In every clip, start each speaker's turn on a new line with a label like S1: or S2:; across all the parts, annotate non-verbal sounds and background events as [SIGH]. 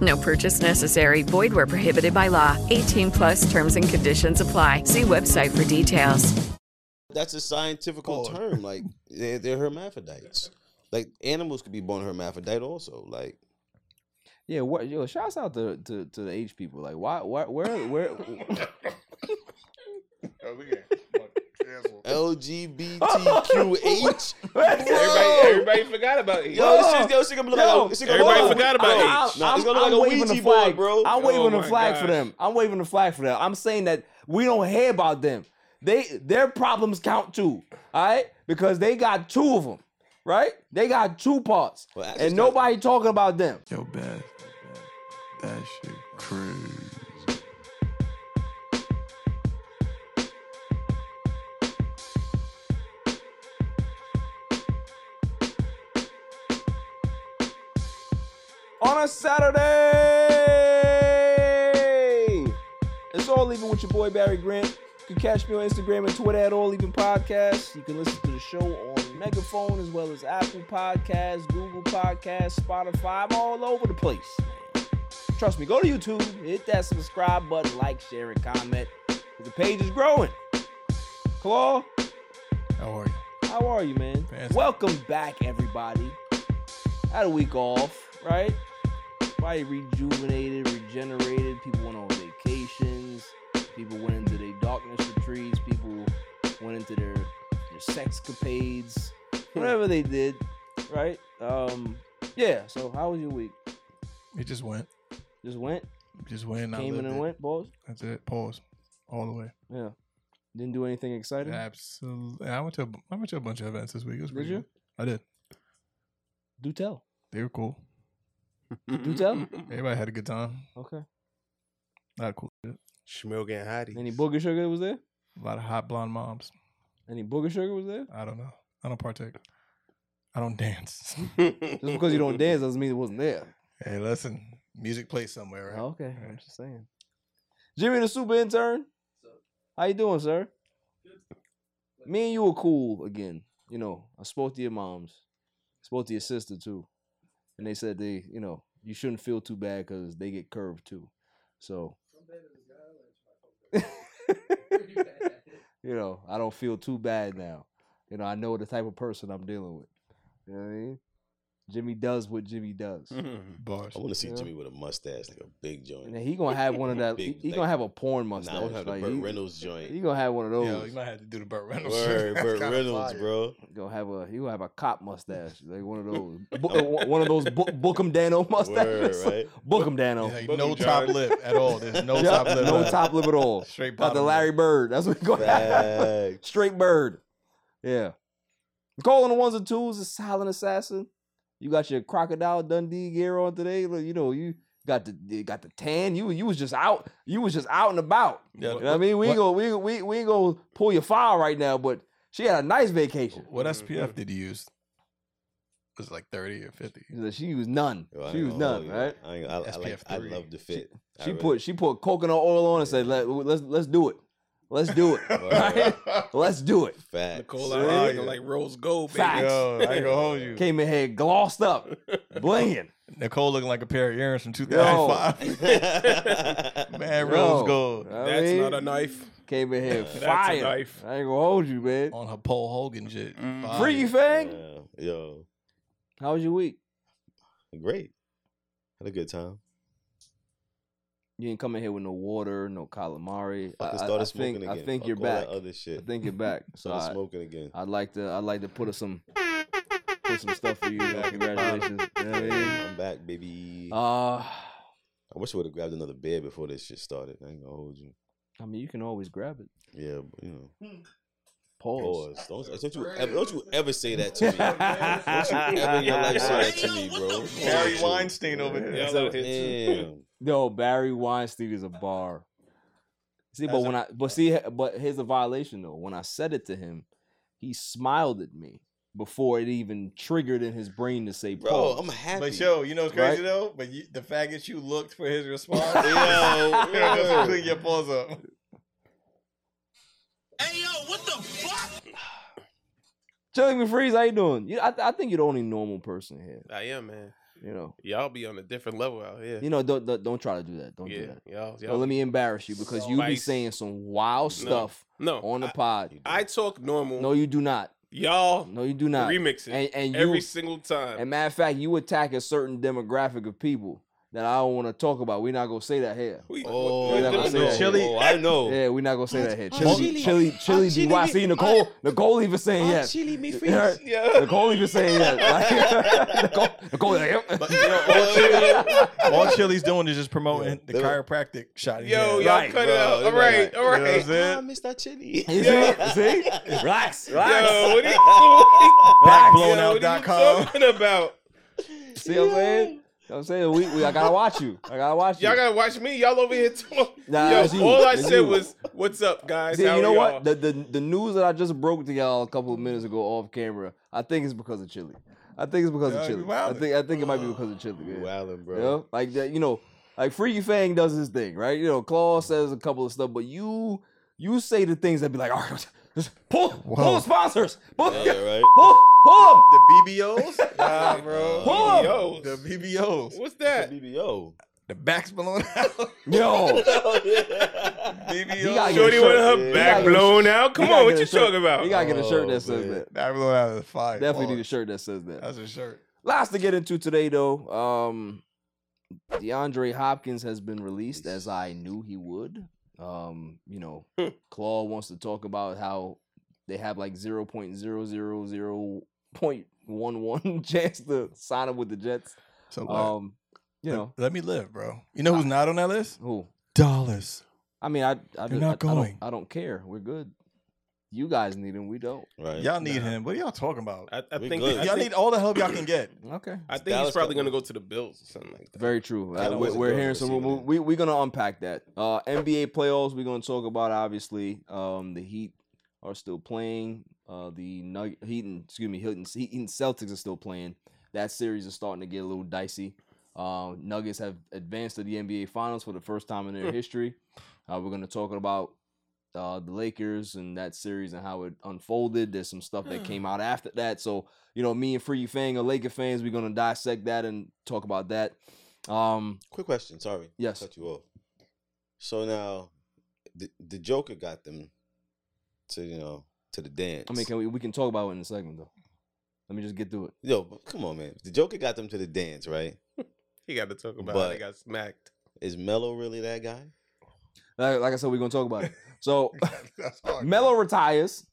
S1: No purchase necessary. Void where prohibited by law. 18 plus terms and conditions apply. See website for details.
S2: That's a scientific
S3: [LAUGHS]
S2: term. Like they're, they're hermaphrodites. Like animals could be born hermaphrodite also. Like
S3: Yeah, what yo, shouts out to, to to the age people. Like why why [LAUGHS] where where
S4: Oh, we get [LAUGHS] fucking
S3: [LAUGHS]
S4: canceled.
S2: LGBTQH.
S4: Everybody, everybody forgot about it.
S2: Yo, this shit, yo, this shit
S3: [LAUGHS]
S2: gonna look
S3: Yo,
S2: like a, this shit gonna
S4: everybody
S2: look like a-
S4: forgot about
S2: I-
S4: age.
S2: I- I-
S3: I'm-
S2: it's gonna
S3: I'm
S2: look like a
S3: waving the
S2: Ouija
S3: flag.
S2: board, bro.
S3: I'm waving
S4: Oh
S3: the
S4: my
S3: flag for
S4: gosh.
S3: them. I'm waving the flag for them. I'm saying that we don't hear about them. They their problems count too. All right, because they got two of them. Right? They got two parts,
S2: Well, I just
S3: and
S2: got-
S3: nobody talking about them.
S5: Yo, Beth, that shit crazy.
S3: On a Saturday, it's all even with your boy Barry Grant. You can catch me on Instagram and Twitter at All Even Podcast. You can listen to the show on Megaphone as well as Apple Podcasts, Google Podcasts, Spotify. I'm all over the place. Trust me, go to YouTube, hit that subscribe button, like, share, and comment. 'cause The page is growing. Claw,
S5: How are you?
S3: how are you, man?
S5: Fantastic.
S3: Welcome back, everybody. Had a week off, right? Probably rejuvenated, regenerated. People went on vacations. People went into their darkness retreats. People went into their their sexcapades. Whatever they did, right? Um, yeah. So, how was your week?
S5: It just went.
S3: Just went,
S5: Just went. and I
S3: came in
S5: lived
S3: and
S5: it.
S3: went, boys.
S5: That's it. Pause. All the way.
S3: Yeah. Didn't do anything exciting.
S5: Absolutely. I went to a, bu- I went to a bunch of events this week. It was
S3: Did
S5: pretty
S3: you?
S5: good. I did.
S3: Do tell.
S5: They were cool.
S3: Do tell.
S5: Everybody had a good time.
S3: Okay.
S5: A lot of cool shit.
S4: Schmilgan Hottie.
S3: Any booger sugar was there?
S5: A lot of hot blonde moms.
S3: Any booger sugar was there?
S5: I don't know. I don't partake. I don't [LAUGHS] dance.
S3: Just because you don't dance doesn't mean it wasn't there.
S5: hey, listen. Music plays somewhere, right?
S3: Oh, Okay.
S5: Right.
S3: I'm just saying. Jimmy the super intern. How you doing, sir? Me and you were cool again. You know, I spoke to your moms. spoke to your sister too. And they said they, you know, you shouldn't feel too bad because they get curved too. So [LAUGHS] you know, I don't feel too bad now. You know, I know the type of person I'm dealing with. You know what I mean? Jimmy does what Jimmy does.
S2: [LAUGHS]
S5: Bars.
S2: I want to see
S3: Yeah.
S2: Jimmy with a mustache, like a big joint.
S3: And then he gonna have one of that. he,
S2: Big,
S3: he
S2: like-
S3: gonna have a porn
S2: Nah, I
S3: mustache.
S2: want to have
S3: like,
S2: the Burt
S3: he,
S2: Reynolds joint.
S3: he [LAUGHS] gonna have one of those.
S5: Yo, you might have to do the Burt Reynolds.
S2: Word,
S5: [LAUGHS] That's
S2: Burt
S5: kinda
S2: Reynolds,
S5: fire.
S2: bro.
S3: He gonna have a. He gonna have a cop mustache. Like one of those. bo- one of those bo- Bookham Dano
S2: Word,
S3: mustaches. [LAUGHS]
S2: right?
S3: Bookham Dano.
S5: He's like,
S4: Book
S5: no
S4: him,
S5: top
S4: John.
S5: lip at all. There's
S3: [LAUGHS]
S5: no
S3: Yeah,
S5: top lip.
S3: no
S5: at all.
S3: top lip at
S5: [LAUGHS]
S3: all.
S5: Straight
S3: Got the
S5: bottom
S3: Larry
S5: lip.
S3: Bird. That's what he gonna have.
S2: Facts.
S3: Straight Bird. Yeah. Nicole on the ones and twos is silent assassin. You got your crocodile Dundee gear on today. Look, You know you got the you got the tan. You you was just out. You was just out and about.
S5: Yeah,
S3: You know what I mean? We ain't gonna we we we ain't gonna pull your file right now, but she had a nice vacation.
S5: What SPF did you use? It was like 30 or 50.
S3: She was none.
S2: Yo, Oh, I
S3: She
S2: ain't
S3: was
S2: gonna hold
S3: none,
S2: you.
S3: right?
S2: I, ain't gonna- I, I, like,
S5: SPF
S2: I
S5: three.
S2: love the fit. I
S3: She
S2: really- [LAUGHS]
S3: put she put coconut oil on and said, Let, let's let's do it. Let's do it. [LAUGHS] right? Let's do it.
S2: Facts.
S4: Nicole
S2: [LAUGHS]
S4: I like rose gold, baby.
S3: Facts.
S5: Yo, I ain't gonna hold you.
S3: Came in here glossed up, blinging.
S5: [LAUGHS] Nicole looking like a pair of earrings from 2005. [LAUGHS] Man, rose
S3: Yo,
S5: gold
S3: I
S4: That's
S3: mean,
S4: not a knife.
S3: Came in here
S4: a
S3: fire. I ain't
S4: knife.
S3: gonna hold you, man.
S2: Oh,
S5: on her Paul Hogan shit.
S4: Mm.
S5: Fire.
S3: Free fang.
S2: Yeah, Yo,
S3: How was your week?
S2: great. Had a good time.
S3: You didn't come in here with no water, no calamari. I,
S2: Fucking
S3: I-
S2: started
S3: I think
S2: smoking
S3: I
S2: again.
S3: think
S2: Fuck
S3: you're
S2: all that
S3: back.
S2: Other
S3: I
S2: shit.
S3: think you're back. Uh,
S2: [LAUGHS]
S3: So
S2: Started
S3: I,
S2: smoking again.
S3: I'd like to I'd like to put up some put some stuff for you. man.
S2: Back in the bottle. [LAUGHS]
S3: Congratulations. You know what I
S2: I'm back, baby.
S3: mean? Uh
S2: I wish I would have grabbed another beer before this shit started. I ain't gonna hold you.
S3: I mean you can always grab it.
S2: Yeah, but you know,
S3: Pause.
S2: pause. Don't, don't you ever, don't you ever say that to me. don't
S3: [LAUGHS]
S2: you ever in your life say that to me, bro.
S5: Harry Weinstein over here.
S4: Y'all out here too.
S2: Damn.
S3: Yo, Barry Weinstein is a bar. See, but when I but see, but here's a violation though. When I said it to him, he smiled at me before it even triggered in his brain to say,
S2: Bro,
S3: "Pause."
S2: I'm happy.
S5: But yo, you know what's crazy
S3: Right?
S5: though? But you, the fact that you looked for his response, [LAUGHS]
S2: Yo,
S5: yo,
S3: [LAUGHS]
S2: word.
S5: clean your paws up.
S3: Chuck McFreeze, how you doing? You, I, I think you're the only normal person here.
S4: I am, man.
S3: You know,
S4: Y'all be on a different level out here.
S3: you know, don't don't, don't try to do that. Don't do
S4: yeah,
S3: that.
S4: y'all.
S3: Yo,
S4: y'all
S3: let me embarrass you because you be
S4: Spice.
S3: saying some wild stuff
S4: no
S3: on the
S4: I,
S3: pod.
S4: I talk normal.
S3: no, you do not.
S4: y'all
S3: No, you do not.
S4: remix it
S3: And and
S4: every
S3: you
S4: single time.
S3: and matter of fact, you attack a certain demographic of people that I don't want to talk about. We're not gonna say that here.
S4: We-
S2: Oh,
S3: Yeah,
S2: I
S3: that was
S2: know.
S3: it.
S4: Chili-
S2: Oh, I know.
S3: Yeah, we're not gonna say that here.
S2: Aunt
S3: Chili,
S2: Chili-
S3: chili,
S2: Aunt
S3: chili,
S2: Chili
S3: DY.
S2: be-
S3: See, Nicole, Nicole even saying
S2: Oh,
S3: yes.
S2: Chili,
S3: [LAUGHS]
S2: me
S3: You heard?
S2: freeze.
S4: yeah.
S3: Nicole even saying yes. Like, [LAUGHS] Nicole, Nicole like, yep.
S5: But, you know, all,
S2: Oh,
S5: Chili- all Chili's doing is just promoting the
S2: They-
S5: chiropractic shot. he
S4: [LAUGHS] Yo,
S5: had.
S4: y'all
S3: Right,
S4: cut
S2: bro,
S4: it out.
S2: they
S4: All right,
S2: like-
S4: all
S5: You know what I'm
S4: right.
S2: Ah,
S5: saying?
S2: Mr. [LAUGHS] Chili.
S3: You
S4: Yeah.
S3: see? See?
S4: [LAUGHS]
S3: Relax, relax. [LAUGHS]
S4: Yo, what are you, what
S5: Back
S4: are you,
S5: blown
S4: yo,
S5: out
S4: what are
S5: dot
S4: you
S5: com.
S4: talking about?
S3: See what I'm saying? You know what I'm saying? We, we, I gotta watch you. I gotta watch you.
S4: Y'all gotta watch me. Y'all over here talk.
S3: Nah,
S4: Yo,
S3: it's you.
S4: all I
S3: It's
S4: said
S3: you.
S4: was, "What's up, guys?
S3: See,
S4: How
S3: you know
S4: are
S3: what?
S4: y'all?"
S3: The, the the news that I just broke to y'all a couple of minutes ago off camera, I think it's because of Chili. I think it's because
S5: Yeah,
S3: of
S5: you
S3: Chili. I
S5: wildin'.
S3: think I think it might be because of Chili. Yeah.
S2: Wildin',
S3: You know, like that, you know, like Freaky Fang does his thing, right? You know, Claw says a couple of stuff, but you you say the things that be like, all right, just pull pull the sponsors, pull,
S2: Yeah, right.
S3: pull, pull
S4: [LAUGHS]
S3: them.
S5: [LAUGHS] The BBOs? Nah, bro.
S3: Pull 'em.
S4: Yo,
S5: The BBOs.
S4: what's that?
S2: BBO.
S5: The backs blown out. [LAUGHS]
S3: Yo,
S2: Oh, yeah.
S3: You
S5: BBOs.
S3: gotta
S4: Shorty
S3: get a
S4: with
S3: shirt.
S4: her
S2: You
S4: back
S3: gotta get a
S4: blown out. Come
S3: You gotta
S4: on, what
S3: get a
S4: you
S3: shirt.
S4: talking about?
S3: You gotta get a shirt
S2: Oh,
S3: that says
S2: man.
S3: that.
S5: Back blown out of the fire.
S3: Definitely need a
S5: Pause.
S3: shirt that says that.
S5: That's a shirt.
S3: Lots to get into today, though. Um, DeAndre Hopkins has been released, as I knew he would. Um, you know,
S5: Hmm.
S3: Claw wants to talk about how they have like 0.000.11 [LAUGHS] chance to sign up with the Jets.
S5: So what?
S3: Um, you
S5: Let-
S3: know,
S5: let, me live, bro. You know who's not on that list?
S3: who?
S5: Dollars.
S3: I mean, I, I,
S5: They're
S3: do,
S5: not
S3: I, I don't,
S5: going.
S3: I don't care. We're good. You guys need him. We don't.
S2: Right.
S5: Y'all need
S4: Nah.
S5: him. What are y'all talking about?
S4: I, I
S2: We
S4: think.
S2: good.
S4: I
S5: y'all
S4: think,
S5: need all the help y'all can get. [LAUGHS]
S3: Okay.
S4: I think
S2: Dallas
S4: he's probably
S2: got
S4: gonna go to the Bills or something like that.
S3: Very true.
S2: I
S3: Uh, we're,
S2: wasn't
S3: we're
S2: going
S3: hearing
S2: to
S3: some.
S2: receive
S3: We,
S2: that.
S3: we, we're gonna unpack that. Uh, NBA playoffs. We're gonna talk about obviously. Um, the Heat are still playing. Uh, the Nug- Heat and excuse me, Hilton, Heat and Celtics are still playing. That series is starting to get a little dicey. Uh, Nuggets have advanced to the NBA Finals for the first time in
S2: Hmm.
S3: their history. Uh, we're gonna talk about uh, the Lakers and that series and how it unfolded. There's some stuff
S2: Hmm.
S3: that came out after that. So you know, me and Free Fang are Laker fans. We're gonna dissect that and talk about that. Um,
S2: Quick question. Sorry.
S3: Yes.
S2: Cut you off. So now, the, the Joker got them to you know to the dance.
S3: I mean, can we we can talk about it in a second though. Let me just get through it.
S2: yo, but come on, man. The Joker got them to the dance, right?
S4: He got to talk about how
S2: But-
S4: they got smacked.
S2: Is Melo really that guy?
S3: Like, like I said, we're gonna talk about it. So
S5: That's hard.
S3: Melo retires.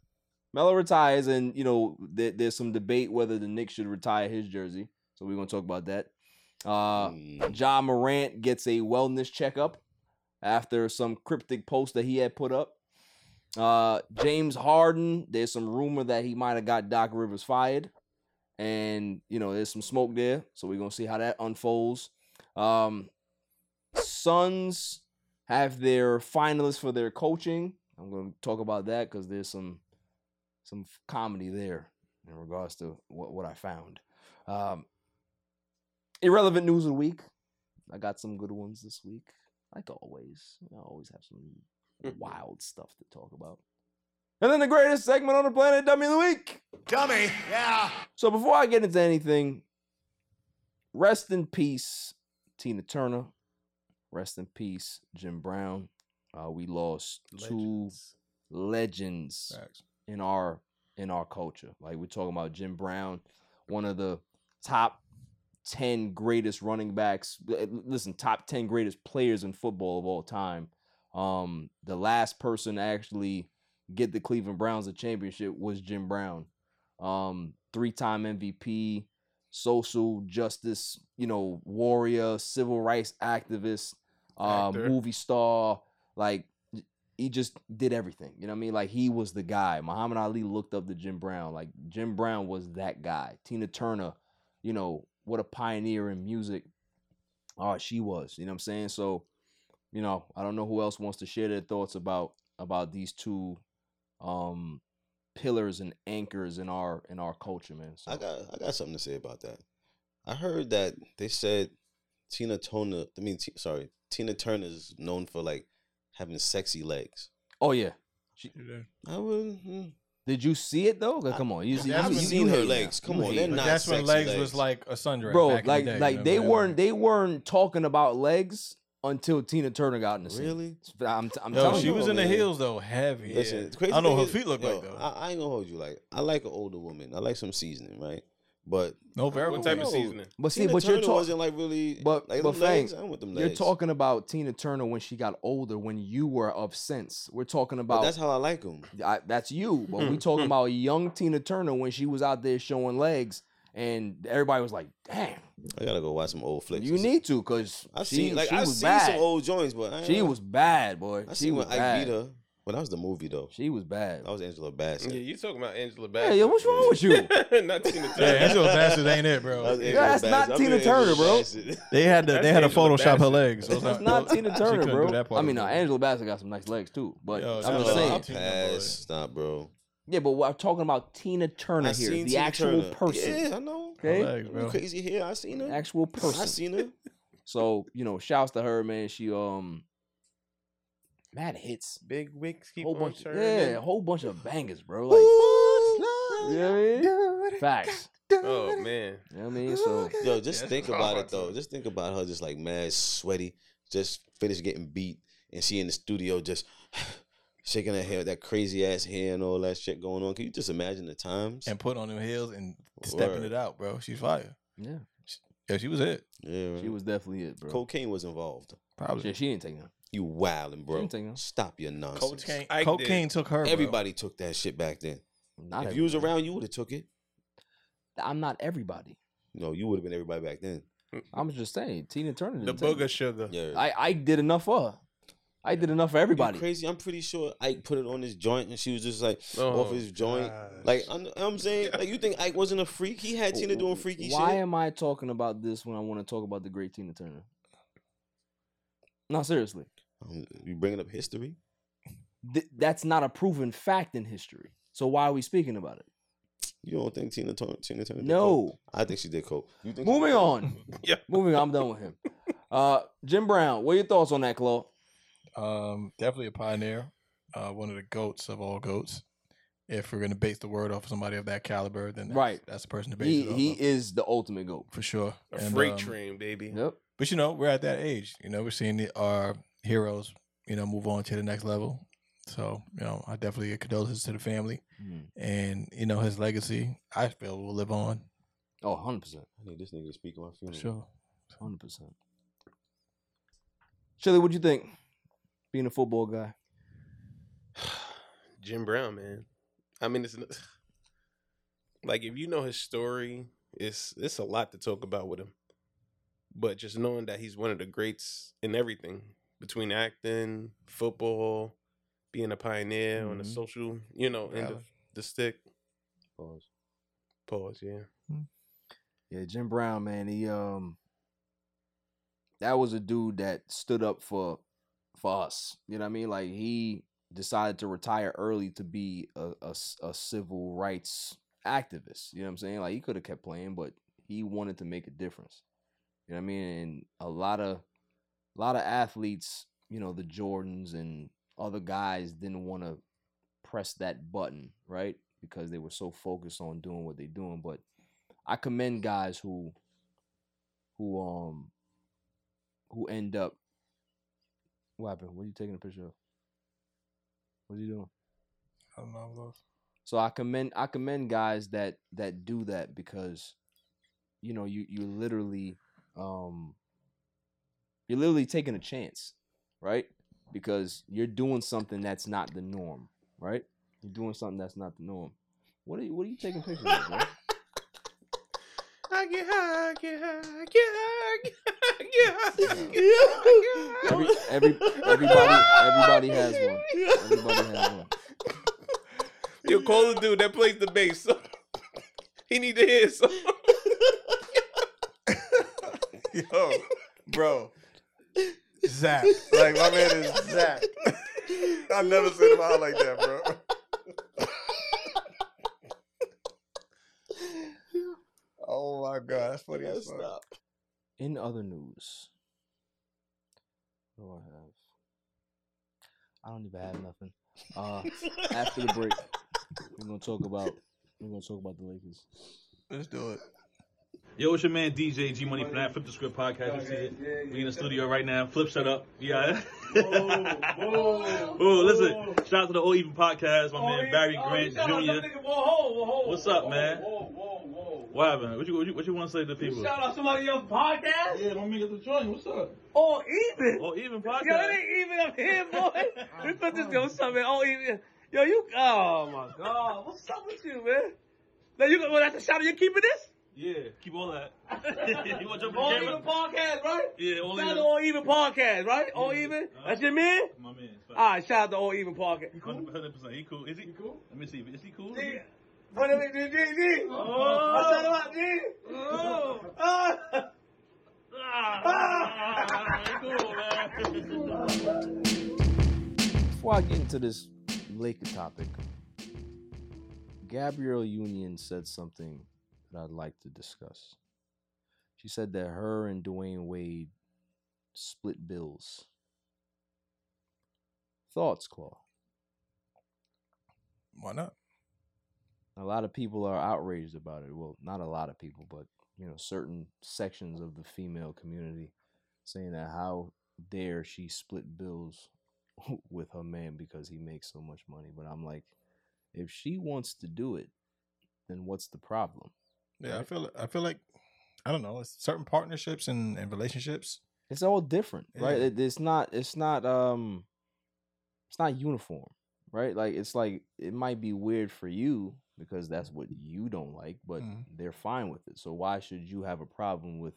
S3: Melo retires, and you know there, there's some debate whether the Knicks should retire his jersey. So we're gonna talk about that. Uh,
S2: Mm,
S3: John Morant gets a wellness checkup after some cryptic post that he had put up. Uh, James Harden, there's some rumor that he might have got Doc Rivers fired, and you know there's some smoke there, so we're gonna see how that unfolds. Um, Suns have their finalists for their coaching. I'm gonna talk about that because there's some some f- comedy there in regards to what what I found. Um, irrelevant news of the week. I got some good ones this week, like always. I always have some wild stuff to talk about. And then the greatest segment on the planet, Dummy of the Week.
S5: Dummy. Yeah.
S3: So before I get into anything, rest in peace, Tina Turner. Rest in peace, Jim Brown. Uh, we lost two legends
S5: Facts.
S3: in our in our culture. Like we're talking about Jim Brown, one of the top ten greatest running backs. l- l- Listen, top ten greatest players in football of all time. Um, the last person to actually get the Cleveland Browns a championship was Jim Brown, um, three-time MVP, social justice, you know, warrior, civil rights activist, uh,
S4: Actor.
S3: movie star, like he just did everything. You know what I mean? Like he was the guy. Muhammad Ali looked up to Jim Brown. Like Jim Brown was that guy. Tina Turner, you know, what a pioneer in music. Oh, she was. You know what I'm saying? So you know, I don't know who else wants to share their thoughts about about these two um pillars and anchors in our in our culture, man. So,
S2: I got I got something to say about that. I heard that they said Tina Turner. I mean, t- sorry, Tina Turner's known for like having sexy legs.
S3: oh yeah.
S2: I would. mm.
S3: Did you see it though? Like, come on, you,
S2: I-
S3: you,
S2: I've
S3: you-
S2: seen
S3: you
S2: her
S3: hating
S2: legs.
S3: now.
S2: Come
S3: You
S2: on,
S3: hating
S2: they're
S3: now.
S2: not
S6: That's when
S2: sexy
S6: legs, was like a sundress,
S3: bro.
S6: back in the
S3: Like
S6: day,
S3: like
S6: remember?
S3: they
S6: It was-
S3: weren't they weren't talking about legs until Tina Turner got in the scene.
S2: Really?
S3: I'm, I'm
S6: Yo,
S3: telling
S6: she
S3: you.
S6: was
S2: you,
S6: in the
S2: man.
S6: heels though, heavy.
S2: Listen,
S6: yeah.
S2: the crazy
S6: I know
S2: thing
S6: her
S2: is-
S6: feet look
S2: yo,
S6: like though.
S2: I, I ain't gonna hold you. Like I like an older woman. I like some seasoning, right? But
S6: no very
S4: What type
S2: no.
S4: of seasoning?
S3: But see,
S2: Tina
S3: but you're
S2: Turner
S3: talking.
S2: wasn't like really.
S3: but-
S2: like
S3: but
S2: them legs,
S3: Fang,
S2: I'm with them
S3: You're
S2: legs.
S3: talking about Tina Turner when she got older, when you were of sense. We're talking
S2: But
S3: about
S2: that's how I like them.
S3: I, that's you, but we
S5: Hmm.
S3: talking about young Tina Turner when she was out there showing legs, and everybody was like, "Damn,
S2: I gotta go watch some old flicks.
S3: you need to," because
S2: I
S3: she,
S2: seen like
S3: she
S2: I
S3: was
S2: seen
S3: bad.
S2: some old joints, but I ain't
S3: she
S2: gonna-
S3: was bad, boy.
S2: I
S3: she
S2: seen
S3: was
S2: when I
S3: bad.
S2: beat her. But that was the movie though.
S3: She was bad.
S2: That was Angela Bassett.
S4: Yeah, you talking about Angela Bassett?
S3: Hey, yo, what's
S2: [LAUGHS]
S3: wrong with you?
S4: you? [LAUGHS] not Tina
S6: yeah,
S4: Turner.
S6: Angela Bassett ain't it,
S2: That
S6: bro.
S2: was Angela
S3: that's not
S2: I'm thinking
S3: Tina Turner,
S2: Angela
S6: [LAUGHS]
S3: bro.
S2: Bassett.
S5: They had to
S4: That's
S5: they had to
S4: Angela
S5: Photoshop her
S4: Bassett.
S5: legs. It's
S3: That's
S5: [LAUGHS]
S3: not Tina
S5: she
S3: Turner,
S5: couldn't do
S3: bro.
S5: that part
S3: I
S5: of
S3: mean,
S5: it.
S3: no, Angela Bassett got some nice legs too, but
S5: Yo,
S3: I'm
S5: Tina
S3: just
S2: Uh,
S3: saying.
S2: I
S5: Turner.
S2: pass. Nah, bro.
S3: Yeah, but we're talking about Tina Turner
S2: I
S3: here,
S2: seen
S3: the
S2: Tina
S3: actual
S2: Turner.
S3: person.
S2: Yeah, I know.
S5: Her
S3: Okay,
S5: legs,
S2: You
S5: bro.
S2: Crazy hair. I seen her.
S3: actual person.
S2: I seen her.
S3: So you know, shouts to her, man. She um, mad hits,
S4: Big wigs keep
S3: whole
S4: on
S3: bunch, of,
S4: turning.
S3: yeah, a whole bunch of bangers, bro. Like, you know what I mean? Facts.
S4: Oh man.
S3: You know what I mean? So [LAUGHS]
S2: Yo, just
S4: that's
S2: think
S4: what I
S2: about it
S4: want to.
S2: though. Just think about her, just like mad sweaty, just finished getting beat, and she in the studio just [SIGHS] shaking her hair, that crazy ass hair and all that shit going on. Can you just imagine the times?
S5: And put on them heels and stepping
S2: Word.
S5: it out, bro. She's fire.
S3: yeah,
S5: Yeah, she was it.
S2: Yeah,
S3: she was definitely it, bro.
S2: cocaine was involved.
S5: Probably.
S3: Yeah, she didn't take none.
S2: You wildin', bro.
S3: didn't take no.
S2: Stop your nonsense.
S5: Cocaine,
S4: Ike did.
S5: cocaine took her. bro.
S2: Everybody took that shit back then.
S3: Not
S2: if you was
S3: everybody.
S2: around, you would have took it.
S3: I'm not everybody.
S2: No, you would have been everybody back then.
S3: I'm just saying, Tina Turner.
S4: The
S3: didn't take
S4: booger sugar.
S2: Yeah.
S3: none. I I did enough for her. I did enough for
S2: You
S3: everybody.
S2: crazy. I'm pretty sure Ike put it on his joint, and she was just like off
S4: Oh,
S2: his joint.
S4: gosh.
S2: Like I'm, I'm saying, like you think Ike wasn't a freak? He had Tina doing freaky
S3: Why
S2: shit.
S3: am I talking about this when I want to talk about the great Tina Turner? No, seriously.
S2: Um, you bringing up history?
S3: Th- that's not a proven fact in history. So why are we speaking about it?
S2: You don't think Tina Turner? Tina Turner? did coke?
S3: No.
S2: I think she did coke. You think?
S3: Moving on.
S4: Yeah.
S3: Moving on. I'm done with him. Uh, Jim Brown, what are your thoughts on that, Claude?
S5: Um, definitely a pioneer. Uh, one of the goats of all goats. If we're gonna base the word off of somebody of that caliber, then that's,
S3: Right.
S5: that's the person to base
S3: He
S5: it off
S3: he
S5: of,
S3: is the ultimate goat.
S5: for sure.
S4: A
S5: And,
S4: freight
S5: um,
S4: train, baby.
S3: Yep.
S5: But you know, we're at that age. You know, we're seeing the, our heroes, you know, move on to the next level. So, you know, I definitely give condolences to the family and, you know, his legacy, I feel will live on.
S3: Oh, 100 percent,
S2: I need this nigga to speak on my
S5: For
S2: funeral.
S5: sure.
S3: hundred percent. Shirley, what do you think? Being a football guy,
S4: Jim Brown, man. I mean, it's n- like if you know his story, it's it's a lot to talk about with him. But just knowing that he's one of the greats in everything between acting, football, being a pioneer on the
S5: Mhm.
S4: social, you know, end of
S5: Valid.
S4: the stick.
S2: Pause.
S4: Pause. Yeah.
S3: yeah, Jim Brown, man, he um, that was a dude that stood up for for us. You know what I mean? Like he decided to retire early to be a, a s- a civil rights activist. You know what I'm saying? Like he could have kept playing, but he wanted to make a difference. You know what I mean? And a lot of a lot of athletes, you know, the Jordans and other guys didn't want to press that button, right? Because they were so focused on doing what they're doing. But I commend guys who who um who end up what happened? What are you taking a picture of? What are you doing?
S5: I don't know. love.
S3: So I commend I commend guys that that do that because you know you you literally um you're literally taking a chance, right? Because you're doing something that's not the norm, right? You're doing something that's not the norm. What are you what are you taking pictures of? Bro?
S4: I get high, I get high, I get high, I get high, I get high, I get high, I get high. [LAUGHS]
S3: Every, every everybody everybody has one. Everybody has one.
S4: Yo, call the dude that plays the bass. [LAUGHS] he need to
S6: [LAUGHS]
S4: hear something.
S5: Yo, bro.
S6: is zapped. Like my man is [LAUGHS] zapped.
S2: I never seen him out like that, bro. [LAUGHS]
S6: Oh my god, that's funny as fuck.
S2: Stop.
S3: In other news, what do I have? I don't even have nothing. Uh, after the break, we're gonna talk about we're gonna talk about the Lakers.
S6: Let's do it.
S7: Yo, it's your man DJ G Money from that Flip the Script podcast. You see it? We in the studio right now. Flip set up. Yeah. [LAUGHS] Oh, listen. Shout out to the All Even oh, podcast. My man Barry Grant Jr. What's up, man? What happened? What you what you, what you want to say to the people?
S8: Shout out somebody else podcast?
S7: Yeah, my nigga, the joint. What's up?
S8: All even.
S7: All Even
S8: Yo, it
S7: podcast.
S8: ain't even up here, boy. This put this go something. All even. Yo, you. Oh my God. What's up with you, man? Now you gonna well, that's a shout. You keeping this?
S7: Yeah, keep all [LAUGHS] that. you want to jump
S8: All
S7: in the
S8: even
S7: camera?
S8: podcast, right?
S7: Yeah, All
S8: Shout out
S7: Even.
S8: to All Even podcast, right? All even. That's your man.
S7: My man.
S8: All right, shout out to All Even podcast.
S7: Hundred percent. He Ah, cool? Is he cool? Let me see. Is he cool? [LAUGHS]
S8: G. What up, G? G, G. I shout him out, G. Ah.
S7: Ah, he cool, man.
S3: Before I get into this Laker topic, Gabrielle Union said something that I'd like to discuss. She said that her and Dwayne Wade split bills. Thoughts, Claw?
S6: Why not?
S3: A lot of people are outraged about it. Well, not a lot of people, but you know, certain sections of the female community saying that how dare she split bills [LAUGHS] with her man because he makes so much money. But I'm like, if she wants to do it, then what's the problem?
S6: Yeah, I feel I feel like I don't know, it's certain partnerships and, and relationships.
S3: It's all different, right?
S6: Yeah.
S3: It, it's not. It's not. Um, it's not uniform, right? Like it's like it might be weird for you because that's what you don't like, but
S6: Mhm.
S3: they're fine with it. So why should you have a problem with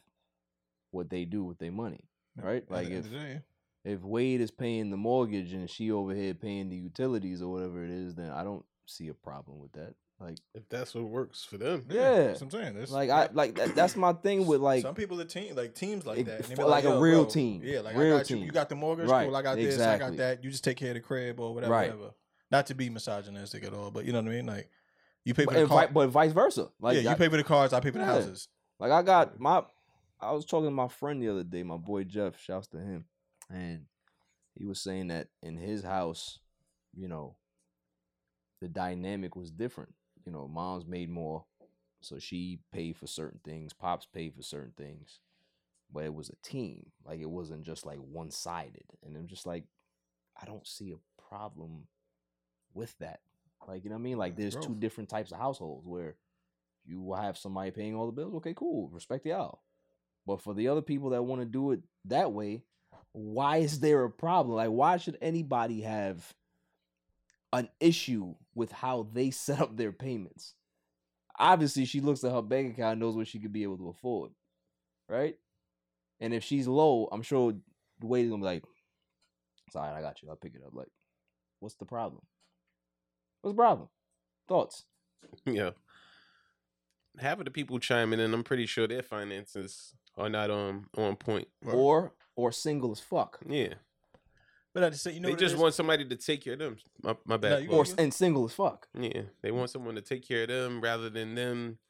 S3: what they do with their money,
S6: Yeah,
S3: right?
S6: at the
S3: Like
S6: end
S3: if
S6: of the day.
S3: if Wade is paying the mortgage and she over here paying the utilities or whatever it is, then I don't see a problem with that. Like
S4: If that's what works for them. [LAUGHS]
S3: Yeah.
S6: that's what I'm saying. There's-
S3: like I like that, that's my thing with like
S6: some people are team like teams like
S3: It-
S6: that. and they be
S3: for- like a
S6: "Yo,
S3: real
S6: bro,
S3: team,
S6: Yeah, like
S3: real
S6: I got you.
S3: team.
S6: You got the mortgage,
S3: Right,
S6: cool. I got this, I
S3: exactly.
S6: got that. You just take care of the crib or whatever,
S3: Right.
S6: whatever. Not to be misogynistic at all, but you know what I mean? Like you pay for the
S3: but,
S6: car.
S3: vi- but vice versa. Like
S6: yeah,
S3: I-
S6: you pay for the cars, I pay for the
S3: Yeah.
S6: houses.
S3: Like I got my I was talking to my friend the other day, my boy Jeff, shouts to him. And he was saying that in his house, you know, the dynamic was different. You know, mom's made more, so she paid for certain things, pops paid for certain things. But it was a team. Like it wasn't just like one sided. And I'm just like, I don't see a problem with that. Like, you know what I mean? Like
S6: Mm,
S3: there's two
S6: growth.
S3: different types of households where you will have somebody paying all the bills. Okay, cool. Respect y'all. But for the other people that want to do it that way, why is there a problem? Like, why should anybody have an issue with how they set up their payments? Obviously, she looks at her bank account and knows what she could be able to afford, right? And if she's low, I'm sure Dwayne's gonna be like, "It's all right, I got you. I'll pick it up." Like, what's the problem? What's the problem? Thoughts?
S4: Yeah. Half of the people chiming in, I'm pretty sure their finances are not on on point.
S3: Or or single as fuck,
S4: Yeah.
S6: But I just say you know
S4: they
S6: what it
S4: just
S6: is?
S4: want somebody to take care of them. My, my bad.
S6: No, you
S4: Chloe.
S3: or s- and single as fuck.
S4: Yeah, they want someone to take care of them rather than them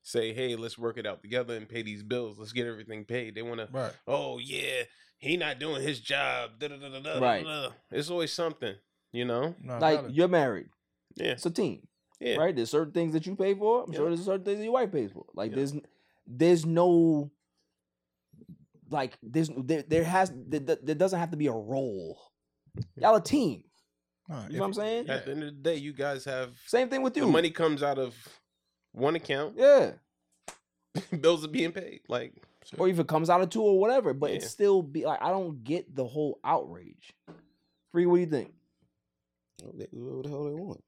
S4: say, "Hey, let's work it out together and pay these bills. Let's get everything paid." They want to,
S6: Right.
S4: "Oh yeah, he not doing his job." Da, da, da, da, da,
S3: Right.
S4: Da, da. It's always something, you know.
S6: No,
S3: Like
S6: valid.
S3: you're married,
S4: Yeah,
S3: it's a team,
S4: yeah.
S3: right? There's certain things that you pay for. I'm sure
S4: Yeah.
S3: there's certain things that your wife pays for. Like
S4: Yeah.
S3: there's n- there's no like there's there there has there, there there doesn't have to be a role. Y'all a team.
S6: Nah,
S3: You know what I'm saying?
S4: At the end of the day, you guys have
S3: Same thing with
S4: the
S3: you.
S4: money comes out of one account. [LAUGHS]
S3: Yeah.
S4: bills are being paid. Like,
S3: Or even comes out of two or whatever, but it's
S4: Yeah.
S3: still be like I don't get the whole outrage. Free, what do you think?
S2: Oh, They do whatever the hell they want.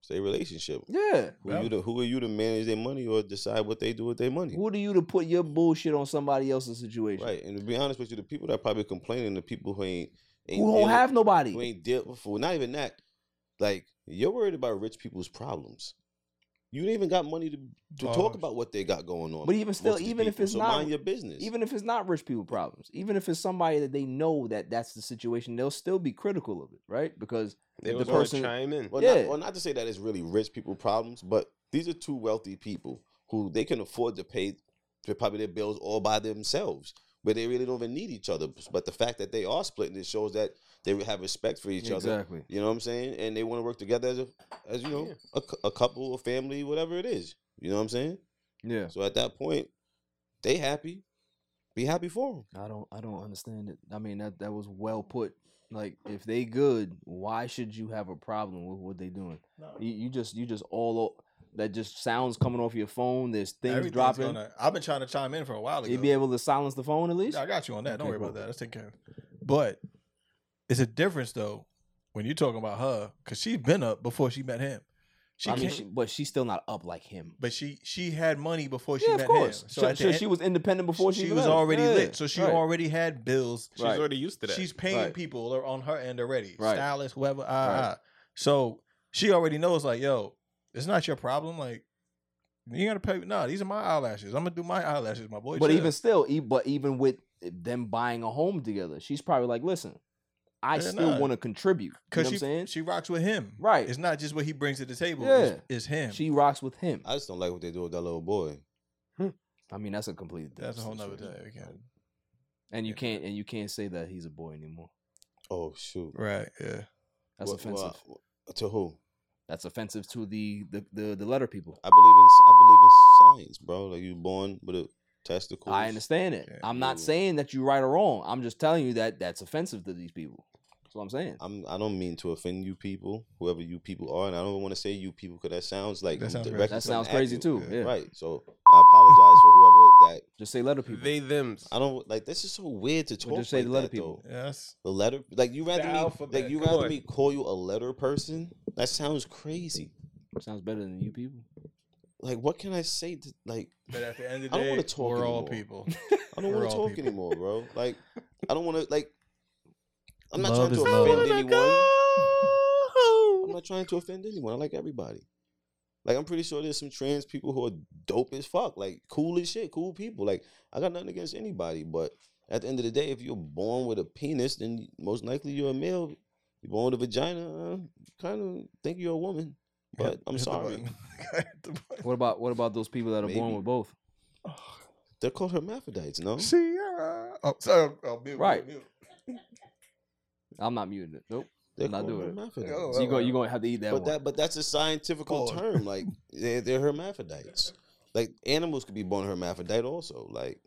S2: It's their relationship.
S3: Yeah.
S2: Who, you to, who are you to manage their money or decide what they do with their money?
S3: Who do you to put your bullshit on somebody else's situation?
S2: Right. And to be honest with you, the people that probably complaining, the people who ain't, ain't
S3: Who
S2: dealing-
S3: don't have nobody?
S2: who ain't dealt before. Not even that. Like you're worried about rich people's problems. You ain't even got money to, to talk
S5: Pause.
S2: about what they got going on.
S3: But even still,
S2: most of these
S3: even if
S2: people.
S3: it's
S2: So
S3: not-
S2: mind your business.
S3: even if it's not rich people problems, even if it's somebody that they know that that's the situation, they'll still be critical of it, right? Because
S4: They
S3: The
S4: was going to
S3: person-
S4: chime in.
S2: well,
S3: yeah.
S2: not, well, not to say that it's really rich people problems, but these are two wealthy people who they can afford to pay to probably their bills all by themselves, where they really don't even need each other. But the fact that they are splitting it shows that they have respect for each other. You know what I'm saying? And they want to work together as a, as you know,
S4: Yeah.
S2: a, cou- a couple, a family, whatever it is. You know what I'm saying?
S3: Yeah,
S2: So at that point, they happy. Be happy for them.
S3: I don't, I don't understand it. I mean, that that was well put. Like, if they good, why should you have a problem with what they doing? You, you just, you just all o- that just sounds coming off your phone. There's things
S6: Everything's
S3: dropping.
S6: gonna- I've been trying to chime in for a while. Ago.
S3: you be able to silence the phone at least.
S6: Yeah, I got you on that. Don't
S3: Okay,
S6: worry about
S3: cool.
S6: that. Let's take care of it. But it's a difference though when you're talking about her because she's been up before she met him. She
S3: I mean,
S6: can't,
S3: she, but she's still not up like him.
S6: but she she had money before she
S3: yeah,
S6: met
S3: of course.
S6: him.
S3: So,
S6: at the
S3: so
S6: end-
S3: she was independent before she,
S6: she
S3: even
S6: was
S3: met him.
S6: already
S3: Yeah,
S6: lit, so she
S3: right.
S6: already had bills.
S4: She's
S3: Right.
S4: already used to that.
S6: She's paying
S3: Right.
S6: people or on her end already,
S3: Right.
S6: stylist, whoever. Ah,
S3: Right.
S6: ah. So she already knows, like, yo, it's not your problem. Like, you gotta pay. Nah, these are my eyelashes. I'm gonna do my eyelashes, my boy.
S3: But
S6: chill.
S3: even still, e- but even with them buying a home together, she's probably like, listen, I
S6: Yeah,
S3: still
S6: nah.
S3: want to contribute. You know what
S6: she
S3: I'm saying?
S6: she rocks with him,
S3: Right.
S6: It's not just what he brings to the table. it's-
S3: Yeah.
S6: It's, him.
S3: She rocks with him.
S2: I just don't like what they do with that little boy.
S3: I mean, that's a complete.
S6: That's a whole nother
S3: situation.
S6: day. we can't-
S3: And you can't and you can't say that he's a boy anymore.
S2: Oh shoot,
S6: Right. Yeah.
S3: That's
S2: What-
S3: offensive.
S2: what- to who?
S3: That's offensive to the the the, the letter people.
S2: I believe in I believe in science, bro. Like you born with a testicle.
S3: I understand it.
S6: Yeah.
S3: I'm not
S2: Yeah.
S3: saying that you're right or wrong. I'm just telling you that that's offensive to these people. That's what I'm saying.
S2: I'm. I don't mean to offend you people, whoever you people are, and I don't want to say you people because that sounds like
S6: That
S2: I'm
S6: sounds crazy.
S2: directing
S3: That
S2: something
S3: sounds
S2: at
S3: crazy
S2: you.
S3: too. Yeah.
S2: Right. So I apologize for whoever that.
S3: Just say letter people.
S4: they thems.
S2: I don't like. This is so weird to talk.
S3: just say
S2: like
S3: the letter
S2: that,
S3: people.
S2: though.
S6: Yes.
S2: The letter, like you rather me, like
S4: alphabet,
S2: you
S4: come
S2: rather
S4: on.
S2: me call you a letter person. That sounds crazy.
S3: Sounds better than you people.
S2: Like what can I say? To, like
S6: But at the end of the
S2: I don't
S6: day,
S2: wanna talk
S6: we're all
S2: anymore.
S6: people.
S2: I don't
S6: We're
S2: want to
S6: all
S2: talk
S6: people.
S2: anymore,
S6: [LAUGHS]
S2: bro. Like I don't want to like. I'm not
S6: Love
S2: trying to
S6: is love.
S2: offend anyone. I'm not trying to offend anyone. I like everybody. Like I'm pretty sure there's some trans people who are dope as fuck, like cool as shit, cool people. Like I got nothing against anybody, but at the end of the day, if you're born with a penis, then most likely you're a male. You're born with a vagina, uh, kind of think you're a woman. But
S6: Hit-
S2: I'm
S6: hit the
S2: sorry,
S6: button. [LAUGHS] Hit the button. [LAUGHS]
S3: What about what about those people that are born
S2: Maybe.
S3: with both?
S2: they're called hermaphrodites, no?
S6: Sierra. Oh, sorry. Oh, mute,
S3: Right.
S6: mute, mute.
S3: I'm not muting it. Nope.
S2: They're
S3: I'm not
S2: called
S3: doing it.
S2: hermaphrodites.
S6: Oh,
S3: So you go. You're gonna have to eat that
S2: But
S3: one.
S2: that, but that's a scientific
S6: Pause.
S2: term. Like
S4: [LAUGHS]
S2: they're, they're hermaphrodites. Like animals could be born hermaphrodite also. Like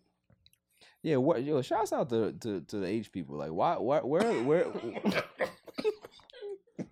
S3: yeah. What? Yo, shouts out to, to to the age people. Like, why? Why? Where?
S2: [LAUGHS]
S3: Where? [LAUGHS]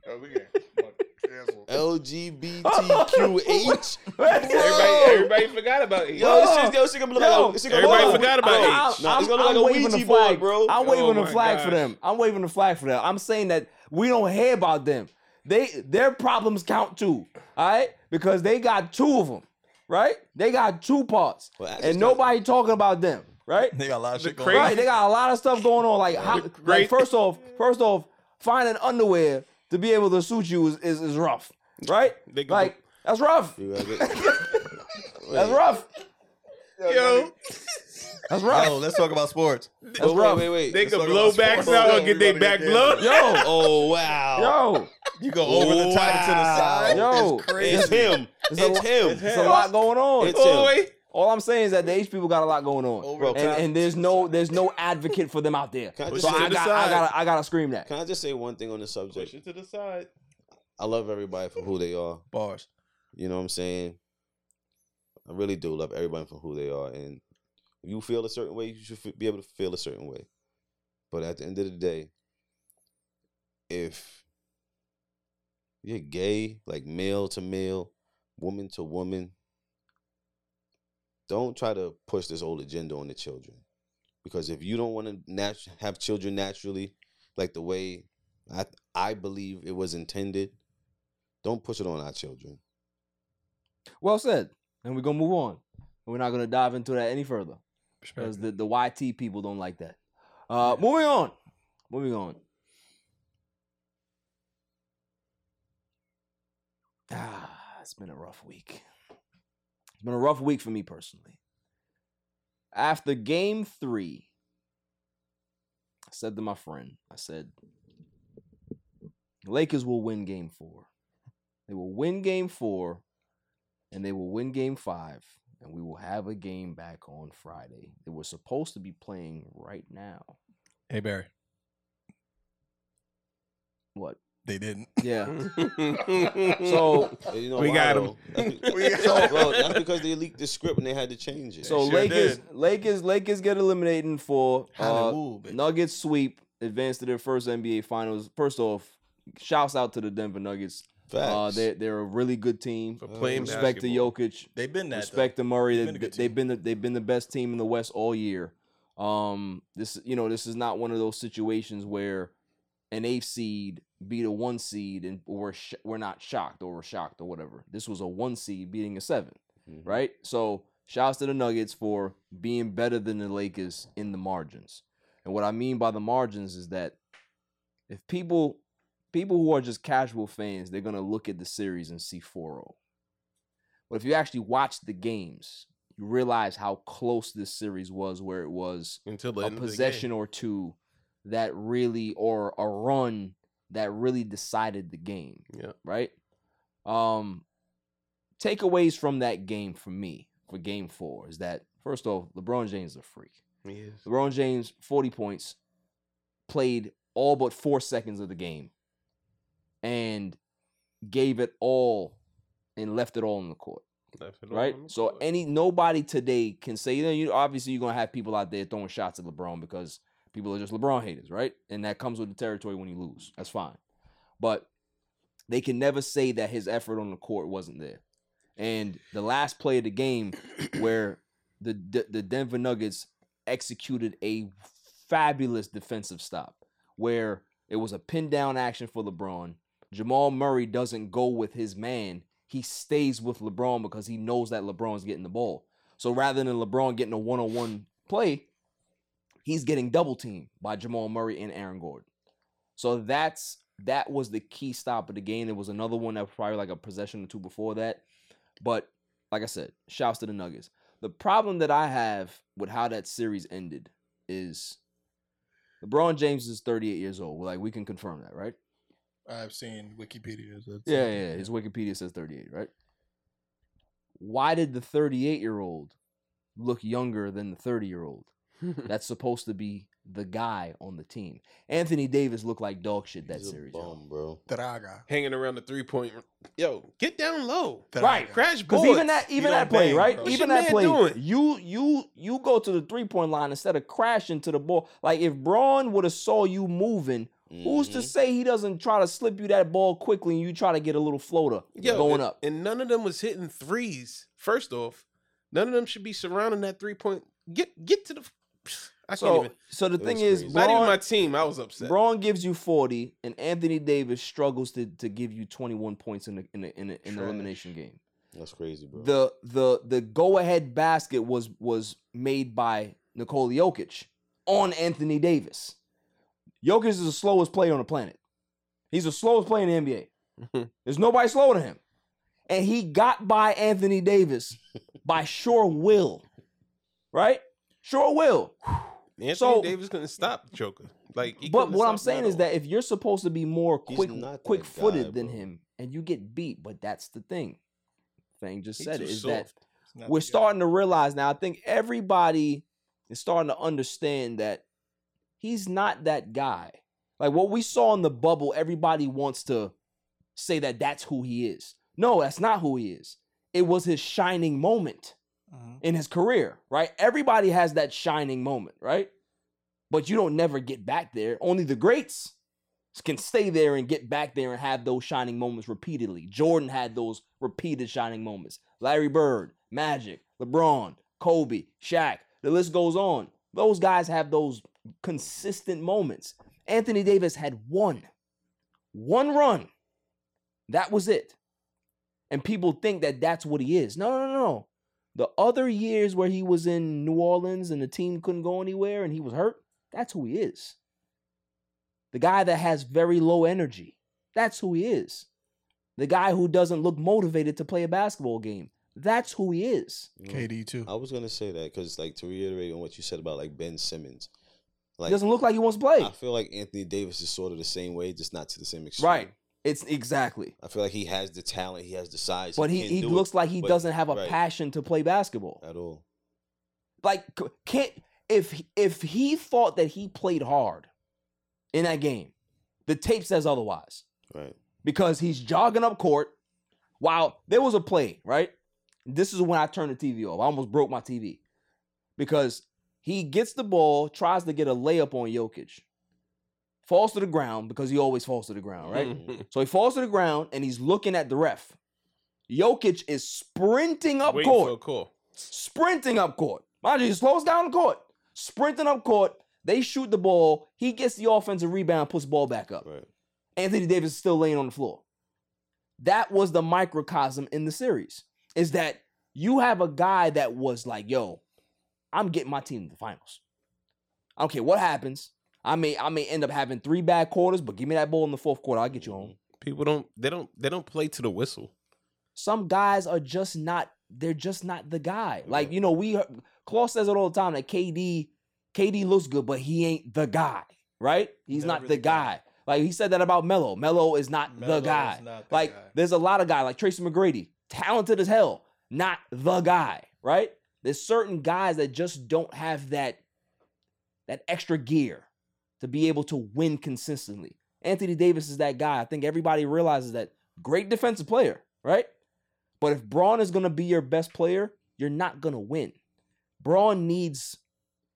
S6: Oh, we can- fuck, cancel.
S4: [LAUGHS]
S2: LGBTQH.
S4: Everybody, everybody forgot about it.
S2: Yo, this shit, yo, this shit gonna look like a, this shit gonna
S4: Everybody
S2: look like a-
S4: forgot about
S2: yo,
S4: it.
S3: I'm,
S2: Nah, it's gonna look
S3: I'm
S2: like a
S3: waving the
S2: Ouija board,
S3: flag,
S2: bro.
S3: I'm
S4: Oh
S3: waving the
S4: my
S3: flag for
S4: gosh.
S3: them. I'm waving the flag for them. I'm saying that we don't hear about them. They their problems count too. All right, because they got two of them. Right? They got two parts,
S2: Well, that's
S3: and
S2: just-
S3: nobody talking about them. Right?
S6: They got a lot of
S4: The
S6: shit going
S4: crazy-
S6: on.
S3: Right, they got a lot of stuff going on. Like, how, like
S4: great-
S3: first off, first off, finding underwear to be able to suit you is is, is rough, right?
S4: They go-
S3: Like that's rough.
S2: You gotta get-
S3: [LAUGHS] That's
S2: Wait.
S3: rough.
S4: Yo,
S3: That's rough.
S6: Yo, let's talk about sports.
S3: That's
S2: Wait,
S3: rough.
S2: wait, wait.
S4: they
S2: Let's
S4: could
S6: talk
S4: blow
S6: about
S4: backs
S6: sports.
S4: out
S6: We
S4: or get their
S6: about to get
S4: back
S6: canceled.
S4: blown.
S2: talk-
S3: Yo,
S2: Oh wow.
S3: yo,
S6: You go over the top and to the side.
S3: Yo.
S6: it's crazy.
S2: It's him. It's,
S3: a lo-
S2: him.
S3: it's a lot going on.
S2: It's him.
S4: Boy,
S3: All I'm saying is that the H people got a lot going on,
S6: Over the
S3: and,
S6: top.
S3: and there's no there's no advocate for them out there.
S2: Can I just
S3: So
S2: say
S3: I
S4: the
S3: got I
S4: side?
S3: got I gotta scream that.
S2: Can I just say one thing on the
S4: push
S2: subject?
S4: it to the side.
S2: I love everybody for who they are.
S6: Bars.
S2: You know what I'm saying? I really do love everybody for who they are, and if you feel a certain way, you should f- be able to feel a certain way. But at the end of the day, if you're gay, like male to male, woman to woman, don't try to push this old agenda on the children, because if you don't want to nat- have children naturally, like the way I I believe it was intended, don't push it on our children.
S3: Well said. And we're gonna move on. We're not gonna dive into that any further. Because the, the YT people don't like that. Uh, moving on. Moving on. Ah, it's been a rough week. It's been a rough week for me personally. After game three, I said to my friend, I said, Lakers will win game four. They will win game four and they will win game five. And we will have a game back on Friday. They were supposed to be playing right now.
S5: Hey Barry,
S3: What?
S5: they didn't.
S3: Yeah.
S4: so
S3: [LAUGHS] So [LAUGHS]
S2: You know
S4: We
S2: why,
S4: got
S2: though?
S4: [LAUGHS] 'em.
S2: That's be-
S4: We-
S2: So, bro, that's because they leaked the script and they had to change it.
S3: So
S4: sure
S3: Lakers,
S4: did.
S3: Lakers, Lakers get eliminated for uh,
S5: Hallelujah, baby.
S3: Nuggets sweep, advance to their first NBA Finals. First off, shouts out to the Denver Nuggets.
S2: Facts.
S3: Uh, they they're a really good team. Uh,
S4: for playing
S3: Respect to
S4: basketball.
S3: Jokic.
S5: They've been that.
S3: Respect to Murray.
S5: They've
S3: They,
S5: been a good
S3: they've
S5: team.
S3: been the, they've been the best team in the West all year. Um, this you know this is not one of those situations where an eighth seed beat a one seed and we're sh- we're not shocked or we're shocked or whatever. This was a one seed beating a seven
S2: Mhm.
S3: right? So shouts to the Nuggets for being better than the Lakers in the margins. And what I mean by the margins is that if people people who are just casual fans, they're gonna look at the series and see 4-0. But if you actually watch the games, you realize how close this series was where it was
S4: until the
S3: a
S4: end of the
S3: possession
S4: game.
S3: or two that really or a run that really decided the game
S4: Yeah.
S3: right? Um, takeaways from that game for me for game four is that first off, LeBron James is a freak.
S4: He is.
S3: LeBron James, 40 points, played all but four seconds of the game and gave it all and left it all on the court
S4: Left it all
S3: right?
S4: on the
S3: So
S4: court.
S3: any nobody today can say you know you obviously you're gonna have people out there throwing shots at LeBron because people are just LeBron haters, right? And that comes with the territory when you lose. That's fine, but they can never say that his effort on the court wasn't there. And the last play of the game, [CLEARS THROAT] where the D- the Denver Nuggets executed a fabulous defensive stop, where it was a pin down action for LeBron. Jamal Murray doesn't go with his man. He stays with LeBron because he knows that LeBron's getting the ball. So rather than LeBron getting a one on one play, he's getting double teamed by Jamal Murray and Aaron Gordon. So that's that was the key stop of the game. There was another one that was probably like a possession or two before that. But like I said, shouts to the Nuggets. The problem that I have with how that series ended is LeBron James is 38 years old. Like we can confirm that, right?
S5: I've seen Wikipedia. that's-
S3: Yeah, yeah. His Wikipedia says 38, right? Why did the 38 year old look younger than the 30 year
S5: [LAUGHS]
S3: old? That's supposed to be the guy on the team. Anthony Davis looked like dog shit that
S2: He's a
S3: series. y'all.
S2: bum, bro.
S5: Draga.
S4: hanging around the three point. Yo, get down low.
S3: Right.
S4: Crash
S3: Because
S4: board.
S3: even that, even
S5: don't
S3: that play,
S5: bang,
S3: right?
S5: bro.
S4: What
S3: even
S4: your
S3: that
S4: man
S3: play,
S4: doing?
S3: you you you go to the three point line instead of crashing to the ball. Like if Braun would have saw you moving, who's to
S4: Mm-hmm.
S2: Mhm.
S3: say he doesn't try to slip you that ball quickly and you try to get a little floater
S4: Yo,
S3: going
S4: and-
S3: up?
S4: And none of them was hitting threes. First off, none of them should be surrounding that three point. Get get to the. I can't
S3: So,
S4: even.
S3: so the
S2: It
S3: thing
S2: was
S3: is,
S2: crazy.
S4: Not even
S3: Bron-
S4: my team. I was upset.
S3: Braun gives you 40, and Anthony Davis struggles to, to give you 21 points in the in the, in the, in the elimination game.
S2: That's crazy, bro.
S3: The the the go ahead basket was was made by Nikola Jokic on Anthony Davis. Jokic is the slowest player on the planet. He's the slowest player in the NBA. There's nobody slower than him. And he got by Anthony Davis by sure will. Right? Sure will.
S4: Anthony
S3: so-
S4: Davis couldn't stop the Joker. Like, he
S3: But
S4: couldn't
S3: what I'm
S4: stop him
S3: saying
S4: at
S3: is
S4: all.
S3: that if you're supposed to be more
S2: He's
S3: quick
S2: not that
S3: quick footed
S2: guy,
S3: than
S2: bro.
S3: him and you get beat, but that's the thing. Fang just
S4: He
S3: said
S4: too
S3: it is
S4: soft.
S5: It's not
S3: that we're
S5: the guy.
S3: starting to realize now. I think everybody is starting to understand that he's not that guy. Like what we saw in the bubble, everybody wants to say that that's who he is. No, that's not who he is. It was his shining moment
S5: Mhm.
S3: in his career, right? Everybody has that shining moment, right? But you don't never get back there. Only the greats can stay there and get back there and have those shining moments repeatedly. Jordan had those repeated shining moments. Larry Bird, Magic, LeBron, Kobe, Shaq, the list goes on. Those guys have those consistent moments. Anthony Davis had one, one run. That was it. And people think that that's what he is. No, no, no, no. The other years where he was in New Orleans and the team couldn't go anywhere and he was hurt, that's who he is. The guy that has very low energy, that's who he is. The guy who doesn't look motivated to play a basketball game. That's who he is.
S2: You know,
S5: KD too.
S2: I was gonna say that because, like, to reiterate on what you said about like Ben Simmons,
S3: He
S2: like
S3: doesn't look like he wants to play.
S2: I feel like Anthony Davis is sort of the same way, just not to the same extent.
S3: Right. It's exactly.
S2: I feel like he has the talent, he has the size,
S3: But he,
S2: can
S3: he
S2: do it
S3: looks like he
S2: but-
S3: doesn't have a
S2: right.
S3: passion to play basketball.
S2: at all.
S3: Like c- can't if he- if he thought that he played hard in that game, the tape says otherwise.
S2: Right.
S3: because he's jogging up court. While there was a play, right? This is when I turned the TV off. I almost broke my TV because he gets the ball, tries to get a layup on Jokic, falls to the ground because he always falls to the ground,
S4: [LAUGHS]
S3: right?
S4: Mm-hmm.
S3: so he falls to the ground and he's looking at the ref. Jokic is sprinting up
S4: Waiting
S3: court
S4: for a call.
S3: sprinting up court. Mind you, he slows down the court, sprinting up court. They shoot the ball. He gets the offensive rebound, puts the ball back up.
S2: Right.
S3: Anthony Davis is still laying on the floor. That was the microcosm in the series. Is that you have a guy that was like, "Yo, I'm getting my team to the finals. I don't care what happens. I may I may end up having three bad quarters, but give me that ball in the fourth quarter. I'll get you home."
S4: People don't they don't they don't play to the whistle.
S3: some guys are just not they're just not the guy. Like, you know, we Claw says it all the time that KD KD looks good, but he ain't the guy, right? He's
S6: Never
S3: not the
S6: the
S3: guy.
S6: guy.
S3: Like he said that about Melo. Melo is not
S6: Melo
S3: the
S6: is
S3: guy.
S6: not the
S3: like
S6: guy.
S3: there's a lot of guy like Tracy McGrady, talented as hell, not the guy, right? There's certain guys that just don't have that that extra gear to be able to win consistently. Anthony Davis is that guy. I think everybody realizes that great defensive player, right? But if Braun is going to be your best player, you're not going to win. Braun needs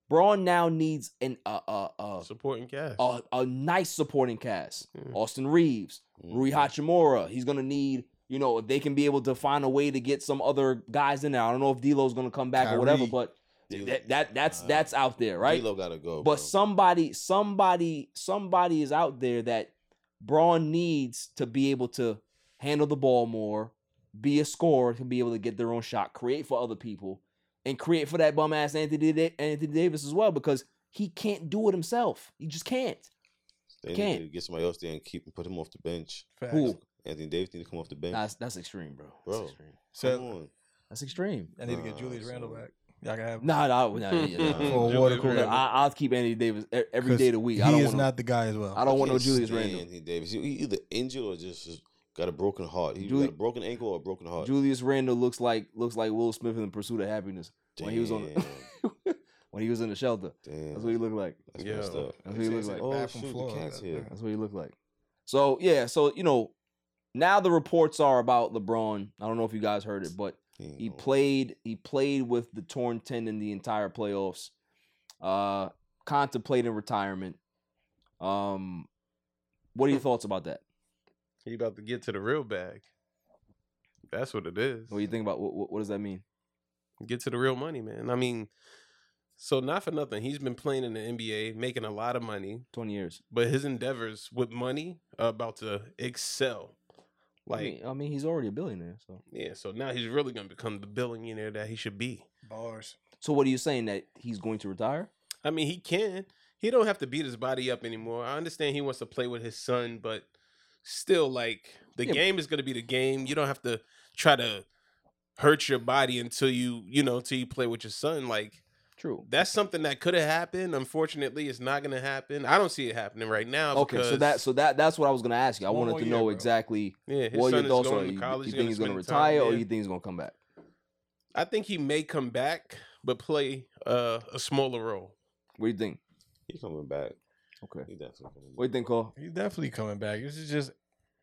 S3: Braun now needs an a a a,
S4: Supporting cast.
S3: a, a nice supporting cast.
S4: Yeah.
S3: Austin Reeves,
S2: Mhm.
S3: Rui
S4: [LAUGHS]
S3: Hachimura. He's going to need, you know, if they can be able to find a way to get some other guys in there. I don't know if D'Lo's going to come back or whatever,
S6: Kyrie.
S3: but
S2: D'Lo-
S3: that, that that's
S2: Nah.
S3: that's out there, right?
S2: D'Lo gotta go. bro.
S3: But somebody, somebody, somebody is out there that Braun needs to be able to handle the ball more, be a scorer, to be able to get their own shot, create for other people, and create for that bum ass Anthony, Da- Anthony Davis as well because he can't do it himself. He just can't.
S2: they
S3: can't.
S2: need to get somebody else there and keep and put him off the bench.
S6: Facts.
S3: Who?
S2: Anthony Davis need to come off the bench.
S3: Nah, that's, that's extreme, bro.
S2: Bro.
S3: That's extreme.
S2: come
S6: So
S2: on.
S3: That's extreme.
S6: I need to get
S2: Nah,
S6: Julius
S2: son.
S6: Randle back. Y'all gotta have
S3: Nah, nah, nah, yeah,
S4: [LAUGHS]
S3: yeah, nah.
S6: Full
S4: Julius
S6: water cooler.
S4: Randle.
S3: I, I'll keep Anthony Davis e- every
S6: 'cause
S3: day of the week.
S6: He
S3: I don't
S6: is
S3: want
S6: not the guy as well.
S3: I don't want no
S2: Can't
S3: Julius
S2: stand
S3: Randle.
S2: Anthony Davis. He he either injured or just just got a broken heart. He
S3: Juli-
S2: got a broken ankle or a broken heart.
S3: Julius Randle looks like looks like Will Smith in the Pursuit of Happiness. [LAUGHS] when he was on
S2: Damn,
S3: the, when he was in the shelter.
S2: damn.
S3: That's what he looked like.
S2: That's
S4: Yo.
S2: messed up.
S3: That's what he
S6: He's
S3: looked like.
S6: like
S2: Oh
S6: back from
S2: shoot, the
S6: Florida,
S2: cat's
S6: that
S2: here.
S6: nigga.
S3: That's what he looked like. So yeah, so you know, now the reports are about LeBron. I don't know if you guys heard it, but
S2: ain't
S3: he
S2: going.
S3: played he played with the torn tendon the entire playoffs. Uh contemplating retirement. Um what are your thoughts about that?
S4: He about to get to the real bag. That's what it is.
S3: What do you think about what, what- what does that mean?
S4: get to the real money, man. I mean, so not for nothing, he's been playing in the NBA, making a lot of money,
S3: 20 years.
S4: but his endeavors with money are about to excel. Like,
S3: I mean, I mean he's already a billionaire, so
S4: yeah, so now he's really gonna become the billionaire that he should be.
S6: Bars.
S3: so what are you saying that he's going to retire?
S4: I mean, he can. He don't have to beat his body up anymore. I understand he wants to play with his son, but still, like the
S3: Yeah.
S4: game is gonna be the game. You don't have to try to hurt your body until you, you know, until you play with your son. Like
S3: True.
S4: that's something that could have happened. Unfortunately, it's not going to happen. I don't see it happening right now.
S3: Okay, so
S4: because,
S3: that so that that's what I was gonna ask you. I
S6: One
S3: wanted
S6: more
S3: to
S6: year,
S3: know
S6: bro.
S3: exactly
S4: yeah, his
S3: what your
S4: son is
S3: thoughts are.
S4: going
S3: You,
S4: to college.
S3: you think he's gonna
S4: going to time,
S3: retire, or
S4: yeah.
S3: you think he's gonna come back?
S4: I think he may come back, but play uh, a smaller role.
S3: What do you think?
S2: He coming back.
S3: Okay,
S2: He definitely coming
S3: what
S2: back.
S3: do you think, Cole?
S6: He's definitely coming back. This is just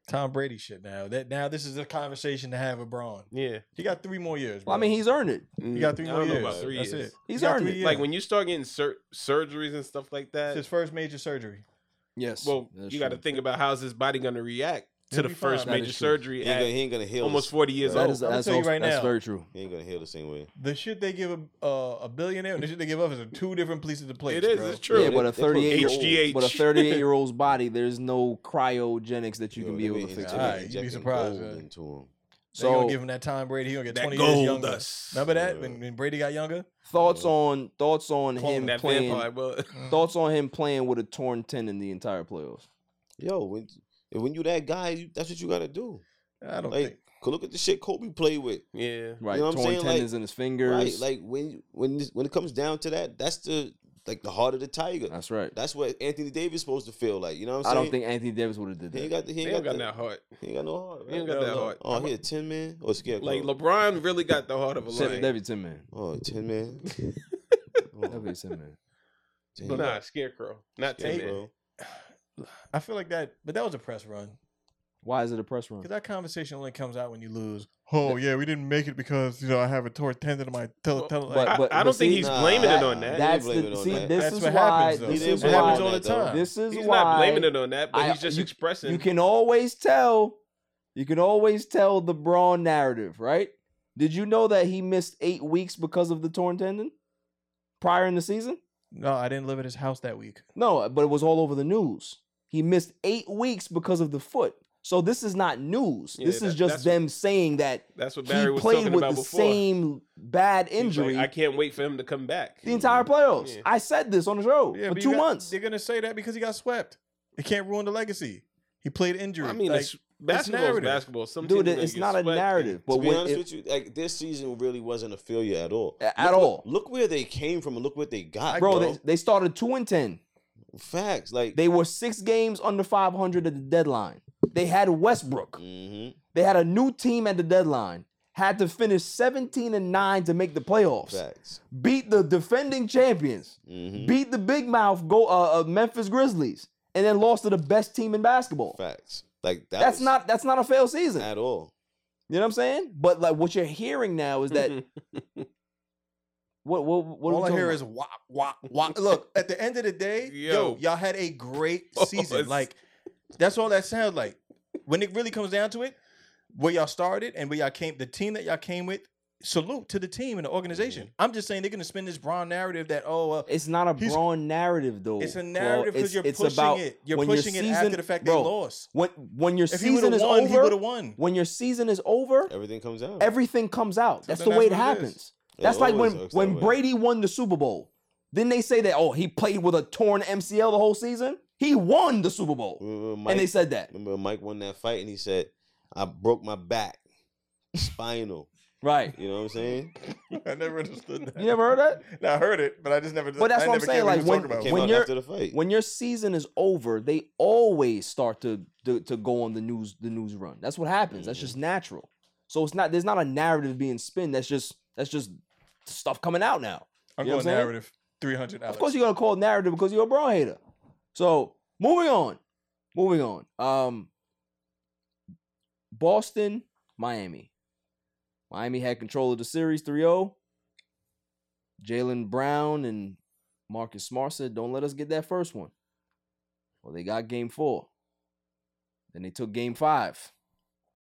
S6: Tom Brady shit now. That now this is a conversation to have with Braun.
S4: Yeah,
S6: He got three more years. Bro.
S3: Well, I mean, he's earned it.
S5: Mm.
S6: he got three
S4: I
S6: more
S4: don't know
S6: years.
S4: about three
S6: That's
S4: years.
S6: it.
S3: He's
S6: He got
S3: earned
S6: three
S3: it.
S6: years.
S4: Like when you start getting sur- surgeries and stuff like
S6: It's
S4: that.
S6: his first major surgery.
S3: Yes.
S4: well,
S3: that's
S4: you got to
S3: true.
S4: think about how's his body going to react to
S6: He'll
S4: the
S6: be
S4: first
S6: fine.
S3: That
S4: major
S3: is true.
S4: surgery
S2: He ain't gonna,
S4: at
S2: he ain't gonna heal.
S4: almost
S2: his-
S4: forty years
S2: That
S4: old.
S3: That is
S6: I'ma
S3: that's,
S6: tell you
S3: also-
S6: right
S3: that's
S6: now.
S3: very true.
S2: He ain't gonna heal the same way.
S6: The shit they give a uh, a billionaire and the shit they give us is two different pieces of the plate.
S4: it is.
S6: Bro.
S4: It's true.
S3: yeah, but
S2: They
S3: a
S2: put
S3: thirty-eight year old,
S4: HGH.
S3: but a thirty-eight year old's body, there's no cryogenics that you
S2: Yo,
S3: can be
S2: they
S3: able
S2: been
S3: to fix.
S2: injecting-
S6: Alright, you'd
S3: it.
S6: be
S2: injecting
S6: surprised,
S2: gold
S6: man.
S2: into him.
S6: So gonna give
S3: So
S6: him that Tom Brady. He gonna get
S4: that
S6: twenty years
S4: gold
S6: younger.
S4: dust.
S6: Remember that
S2: Yeah.
S6: when, when Brady got younger?
S3: thoughts on thoughts on him
S4: that vampire,
S3: playing
S4: but
S3: thoughts on him playing with a torn tendon the entire playoffs.
S2: Yo, when when you that guy, you, that's what you gotta do.
S5: I don't
S2: Like,
S6: [SIGHS]
S5: think.
S2: look at the shit Kobe played with.
S4: [LAUGHS] Yeah.
S3: Right,
S2: You know what I'm
S3: torn
S2: saying? Like-
S3: tendons in his fingers.
S2: Right, like when you- when this, when it comes down to that, that's the like the heart of the tiger.
S3: that's right.
S2: That's what Anthony Davis is supposed to feel like. You know what
S3: I
S2: I'm saying?
S3: don't think Anthony Davis would have did
S2: he ain't
S3: that.
S2: got the, he
S4: He
S2: ain't
S4: don't
S2: got,
S4: got
S2: the,
S4: that
S3: [LAUGHS]
S4: heart.
S2: he ain't got no heart. Right?
S4: He ain't got that heart.
S2: Oh, he a ten man or scarecrow?
S4: Like LeBron really got the heart of a
S3: Except for
S4: lion.
S3: Debbie Tin Man.
S2: Oh, ten
S4: [LAUGHS]
S2: man.
S3: Debbie Tin Man.
S4: But nah, Scarecrow, not Tin
S2: Hey,
S4: Man.
S2: bro.
S5: I feel like that, but that was a press run
S3: Why is it a press run?
S5: because that conversation only comes out when you lose. Oh yeah, we didn't make it because you know I have a torn tendon in my tele.
S4: Well,
S5: tele-
S3: but-
S5: like,
S4: I, I don't think
S3: see,
S4: he's
S2: nah,
S4: blaming
S2: that-
S4: it on that.
S2: that-
S3: That's
S2: blame
S3: the
S2: it on
S3: see.
S2: that.
S3: This
S5: That's
S3: is
S5: what
S3: why.
S5: happens, though.
S3: This
S2: He didn't
S3: is
S5: it happens
S2: blame
S3: why.
S5: all the
S2: that, though.
S5: time.
S3: This is
S4: He's
S3: why.
S4: not blaming it on that, but
S3: I-
S4: he's just
S3: you-
S4: expressing.
S3: You can always tell. You can always tell the Braun narrative, right? Did you know that he missed eight weeks because of the torn tendon prior in the season?
S5: no, I didn't live at his house that week.
S3: No, but it was all over the news. He missed eight weeks because of the foot. So this is not news.
S4: Yeah,
S3: this is
S4: that-
S3: just
S4: that's what-
S3: them saying that
S4: that's what Barry
S3: he
S4: was
S3: played
S4: talking
S3: with
S4: about
S3: the
S4: before.
S3: same bad
S4: He's like,
S3: injury
S4: I can't wait for him to come back.
S3: the entire playoffs.
S4: Yeah.
S3: I said this on the show for
S5: but you
S3: two
S5: got-
S3: months.
S5: They're gonna say that because he got swept. They can't ruin the legacy. He played injury.
S4: I mean,
S5: Like,
S4: it's basketball.
S5: narrative.
S4: basketball. Some
S3: Dude,
S4: teams are gonna
S3: it's
S4: get
S3: not a
S4: swept.
S3: narrative. But
S2: to be
S3: when
S2: honest
S3: it-
S2: with you, like this season really wasn't a failure at all.
S3: A-
S2: Look
S3: at
S2: where-
S3: all.
S2: look where they came from and look what they got,
S3: bro, they, they started two and ten.
S2: Facts, like
S3: They were six games under five hundred at the deadline. They had Westbrook.
S4: Mm.
S2: Mhm.
S3: They had a new team at the deadline. Had to finish seventeen and nine to make the playoffs.
S2: Facts.
S3: Beat the defending champions.
S2: hmm
S3: beat the Big Mouth go uh, uh, Memphis Grizzlies, and then lost to the best team in basketball.
S2: Facts. Like that
S3: That's
S2: was
S3: not that's not a failed season.
S2: at all.
S3: You know what I'm saying? But like what you're hearing now is that what what what
S5: all
S3: are
S5: I
S3: we
S5: hear
S3: talking
S5: is wah wah
S3: [LAUGHS]
S5: wah. Look, at the end of the day, yo,
S4: Yo.
S5: y'all had a [LAUGHS] great
S4: Oh,
S5: season.
S4: it's-
S5: Like that's all that sounds like. When it really comes down to it, where y'all started and where y'all came, the team that y'all came with. Salute to the team and the organization.
S3: Mm-hmm.
S5: I'm just saying they're gonna spin this broad narrative that oh, uh,
S3: about? It's not a
S5: He's-
S3: Braun narrative though.
S5: it's a
S3: Claude.
S5: narrative because
S3: It's-
S5: you're
S3: it's
S5: pushing
S3: about
S5: it. You're
S3: when your
S5: pushing it
S3: season-
S5: after the fact
S3: bro,
S5: they lost.
S3: When when your
S5: If he would
S3: season
S5: have
S3: is
S5: won, he would
S3: over,
S5: have won.
S3: when your season is over,
S2: Everything comes out.
S3: everything comes out. that's the
S5: then
S3: way it
S5: that's what it is.
S3: happens. That's
S2: It
S3: like
S2: always
S3: when
S2: works that
S3: when
S2: way.
S3: Brady won the Super Bowl. Then they say that oh he played with a torn MCL the whole season. He won the Super Bowl,
S2: Remember when
S3: and they
S2: Mm, Mike-
S3: said that
S2: Remember when Mike won that fight and he said, I broke my back. Spinal.
S3: right.
S2: You know what I'm saying?
S5: [LAUGHS] I never understood that.
S3: You never heard that?
S5: No, I heard it, but I just never.
S3: But that's
S5: I
S3: what I'm
S5: never
S3: saying,
S5: cared what
S3: like,
S5: he was
S3: when-
S5: talking about.
S2: Came
S3: when
S2: out
S3: you're-
S2: after the fight.
S3: When your season is over, they always start to to, to go on the news the news run. That's what happens.
S2: Mm-hmm.
S3: That's just natural. So it's not there's not a narrative being spun. That's just that's just stuff coming out now.
S5: I'm
S3: You know
S5: going
S3: what I'm saying?
S5: narrative 300 hours.
S3: Of course, you're gonna call it narrative because you're a Braun hater. So moving on, moving on. Um, Boston, Miami. Miami had control of the series 3-0. Jalen Brown and Marcus Smart said, "Don't let us get that first one." Well, they got Game Four. Then they took Game Five.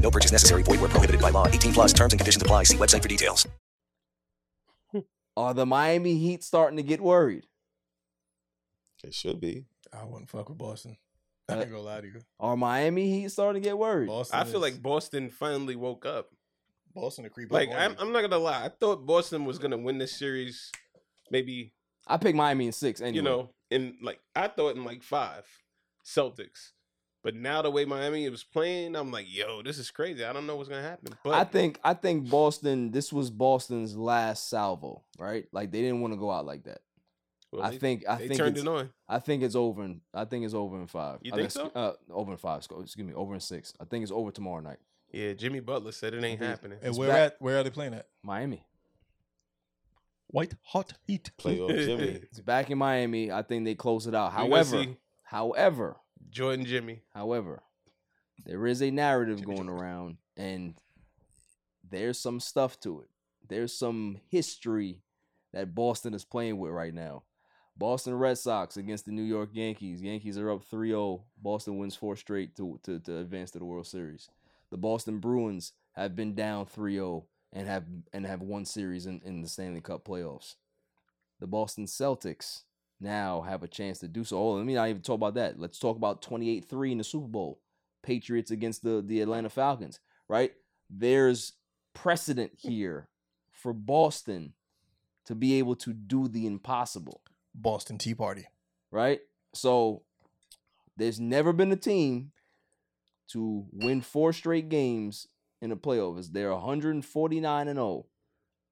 S7: No purchase necessary. Void where prohibited by law. 18 plus terms and conditions apply. See website for details.
S3: Are the Miami Heat starting to get worried?
S2: It should
S3: [LAUGHS]
S2: be.
S5: I wouldn't fuck with Boston. I
S3: Uh,
S5: ain't gonna lie to you.
S3: Are Miami Heat starting to get worried?
S5: Boston
S4: I feel
S5: is-
S4: like Boston finally woke up.
S5: Boston to creep
S4: Like
S5: up. on
S4: I'm,
S5: you.
S4: I'm not gonna lie. I thought Boston was gonna win this series, maybe
S3: I pick Miami in six. Anyway.
S4: you know, in like I thought in like five Celtics, but now the way Miami was playing, I'm like, yo, this is crazy. I don't know what's gonna happen. But
S3: I think I think Boston. This was Boston's last salvo, right? Like they didn't want to go out like that.
S4: well,
S3: I
S4: they-
S3: think I
S4: they
S3: think
S4: turned
S3: it's,
S4: it on.
S3: I think it's over. In, I think it's over in five.
S4: You
S3: I
S4: think
S3: mean,
S4: so?
S3: Uh, over in five. sco- Excuse me. Over in six. I think it's over tomorrow night.
S4: Yeah, Jimmy Butler said it ain't happening.
S5: And
S3: it's
S5: where
S3: back-
S5: at? Where are they playing at?
S3: Miami.
S5: White hot heat.
S2: Playoff Jimmy.
S3: It's back in Miami. I think they close it out.
S4: We gonna
S3: However,
S4: see
S3: however,
S4: Jordan Jimmy.
S3: however, there is a narrative going around, and there's some stuff to it. There's some history that Boston is playing with right now. Boston Red Sox against the New York Yankees. Yankees are up 3-0. Boston wins four straight to, to, to advance to the World Series. The Boston Bruins have been down 3-0 and have and have won series in, in the Stanley Cup playoffs. The Boston Celtics now have a chance to do so. Oh, let me not even talk about that. Let's talk about 28-3 in the Super Bowl. Patriots against the, the Atlanta Falcons, right? There's precedent here for Boston to be able to do the impossible.
S5: Boston Tea Party.
S3: Right? So there's never been a team to win four straight games in the playoffs. They're 149 and 0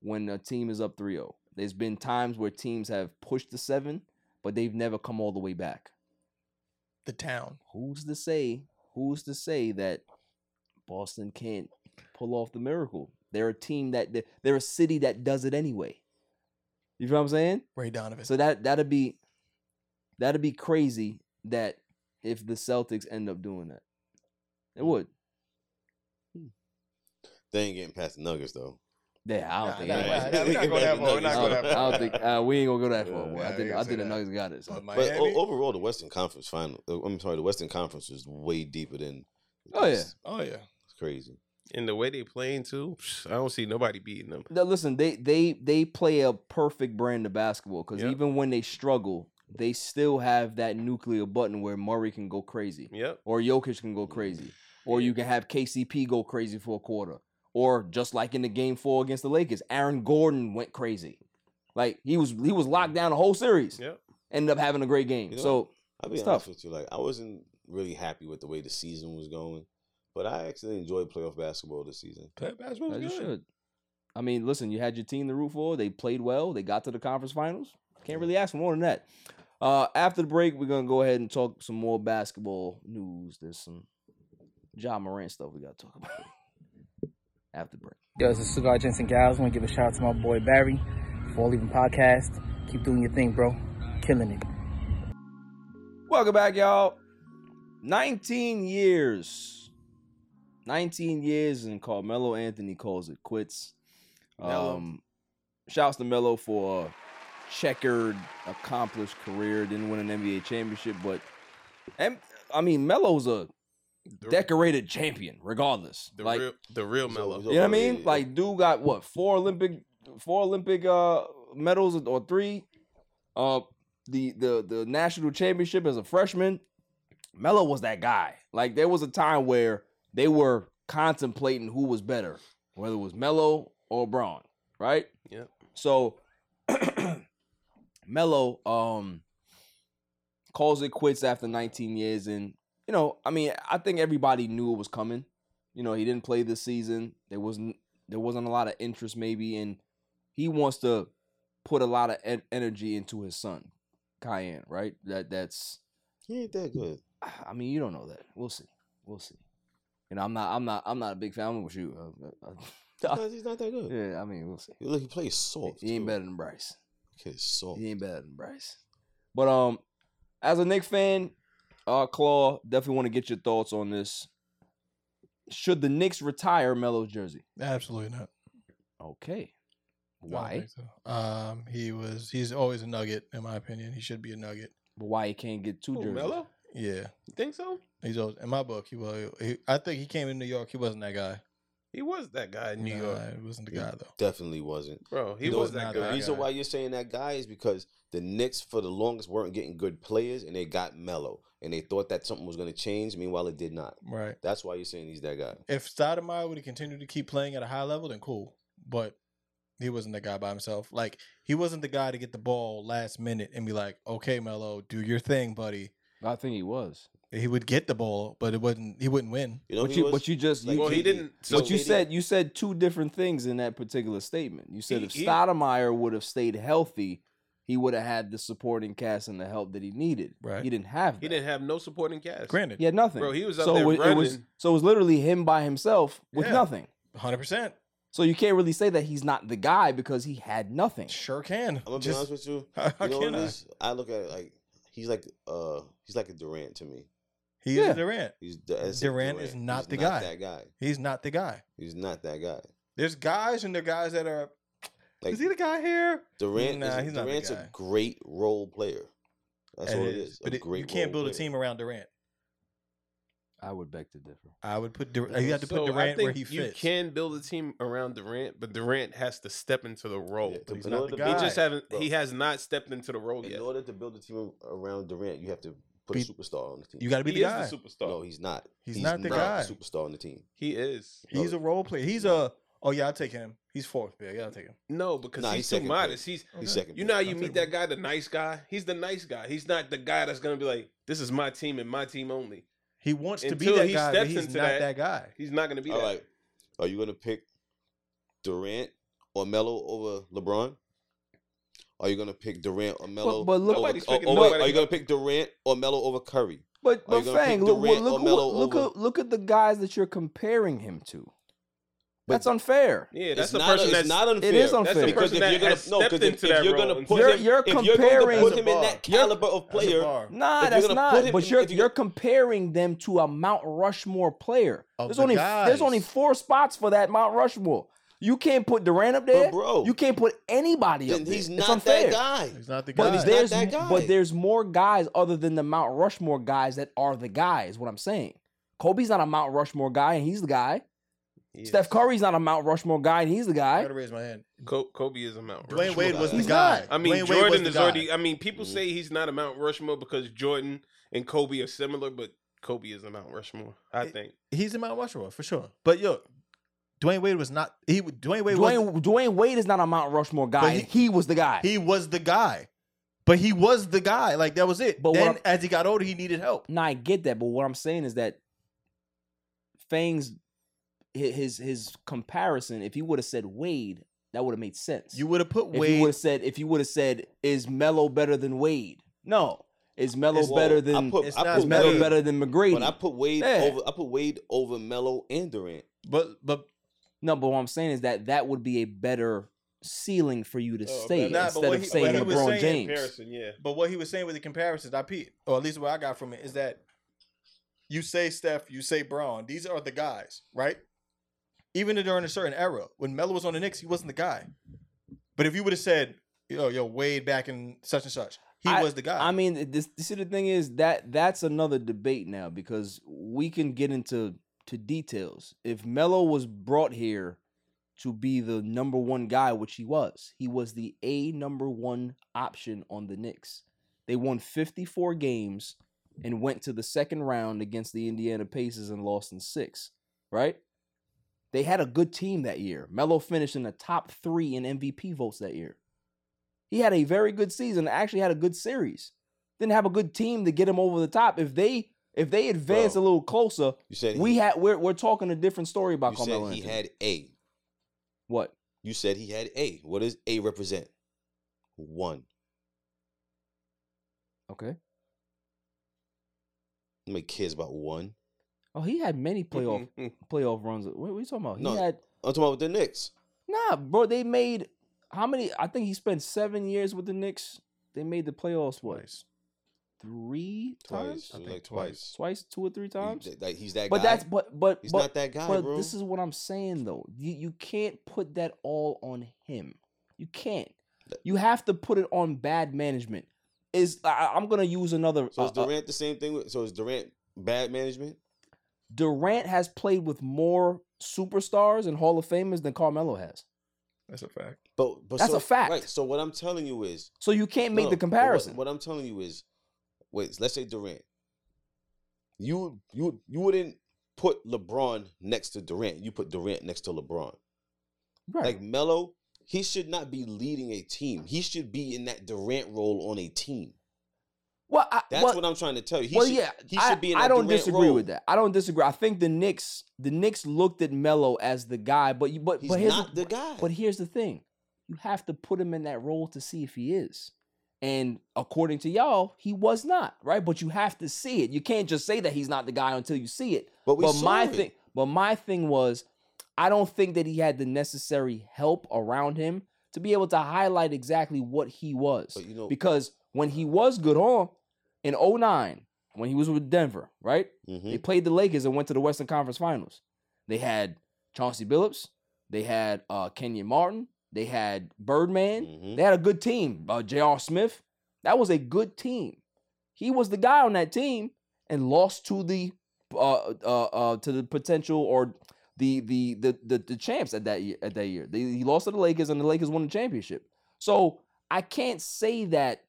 S3: when a team is up 3-0. There's been times where teams have pushed the 7, but they've never come all the way back.
S5: The town.
S3: Who's to say? Who's to say that Boston can't pull off the miracle? They're a team that they're, they're a city that does it anyway. You feel what I'm saying?
S5: Ray Donovan.
S3: So that that'd be that'd be crazy that if the Celtics end up doing that. It would.
S2: They ain't getting past the Nuggets though.
S3: Yeah, I don't
S2: Nah,
S3: think.
S2: nah,
S3: anybody-
S2: nah, nah, we're not going that far, we're not
S3: [LAUGHS]
S2: going that
S3: I don't- I
S2: far.
S3: don't think uh, we ain't gonna go that far. boy.
S2: Yeah,
S3: I think
S2: you
S3: I
S2: say
S3: think the
S2: that.
S3: Nuggets got it. so.
S2: But o- overall, the Western Conference final. uh, I'm sorry, the Western Conference is way deeper than. the
S3: Oh, yeah.
S2: East.
S5: Oh yeah.
S2: it's crazy.
S4: And the way they playing too, I don't see nobody beating them.
S3: No, listen, they they they play a perfect brand of basketball because even when they struggle, they still have that nuclear button where Murray can go crazy,
S4: Yep.
S3: or Jokic can go crazy, or you can have KCP go crazy for a quarter, or just like in the game four against the Lakers, Aaron Gordon went crazy, like he was he was locked down the whole series.
S4: Yep.
S3: ended up having a great game.
S2: You know,
S3: so
S2: I'll be
S3: it's
S2: honest
S3: tough.
S2: with you. Like I wasn't really happy with the way the season was going, but I actually enjoyed playoff basketball this season.
S5: Playoff basketball's
S3: As you
S5: good.
S3: should. I mean, listen, you had your team to root for. They played well. They got to the conference finals. Can't really ask for more than that. Uh, after the break, we're gonna go ahead and talk some more basketball news. There's some John Morant stuff we gotta talk about [LAUGHS] after the break.
S8: Yo, this is Cigar Jensen Gals. I want to give a shout out to my boy Barry for All Even Podcast. Keep doing your thing, bro. Killing it.
S3: Welcome back, y'all. 19 years. 19 years, and Carmelo Anthony calls it quits.
S9: Melo.
S3: Um, shouts to Melo for a checkered, accomplished career. Didn't win an NBA championship, but and, I mean, Melo's a decorated champion, regardless.
S4: The
S3: like,
S4: real, the real Melo.
S3: you know what I mean? Like, dude got what four Olympic, four Olympic uh medals or- or three. Uh, the the the national championship as a freshman. Melo was that guy. Like, there was a time where they were contemplating who was better, whether it was Melo or Braun, right?
S4: Yep.
S3: So, [CLEARS THROAT] Melo um calls it quits after 19 years, and you know, I mean, I think everybody knew it was coming you know he didn't play this season there wasn't there wasn't a lot of interest maybe and he wants to put a lot of en- energy into his son cayenne right that that's
S2: he ain't that good
S3: i mean you don't know that we'll see we'll see you know i'm not i'm not i'm not a big fan with you Uh, [LAUGHS] uh, uh,
S2: Because he's not that good.
S3: yeah i mean we'll see
S2: look he plays soft
S3: he ain't better than bryce
S2: Kid is soft.
S3: he ain't better than bryce but um as a Knicks fan uh claw definitely want to get your thoughts on this should the Knicks retire Melo's jersey?
S5: Absolutely not.
S3: Okay.
S4: Oh,
S5: I don't
S3: Why?
S5: think so. Um, he was. He's always a nugget, in my opinion. He should be a nugget.
S3: But why he can't get two
S4: Who, jerseys? Melo?
S5: Yeah,
S4: You think so?
S5: he's always in my book. He was. He, I think he came to New York. He wasn't that guy.
S4: He was that guy in New
S5: Nah,
S4: York,
S5: He wasn't the guy though.
S2: Definitely wasn't.
S4: bro. He
S5: No,
S4: was
S5: it's
S4: that
S5: not
S4: guy.
S2: The reason
S5: guy.
S2: why you're saying that guy is because the Knicks for the longest weren't getting good players and they got mellow and they thought that something was going to change. Meanwhile, it did not.
S5: Right.
S2: That's why you're saying he's that guy.
S5: If Stoudemire would have continued to keep playing at a high level, then cool. But he wasn't the guy by himself. Like he wasn't the guy to get the ball last minute and be like, "Okay, Melo, do your thing, buddy."
S3: I think he was.
S5: He would get the ball, but it wasn't. He wouldn't win.
S2: You know,
S3: But
S2: who
S3: you-
S2: was?
S3: but you just- you- Well,
S2: KD.
S3: he
S4: didn't- so-
S3: but you
S2: KD.
S3: said you said two different things in that particular statement. You said
S4: He-
S3: if
S4: he-
S3: Stoudemire would have stayed healthy, he would have had the supporting cast and the help that he needed.
S5: Right.
S3: He didn't have
S4: He
S3: that.
S4: didn't have no supporting cast.
S5: Granted,
S3: He had nothing.
S4: Bro, he was up
S3: so
S4: there
S3: it was, it was
S4: running.
S3: so it was literally him by himself with
S5: Yeah.
S3: nothing.
S5: hundred percent.
S3: So you can't really say that he's not the guy because he had nothing.
S5: Sure can.
S2: I'm gonna
S5: Just-
S2: be honest with you.
S5: [LAUGHS] How- how
S2: you know what
S5: can
S2: it
S5: I?
S2: is? I look at it like he's like uh he's like a Durant to me.
S5: He
S3: Yeah.
S5: is Durant.
S2: He's the essence of
S5: Durant is not
S2: He's
S5: the guy.
S2: That guy.
S5: He's not the guy.
S2: He's not that guy.
S5: There's guys and there are guys that are.
S2: Like-
S5: is he the guy here?
S2: Durant.
S5: Nah,
S2: is,
S5: he's not the
S2: Durant's
S5: guy.
S2: a great role player. That's
S5: That
S2: all it
S5: is,
S2: is.
S5: But
S2: a
S5: it-
S2: great
S5: you can't
S2: role
S5: build a
S2: player.
S5: team around Durant.
S10: I would beg to differ.
S6: I would put Dur- you have to put
S4: So, I
S6: Durant where he
S4: think
S6: fits.
S4: You can build a team around Durant, but Durant has to step into the role.
S6: he's not
S4: he
S6: the guy.
S4: just haven't.
S2: Bro.
S4: He has not stepped into the
S3: Oh,
S4: role yet.
S2: In order to build a team around Durant, you have to put a
S4: Be-
S2: superstar on the team.
S6: you gotta be He the is the guy.
S4: superstar.
S2: No, he's not.
S6: He's not the guy.
S2: superstar on the team.
S4: He is.
S6: He's a role player. He's a oh yeah, I'll take him. He's fourth. Yeah, yeah, I'll take him.
S4: No, because
S2: Nah, he's
S4: he's, too
S2: second place.
S4: modest. He's
S2: He's second
S4: You know how
S2: place.
S4: you
S2: I'll
S4: meet
S2: take
S4: that guy, the nice guy. He's the nice guy. He's not the guy that's gonna be like, "This is my team and my team only."
S6: He wants to be
S4: Until
S6: that
S4: he
S6: guy, but
S4: steps
S6: he's
S4: into
S6: not that,
S4: that-
S6: guy.
S4: He's not gonna be
S2: All
S4: that.
S2: right. Are you gonna pick Durant or Melo over LeBron? Are you gonna pick Durant or Melo?
S3: but look-
S2: over,
S3: Nobody's
S2: oh,
S3: picking
S2: oh, wait,
S3: nobody.
S2: are you gonna pick Durant or Melo over Curry?
S3: But
S2: Are you
S3: but
S2: gonna pick
S3: Fang, look
S2: Durant
S3: look
S2: or
S3: look,
S2: Melo
S3: look,
S2: over-
S3: at, look at the guys that you're comparing him to. That's unfair.
S4: Yeah,
S2: It's not- it's not unfair.
S3: It is
S2: That's a
S3: unfair.
S2: because if you're gonna no, because if, if you're gonna put
S3: you're,
S2: him,
S3: you're
S2: if
S3: comparing
S2: you're going to put him in that caliber of player,
S3: Nah,
S2: if you're
S3: that's
S2: gonna
S3: not.
S2: put him
S3: but
S2: in-
S3: you're
S2: if
S3: you're, comparing them to a Mount Rushmore player.
S6: Of
S3: There's
S6: the
S3: only
S6: guys.
S3: there's only four spots for that Mount Rushmore. You can't put Durant up there,
S2: bro.
S3: You can't put anybody
S2: then
S3: up there.
S2: he's
S3: it's
S2: not
S3: unfair.
S2: that guy.
S6: He's not the guy.
S3: But there's
S2: not that guy.
S3: but there's more guys other than the Mount Rushmore guys that are the guy. Is what I'm saying. Kobe's not a Mount Rushmore guy, and he's the guy. Steph Curry's not a Mount Rushmore guy, and he's the
S6: I
S3: guy.
S6: gotta raise my hand.
S4: Co- Kobe is a Mount.
S6: Dwayne
S4: Rushmore
S6: Wade
S4: guy.
S6: was the
S3: He's
S6: guy.
S3: not.
S4: I mean,
S6: Dwayne Wade was
S4: Jordan
S6: the
S4: is
S6: guy.
S4: already. uh, I mean, people say he's not a Mount Rushmore because Jordan and Kobe are similar, but Kobe is a Mount Rushmore. I think.
S6: He's in Mount Rushmore for sure. But yo, Dwayne Wade was not. He Dwayne Wade was.
S3: Dwayne, Dwayne Wade is not a Mount Rushmore guy.
S6: But
S3: and
S6: he-
S3: he was the guy.
S6: He was the guy. But he was the guy. Like that was it.
S3: But
S6: But
S3: what
S6: then
S3: I'm-
S6: as he got older, he needed help.
S3: No, I get that, but what I'm saying is that Fang's hi- his his comparison. If he would have said Wade, that would have made sense.
S6: You would have put
S3: if you would
S6: Wade.
S3: have said if you would have said is Mello better than Wade? No, is Mello
S6: It's-
S3: better
S2: Whoa,
S3: than
S2: I put,
S6: it's
S2: I
S6: not
S2: put
S3: is Mello
S2: Wade,
S3: better than McGrady?
S2: But I put Wade
S3: Yeah.
S2: over. I put Wade over Melo and Durant.
S6: But but
S3: no, but what I'm saying is that that would be a better ceiling for you to
S4: Oh,
S3: say
S6: Oh, Nah, but
S3: instead
S6: what
S3: of
S6: he-
S3: saying
S6: what he was
S3: LeBron
S6: saying-
S3: James.
S4: Comparison, yeah.
S6: but what he was saying with the comparisons, I peed, or at least what I got from it is that you say Steph, you say Braun. These are the guys, right? Even during a certain era, when Melo was on the Knicks, he wasn't the guy. But if you would have said, "Yo, yo, Wade back in such and such," he
S3: I-
S6: was the guy.
S3: I mean, this, you see, the thing is that that's another debate now because we can get into to details. If Melo was brought here to be the number one guy, which he was, he was the a number one option on the Knicks. They won fifty four games and went to the second round against the Indiana Pacers and lost in six. Right? They had a good team that year. Melo finished in the top three in MVP votes that year. He had a very good season. Actually, had a good series. Didn't have a good team to get him over the top. If they if they advance
S2: Bro,
S3: a little closer,
S2: You said
S3: we
S2: he,
S3: had we're we're talking a different story about
S2: You said
S3: Carmelo.
S2: he
S3: Anthony.
S2: had a.
S3: what?
S2: You said he had a. What does a represent? One.
S3: Okay.
S2: Nobody cares about one.
S3: Oh, he had many playoff
S4: Mm-hmm.
S3: playoff runs. What are you talking about? He
S2: Mm-hmm. No.
S3: had
S2: I'm talking about the Knicks.
S3: nah, bro. They made how many? I think he spent seven years with the Knicks. They made the playoffs
S4: Mm-hmm.
S3: what
S4: [LAUGHS]
S3: three
S2: Twice,
S3: times?
S2: I think like twice.
S3: Twice, two or three times.
S2: He- like he's that
S3: but
S2: guy.
S3: that's but but
S2: He's
S3: but,
S2: not that guy,
S3: but
S2: bro.
S3: this is what I'm saying though. You you can't put that all on him. You can't. You have to put it on bad management. Is I, I- I'm gonna use another.
S2: so is
S3: uh, uh,
S2: Durant the same thing? With, so is Durant bad management?
S3: Durant has played with more superstars and Hall of Famers than Carmelo has.
S6: That's a fact.
S2: But, but
S3: That's
S2: so-
S3: a fact.
S2: Right. So what I'm telling you is
S3: So you can't make
S2: No,
S3: the
S2: but what-
S3: comparison.
S2: What, I'm telling you is, wait. Let's say Durant. You would- you would- you wouldn't put LeBron next to Durant. You put Durant next to LeBron.
S3: right.
S2: Like Melo, he should not be leading a team. He should be in that Durant role on a team.
S3: well, I,
S2: That's
S3: well,
S2: what I'm trying to tell you. He
S3: well,
S2: should,
S3: yeah,
S2: he should
S3: I,
S2: be. In
S3: I
S2: that
S3: don't
S2: Durant
S3: disagree
S2: role.
S3: with that. I don't disagree. I think the Knicks, the Knicks looked at Melo as the guy, but you, but
S2: He's
S3: but here's
S2: not the guy.
S3: But here's the thing: you have to put him in that role to see if he is. And according to y'all, he was not right. But you have to see it. You can't just say that he's not the guy until you see it.
S2: But we
S3: but
S2: saw
S3: my
S2: it.
S3: thing, but my thing was, I don't think that he had the necessary help around him to be able to highlight exactly what he was.
S2: But you know-
S3: because when he was good on in 09, when he was with Denver, right?
S2: Mhm.
S3: They played the Lakers and went to the Western Conference Finals. They had Chauncey Billups. They had uh, Kenyon Martin. They had Birdman.
S2: Mhm.
S3: They had a good team. Uh, J.R. Smith. That was a good team. He was the guy on that team and lost to the uh, uh, uh, to the potential or the the the the, the champs at that year, at that year. They, he lost to the Lakers, and the Lakers won the championship. So I can't say that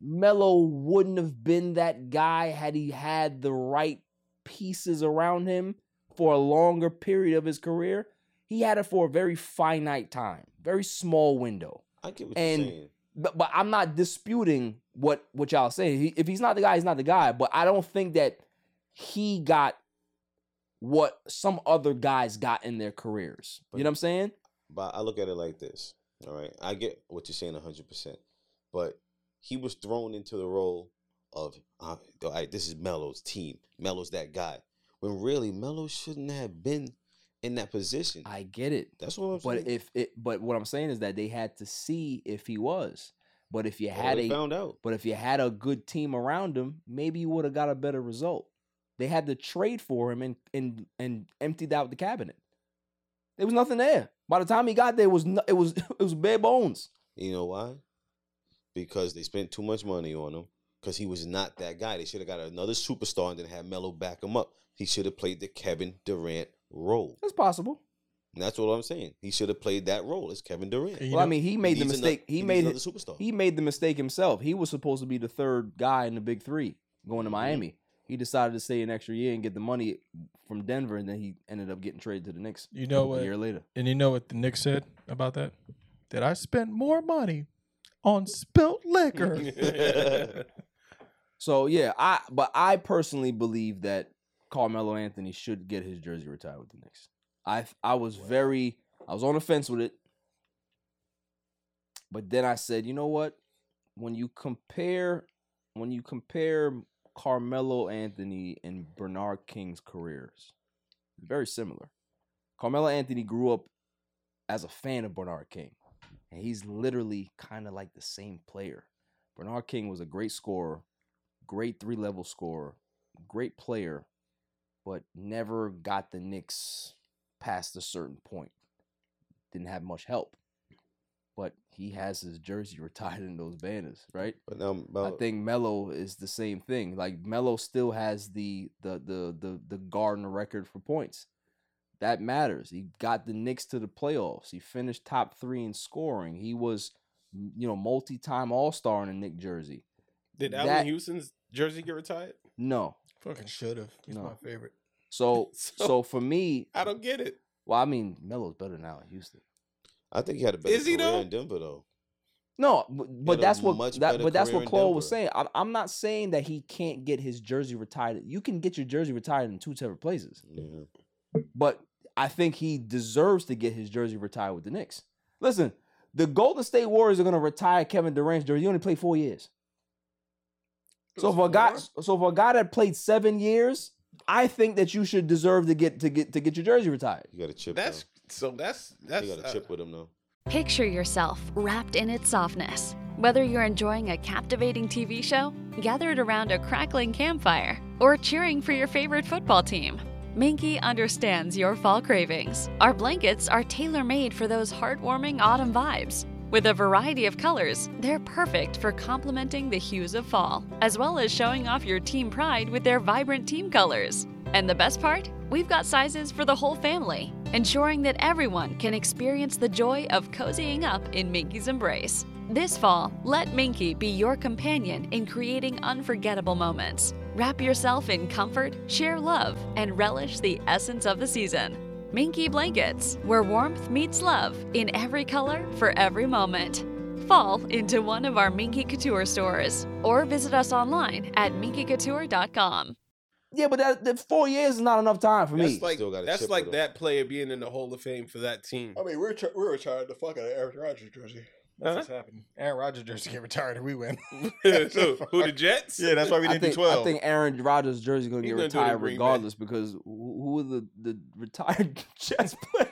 S3: Melo wouldn't have been that guy had he had the right pieces around him for a longer period of his career. He had it for a very finite time, very small window.
S2: I get what
S3: and
S2: you're saying.
S3: but but I'm not disputing what what y'all say. He, if he's not the guy, he's not the guy. But I don't think that he got what some other guys got in their careers. you know what I'm saying?
S2: But I look at it like this. All right. I get what you're saying 100%. But he was thrown into the role of, uh, all right, this is Melo's team. Melo's that guy. When really, Melo shouldn't have been in that position.
S3: I get it.
S2: That's what I'm
S3: but
S2: saying.
S3: if it, but what I'm saying is that they had to see if he was. But if you
S2: Well,
S3: had
S2: they
S3: a,
S2: found out.
S3: but if you had a good team around him, maybe you would have got a better result. They had to trade for him and and and emptied out the cabinet. There was nothing there. By the time he got there, it was no, it was [LAUGHS] it was bare bones.
S2: You know why? Because they spent too much money on him. Because he was not that guy. They should have got another superstar and then had Melo back him up. He should have played the Kevin Durant role.
S3: It's possible.
S2: And that's what I'm saying. He should have played that role as Kevin Durant.
S3: Well, I mean, he made the
S2: needs ano-
S3: mistake. he made
S2: needs
S3: it-
S2: another superstar.
S3: He made the mistake himself. He was supposed to be the third guy in the big three going
S11: Mm-hmm.
S3: to Miami. He decided to stay an extra year and get the money from Denver, and then he ended up getting traded to the Knicks.
S11: You know what?
S3: A year later.
S11: And you know what the Knicks said about that? That I spent more money on spilt liquor.
S6: [LAUGHS]
S4: [LAUGHS]
S3: so yeah, I but I personally believe that Carmelo Anthony should get his jersey retired with the Knicks. I I was very I was on the fence with it, but then I said, you know what? When you compare when you compare Carmelo Anthony and Bernard King's careers, very similar. Carmelo Anthony grew up as a fan of Bernard King, and he's literally kind of like the same player. Bernard King was a great scorer, great three level scorer, great player, but never got the Knicks past a certain point. Didn't have much help. But he has his jersey [LAUGHS] retired in those banners, right?
S2: But now,
S3: I think Melo is the same thing. Like Melo still has the the the the the Garden record for points. That matters. He got the Knicks to the playoffs. He finished top three in scoring. He was, m- you know, multi-time All Star in a Knicks jersey.
S4: Did Allen
S3: That-
S4: Houston's jersey get retired?
S3: No,
S11: Fucking should have. He's
S3: No.
S11: my favorite.
S3: [LAUGHS]
S11: [LAUGHS]
S3: so so for me,
S4: I don't get it.
S3: well, I mean, Melo's better now in Houston.
S2: I think he had a better
S4: Is he
S2: career
S4: though?
S2: in Denver though.
S3: No, but, but
S2: a
S3: that's what
S2: much
S3: that,
S2: better
S3: but that's
S2: career
S3: what
S2: in
S3: Chloe was
S2: Denver.
S3: saying. I'm, I'm not saying that he can't get his jersey retired. You can get your jersey retired in two separate places.
S2: Yeah.
S3: but I think he deserves to get his jersey retired with the Knicks. Listen, the Golden State Warriors are going to retire Kevin Durant's jersey. He only played four years. So for a guy, so for a guy that played seven years, I think that you should deserve to get to get to get your jersey retired.
S2: You got a chip.
S4: That's so. That's that's. uh,
S2: you got a chip with him though.
S12: Picture yourself wrapped in its softness. Whether you're enjoying a captivating TV show, gathered around a crackling campfire, or cheering for your favorite football team, Minky understands your fall cravings. Our blankets are tailor made for those heartwarming autumn vibes. With a variety of colors, they're perfect for complementing the hues of fall, as well as showing off your team pride with their vibrant team colors. And the best part? We've got sizes for the whole family, ensuring that everyone can experience the joy of cozying up in Minky's embrace. This fall, let Minky be your companion in creating unforgettable moments. Wrap yourself in comfort, share love, and relish the essence of the season. Minky Blankets, where warmth meets love in every color for every moment. Fall into one of our Minky Couture stores or visit us online at minkycouture.com.
S3: Yeah, but that, that four years is not enough time for me.
S4: That's like that's
S3: chip
S4: like
S3: with
S4: that player being in the Hall of Fame for that team.
S3: Oh,
S13: I mean, we're t- we're retired the fuck out of Eric Rodgers jersey.
S11: That's what's happening. Aaron Rodgers jersey get retired and we win.
S4: [LAUGHS]
S3: [LAUGHS]
S4: who, the Jets?
S5: Yeah, that's why we
S3: I
S5: didn't
S3: think,
S5: do twelve.
S3: I think Aaron Rodgers' jersey is going to
S5: He's
S3: get
S5: gonna do it in
S3: retired
S5: Green Bay.
S3: regardless because who, who are the, the retired [LAUGHS] Jets players?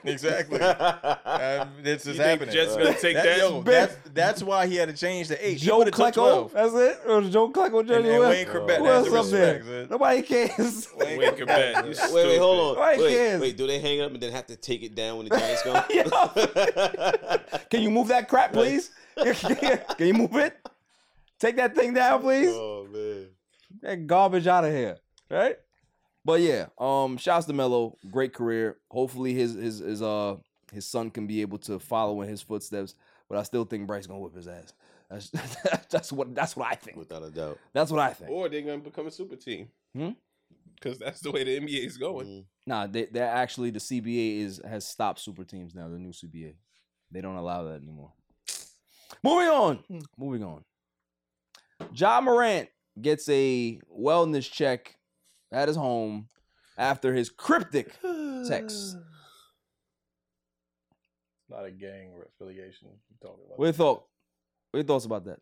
S3: [LAUGHS]
S4: [LAUGHS]
S5: Exactly. um, this
S3: think
S5: is happening.
S3: Jets gonna take that?
S5: Yo, that's, that's why he had to change the age.
S3: Joe Klecko. That's it. Or Joe Klecko jersey.
S5: And- and
S3: What-
S5: Wayne Corbett
S3: What
S5: has
S3: else
S5: the
S3: up
S5: respect,
S3: there?
S5: dude.
S3: Nobody cares.
S4: Wait,
S3: [LAUGHS]
S4: come back. You
S2: Wait, wait, hold
S4: stupid.
S2: on.
S3: Right,
S2: Wait,
S3: kids.
S2: wait, do they hang it up and then have to take it down when the Giants
S3: [LAUGHS]
S2: go? [LAUGHS]
S3: Can you move that crap, please? [LAUGHS] Can you move it? Take that thing down, please.
S2: Oh man.
S3: Get That garbage out of here, right? But yeah, um, shouts to Melo, great career. Hopefully his his his uh his son can be able to follow in his footsteps. But I still think Bryce gonna whip his ass. That's [LAUGHS] that's what that's what I think.
S2: Without a doubt,
S3: that's what I think.
S4: Or they're gonna become a super team.
S3: Hmm?
S4: Because that's the way the NBA is
S3: Oh,
S4: going.
S2: Mm-hmm.
S3: Nah, they, they're actually the CBA is has stopped super teams now. The new CBA, they don't allow that anymore. Moving on, moving on. John Morant gets a wellness check at his home after his cryptic text.
S5: [SIGHS] Not a gang affiliation. you talking about
S3: What your thought? What your thoughts about that?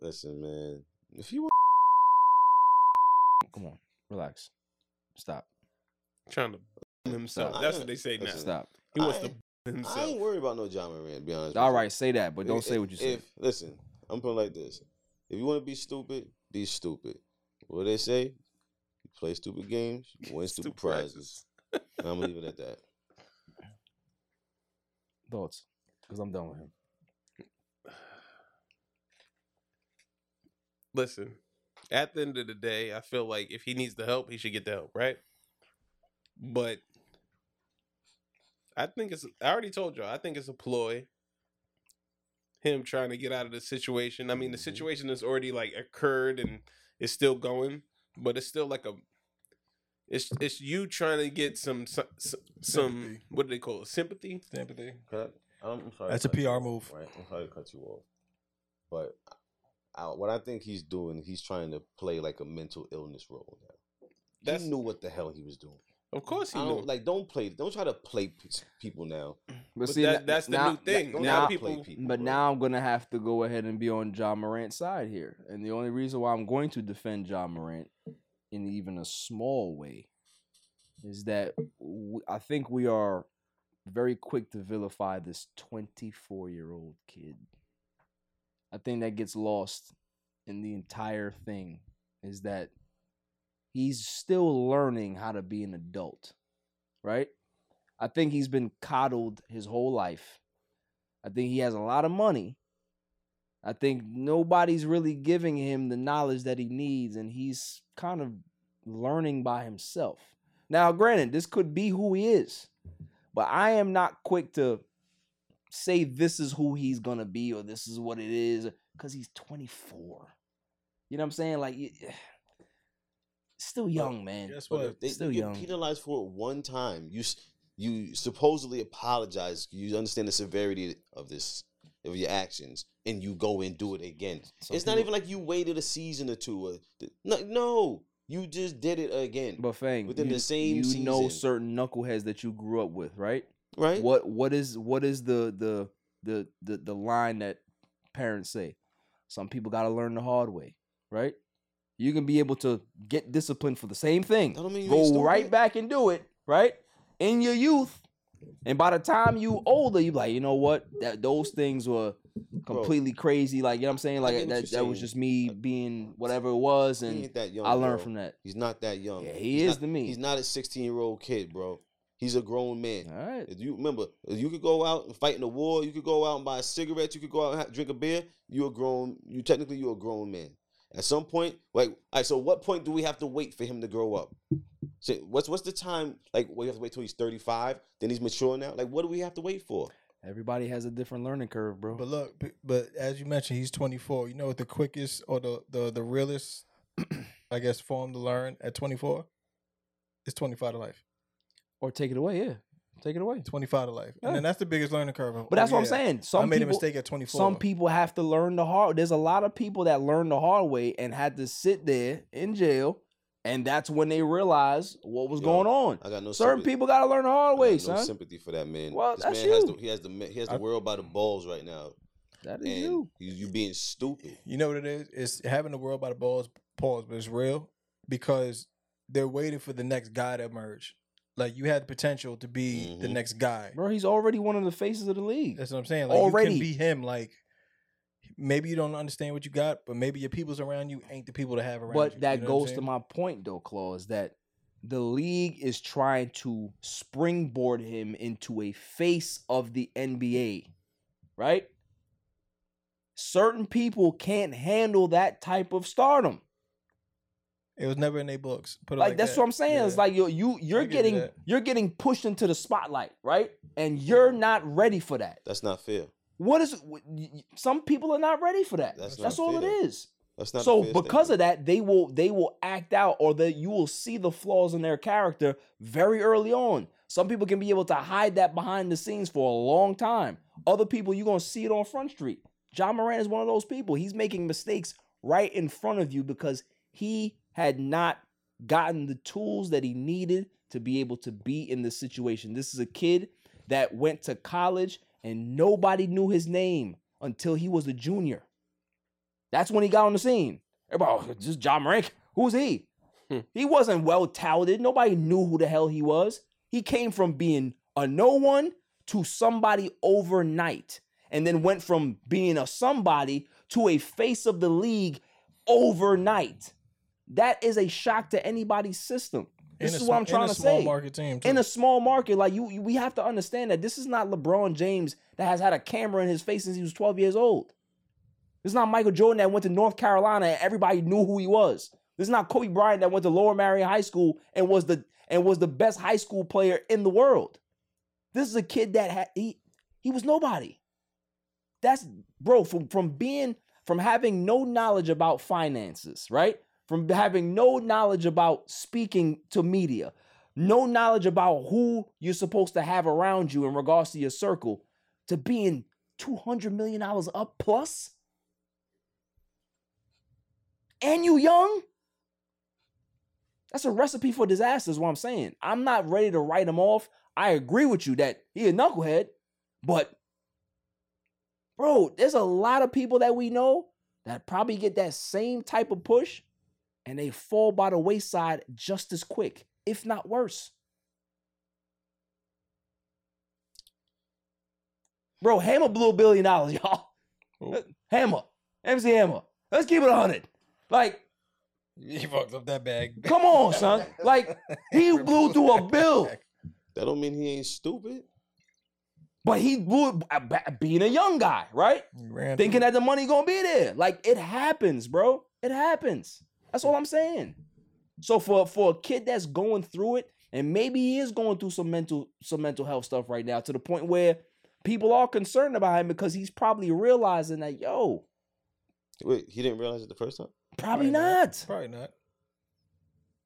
S2: Listen, man. If you want,
S3: come on, relax, stop.
S4: Trying to himself.
S2: I
S4: That's
S2: ain't-
S4: what they say now.
S2: listen,
S3: Stop.
S4: He wants
S2: I
S4: to
S2: ain't-
S4: himself.
S2: I ain't worried about no John Moran. To be honest.
S3: All right, say that, but don't
S2: If-
S3: say what you said.
S2: If listen, I'm putting it like this: if you want to be stupid, be stupid. What do they say? You play stupid games, you win stupid, prizes. And I'm gonna leave it
S4: [LAUGHS]
S2: at that.
S3: Thoughts? Because I'm done with him.
S4: Listen, at the end of the day, I feel like if he needs the help, he should get the help, right? But I think it's, I already told y'all, I think it's a ploy. Him trying to get out of the situation. I mean, the situation has already like occurred and it's still going, but it's still like a, it's it's you trying to get some some, some what do they call it sympathy
S5: sympathy
S2: Cut. I'm I'm sorry.
S5: That's
S2: to
S5: a
S2: cut you
S5: PR
S2: off,
S5: move.
S2: Right? I'm sorry to cut you off. But I, what I think he's doing, he's trying to play like a mental illness role now. he knew what the hell he was doing.
S4: Of course, he
S2: I don't,
S4: knew.
S2: like don't play. Don't try to play p- people now.
S3: But,
S2: But
S3: see,
S2: that-
S3: n-
S2: that's the
S3: now,
S2: new thing.
S3: Now,
S2: Now
S3: people,
S2: people-
S3: but now I'm gonna have to go ahead and be on John Morant's side here, and the only reason why I'm going to defend John Morant in even a small way is that w- I think we are very quick to vilify this 24 year old kid. I think that gets lost in the entire thing is that he's still learning how to be an adult, right? I think he's been coddled his whole life. I think he has a lot of money. I think nobody's really giving him the knowledge that he needs, and he's kind of learning by himself. Now, granted, this could be who he is, but I am not quick to say this is who he's gonna be or this is what it is because he's 24. You know what I'm saying? Like, y- [SIGHS] still young, man.
S2: But if They,
S3: Still
S2: you
S3: young.
S2: get penalized for it one time. You s- you supposedly apologize. You understand the severity of this of your actions, and you go and do it again.
S3: Some
S2: it's not even
S3: people-
S2: like you waited a season or two. Or th- no, no, you just did it again.
S3: But Fang,
S2: within
S3: you,
S2: the same
S3: you know
S2: season.
S3: certain knuckleheads that you grew up with, right?
S2: Right.
S3: What what is what is the the the the, the line that parents say? Some people got to learn the hard way, right? You can be able to get disciplined for the same thing.
S2: mean you ain't
S3: Go
S2: stupid.
S3: right back and do it, right? In your youth. And by the time you older, you be like, you know what? That those things were completely crazy. Like, you know what I'm saying?
S2: get
S3: Like
S2: what
S3: that,
S2: you're
S3: that was
S2: saying.
S3: just me being whatever it was
S2: He
S3: and
S2: ain't that young.
S3: I learned
S2: bro.
S3: from that.
S2: He's not that young.
S3: Yeah, he
S2: He's
S3: is
S2: not-
S3: to me.
S2: He's not a 16 year old kid, bro. He's a grown man.
S3: All right.
S2: If you remember, if you could go out and fight in a war. You could go out and buy a cigarette. You could go out and ha- drink a beer. You a grown. You technically you a grown man. At some point, like, all right. So what point do we have to wait for him to grow up? So what's what's the time? Like, we have to wait till he's 35. Then he's mature now. Like, what do we have to wait for?
S3: Everybody has a different learning curve, bro.
S5: But look, b- but as you mentioned, he's 24. You know what the quickest or the the the realest, [CLEARS THROAT] I guess, form to learn at 24 is 25 to life.
S3: Or take it away, yeah. Take it away.
S5: 25 to life. And
S3: Yeah.
S5: then that's the biggest learning curve. of,
S3: But that's
S5: oh,
S3: what I'm
S5: yeah,
S3: saying. Some
S5: I made
S3: people,
S5: a mistake at 24.
S3: Some people have to learn the hard. There's a lot of people that learn the hard way and had to sit there in jail, and that's when they realize what was
S2: Yo,
S3: going on.
S2: I got no
S3: Certain
S2: sympathy.
S3: people got to learn the hard way,
S2: I got no
S3: son.
S2: sympathy for that man.
S3: Well,
S2: this
S3: that's
S2: man has
S3: you.
S2: the he has the ma- he has the
S5: I-
S2: world by the balls right now.
S3: That
S5: is
S2: and
S5: you.
S2: You, you being stupid.
S5: You know what it is? It's having the world by the balls, pause, but it's real because they're waiting for the next guy to emerge. Like you had the potential to be the
S3: Mhm.
S5: next guy.
S3: Bro, he's already one of the faces of the league.
S5: That's what I'm saying. Like you
S3: Already.
S5: can be him. Like maybe you don't understand what you got, but maybe your people's around you ain't the people to have around.
S3: But
S5: you,
S3: that
S5: you know what I'm
S3: goes to
S5: saying?
S3: my point, though, Claw, is that the league is trying to springboard him into a face of the NBA, right? Certain people can't handle that type of stardom.
S5: It was never in their books. Put it
S3: like,
S5: like,
S3: that's
S5: that.
S3: what I'm saying. It's
S5: Yeah.
S3: like you you you're
S5: get
S3: getting
S5: that.
S3: you're getting pushed into the spotlight, right? And you're not ready for that.
S2: That's not fair.
S3: What is what- y- y- some people are not ready for that.
S2: That's
S3: That's,
S2: not
S3: all it
S2: fair.
S3: is.
S2: That's not a
S3: so
S2: fair
S3: because of that, they will they will act out, or that you will see the flaws in their character very early on. Some people can be able to hide that behind the scenes for a long time. Other people, you're gonna see it on Front Street. John Moran is one of those people. He's making mistakes right in front of you because he had not gotten the tools that he needed to be able to be in this situation. This is a kid that went to college and nobody knew his name until he was a junior. That's when he got on the scene. Everybody, oh, just John Moran. Who's he?
S5: Hmm.
S3: he wasn't well touted. Nobody knew who the hell he was. He came from being a no one to somebody overnight, and then went from being a somebody to a face of the league overnight. That is a shock to anybody's system. This
S5: In a
S3: is what
S5: sm-
S3: I'm trying
S5: in a
S3: to
S5: small
S3: say.
S5: market team,
S3: in a small market, like you, you- we have to understand that this is not LeBron James that has had a camera in his face since he was 12 years old. This is not Michael Jordan that went to North Carolina and everybody knew who he was. This is not Kobe Bryant that went to Lower Marion High School and was the and was the best high school player in the world. This is a kid that had he he was nobody. That's bro from from being from having no knowledge about finances, right? From having no knowledge about speaking to media, no knowledge about who you're supposed to have around you in regards to your circle, to being two hundred million dollars up plus, and you young. That's a recipe for disaster, is what I'm saying. I'm not ready to write him off. I agree with you that he a knucklehead, but bro, there's a lot of people that we know that probably get that same type of push and they fall by the wayside just as quick, if not worse. Bro, Hammer blew a billion dollars, [LAUGHS] y'all. Hammer. MC Hammer. Let's keep it 100. Like,
S5: He fucked up that bag.
S3: Come on,
S5: [LAUGHS]
S3: son. Like he blew through a bill.
S2: That don't mean he ain't stupid.
S3: But he blew it b- b- being a young guy, right?
S5: ran
S3: Thinking that the money gonna be there. Like it happens, bro. It happens. That's all I'm saying. So for for a kid that's going through it, and maybe he is going through some mental some mental health stuff right now, to the point where people are concerned about him because he's probably realizing that, yo,
S2: Wait, he didn't realize it the first time.
S3: probably not.
S5: Probably not.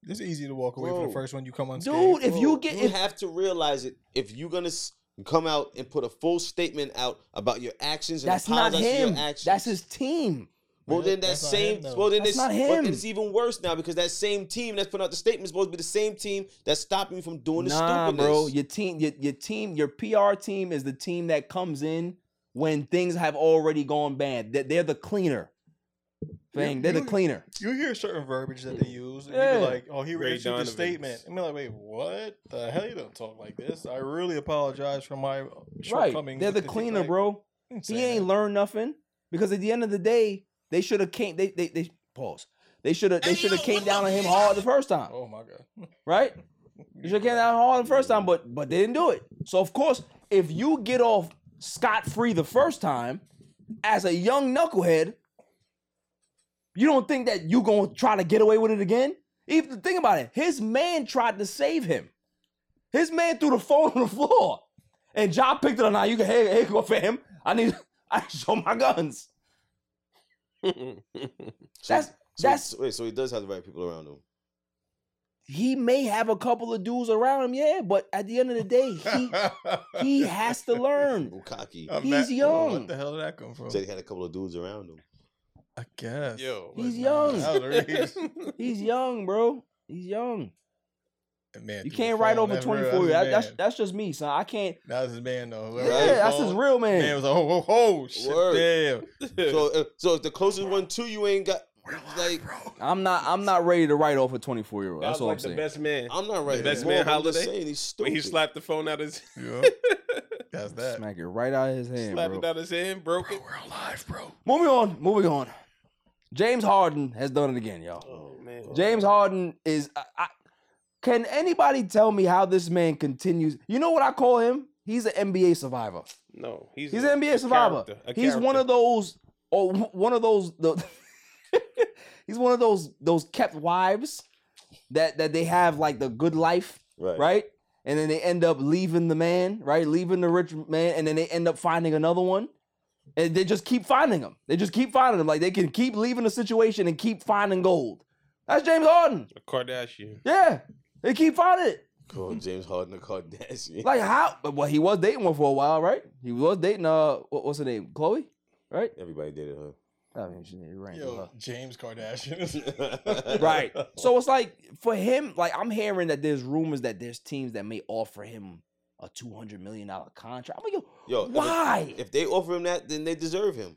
S5: It's easy to walk away from
S2: Bro.
S5: the first one you come on.
S2: Bro, you have to realize it. If you're gonna s- come out and put a full statement out about your actions and
S3: That's not
S2: apologize for your
S3: him.
S2: actions,
S3: That's his team.
S2: Well, then that same. well, then
S3: That's
S2: it's,
S3: not
S2: well,
S3: him.
S2: it's even worse now because that same team that's putting out the statement is supposed to be the same team that's stopping you from doing
S3: nah,
S2: the stupidness.
S3: bro. Your team, your, your team, your PR team is the team that comes in when things have already gone bad. They're, they're the cleaner. Thing. They're the cleaner.
S5: You hear certain verbiage that they use, and
S3: Yeah.
S5: you be like, "Oh, he
S3: Ray
S5: issued this
S3: Donovan's.
S5: statement." I mean, like, wait, what the hell? You don't talk like this. I really apologize for my
S3: Right.
S5: shortcomings.
S3: They're
S5: with
S3: the
S5: team."
S3: cleaner,
S5: [LAUGHS] Like,
S3: bro. He ain't learned nothing because at the end of the day, they should have came. They they they pause. They should have they should have came down on him hard the first time.
S5: Oh my god. [LAUGHS]
S3: right? You should have came down hard the first time, but but they didn't do it. So of course, if you get off scot free the first time, as a young knucklehead, you don't think that you gonna try to get away with it again? Even think about it. His man tried to save him. His man threw the phone on the floor, and John picked it up. Now you can hey hey go for him. I need [LAUGHS] I need to show my guns. [LAUGHS] that's
S2: [LAUGHS] So,
S3: that's
S2: so- wait. So he does have the right people around him.
S3: he may have a couple of dudes around him, yeah, but at the end of the day, he
S4: [LAUGHS]
S5: [LAUGHS]
S3: he has to learn.
S2: Cocky.
S3: I'm He's not- young. what
S5: the hell did that come from?
S2: Said he had a couple of dudes around
S4: [LAUGHS]
S2: him.
S5: I guess.
S2: Yo,
S3: He's young. [LAUGHS]
S5: [LAUGHS]
S3: He's young, bro. He's young.
S5: Man,
S3: You
S5: threw the
S3: can't write
S5: phone.
S3: over
S5: That's real.
S3: twenty four.
S5: That's
S3: That,
S5: his
S3: that's
S5: man.
S3: that's just me, son. I can't.
S5: That was his man though. Whoever
S3: Yeah,
S5: had the
S3: that's
S5: phone,
S3: his real man.
S5: Man was like, oh, oh, oh shit,
S2: Word.
S5: damn.
S2: So, if, so if the closest one to you ain't got like,
S3: I'm not. I'm not ready to write off a twenty four year old.
S4: That
S3: That's
S4: was
S3: all
S4: like
S3: I'm
S4: the
S3: saying.
S4: best man.
S2: I'm not right.
S4: The best
S2: Whoa,
S4: man
S2: but I'm just
S4: holiday.
S2: saying he's
S4: when he
S2: stupid.
S4: slapped the phone out his
S3: [LAUGHS]
S5: that's that.
S3: Smack it right out of his hand,
S4: slapped
S3: bro.
S4: it out his hand, broke [LAUGHS] it. We're alive, bro.
S3: Moving on, moving on. James Harden has done it again,
S4: Oh,
S3: y'all. James Harden is. I, I, can anybody tell me how this man continues? You know what I call him? He's an NBA survivor.
S4: No,
S3: He's,
S4: he's a-
S3: an NBA
S4: a
S3: survivor.
S4: character, a
S3: He's one of those. Oh, one of those. The, [LAUGHS] He's one of those those kept wives that that they have like the good life,
S2: Right.
S3: And then they end up leaving the man, right? Leaving the rich man, and then they end up finding another one. And they just keep finding them. They just keep finding them. Like they can keep leaving the situation and keep finding gold. That's James Harden.
S4: Kardashian.
S3: Yeah. They keep finding it.
S2: Called James Harden a Kardashian.
S3: Like how? but- Well, he was dating one for a while, right? He was dating uh, what, what's her name? Chloe, right?
S2: Everybody dated her.
S3: I mean, she didn't rank
S5: Yo,
S3: her.
S5: James
S3: [LAUGHS]
S5: Kardashian.
S3: right. So it's like for him, like I'm hearing that there's rumors that there's teams that may offer him a two hundred million dollar contract. I'm like, yo,
S2: Yo, if-
S3: Why?
S2: If, they offer him that, then they deserve him.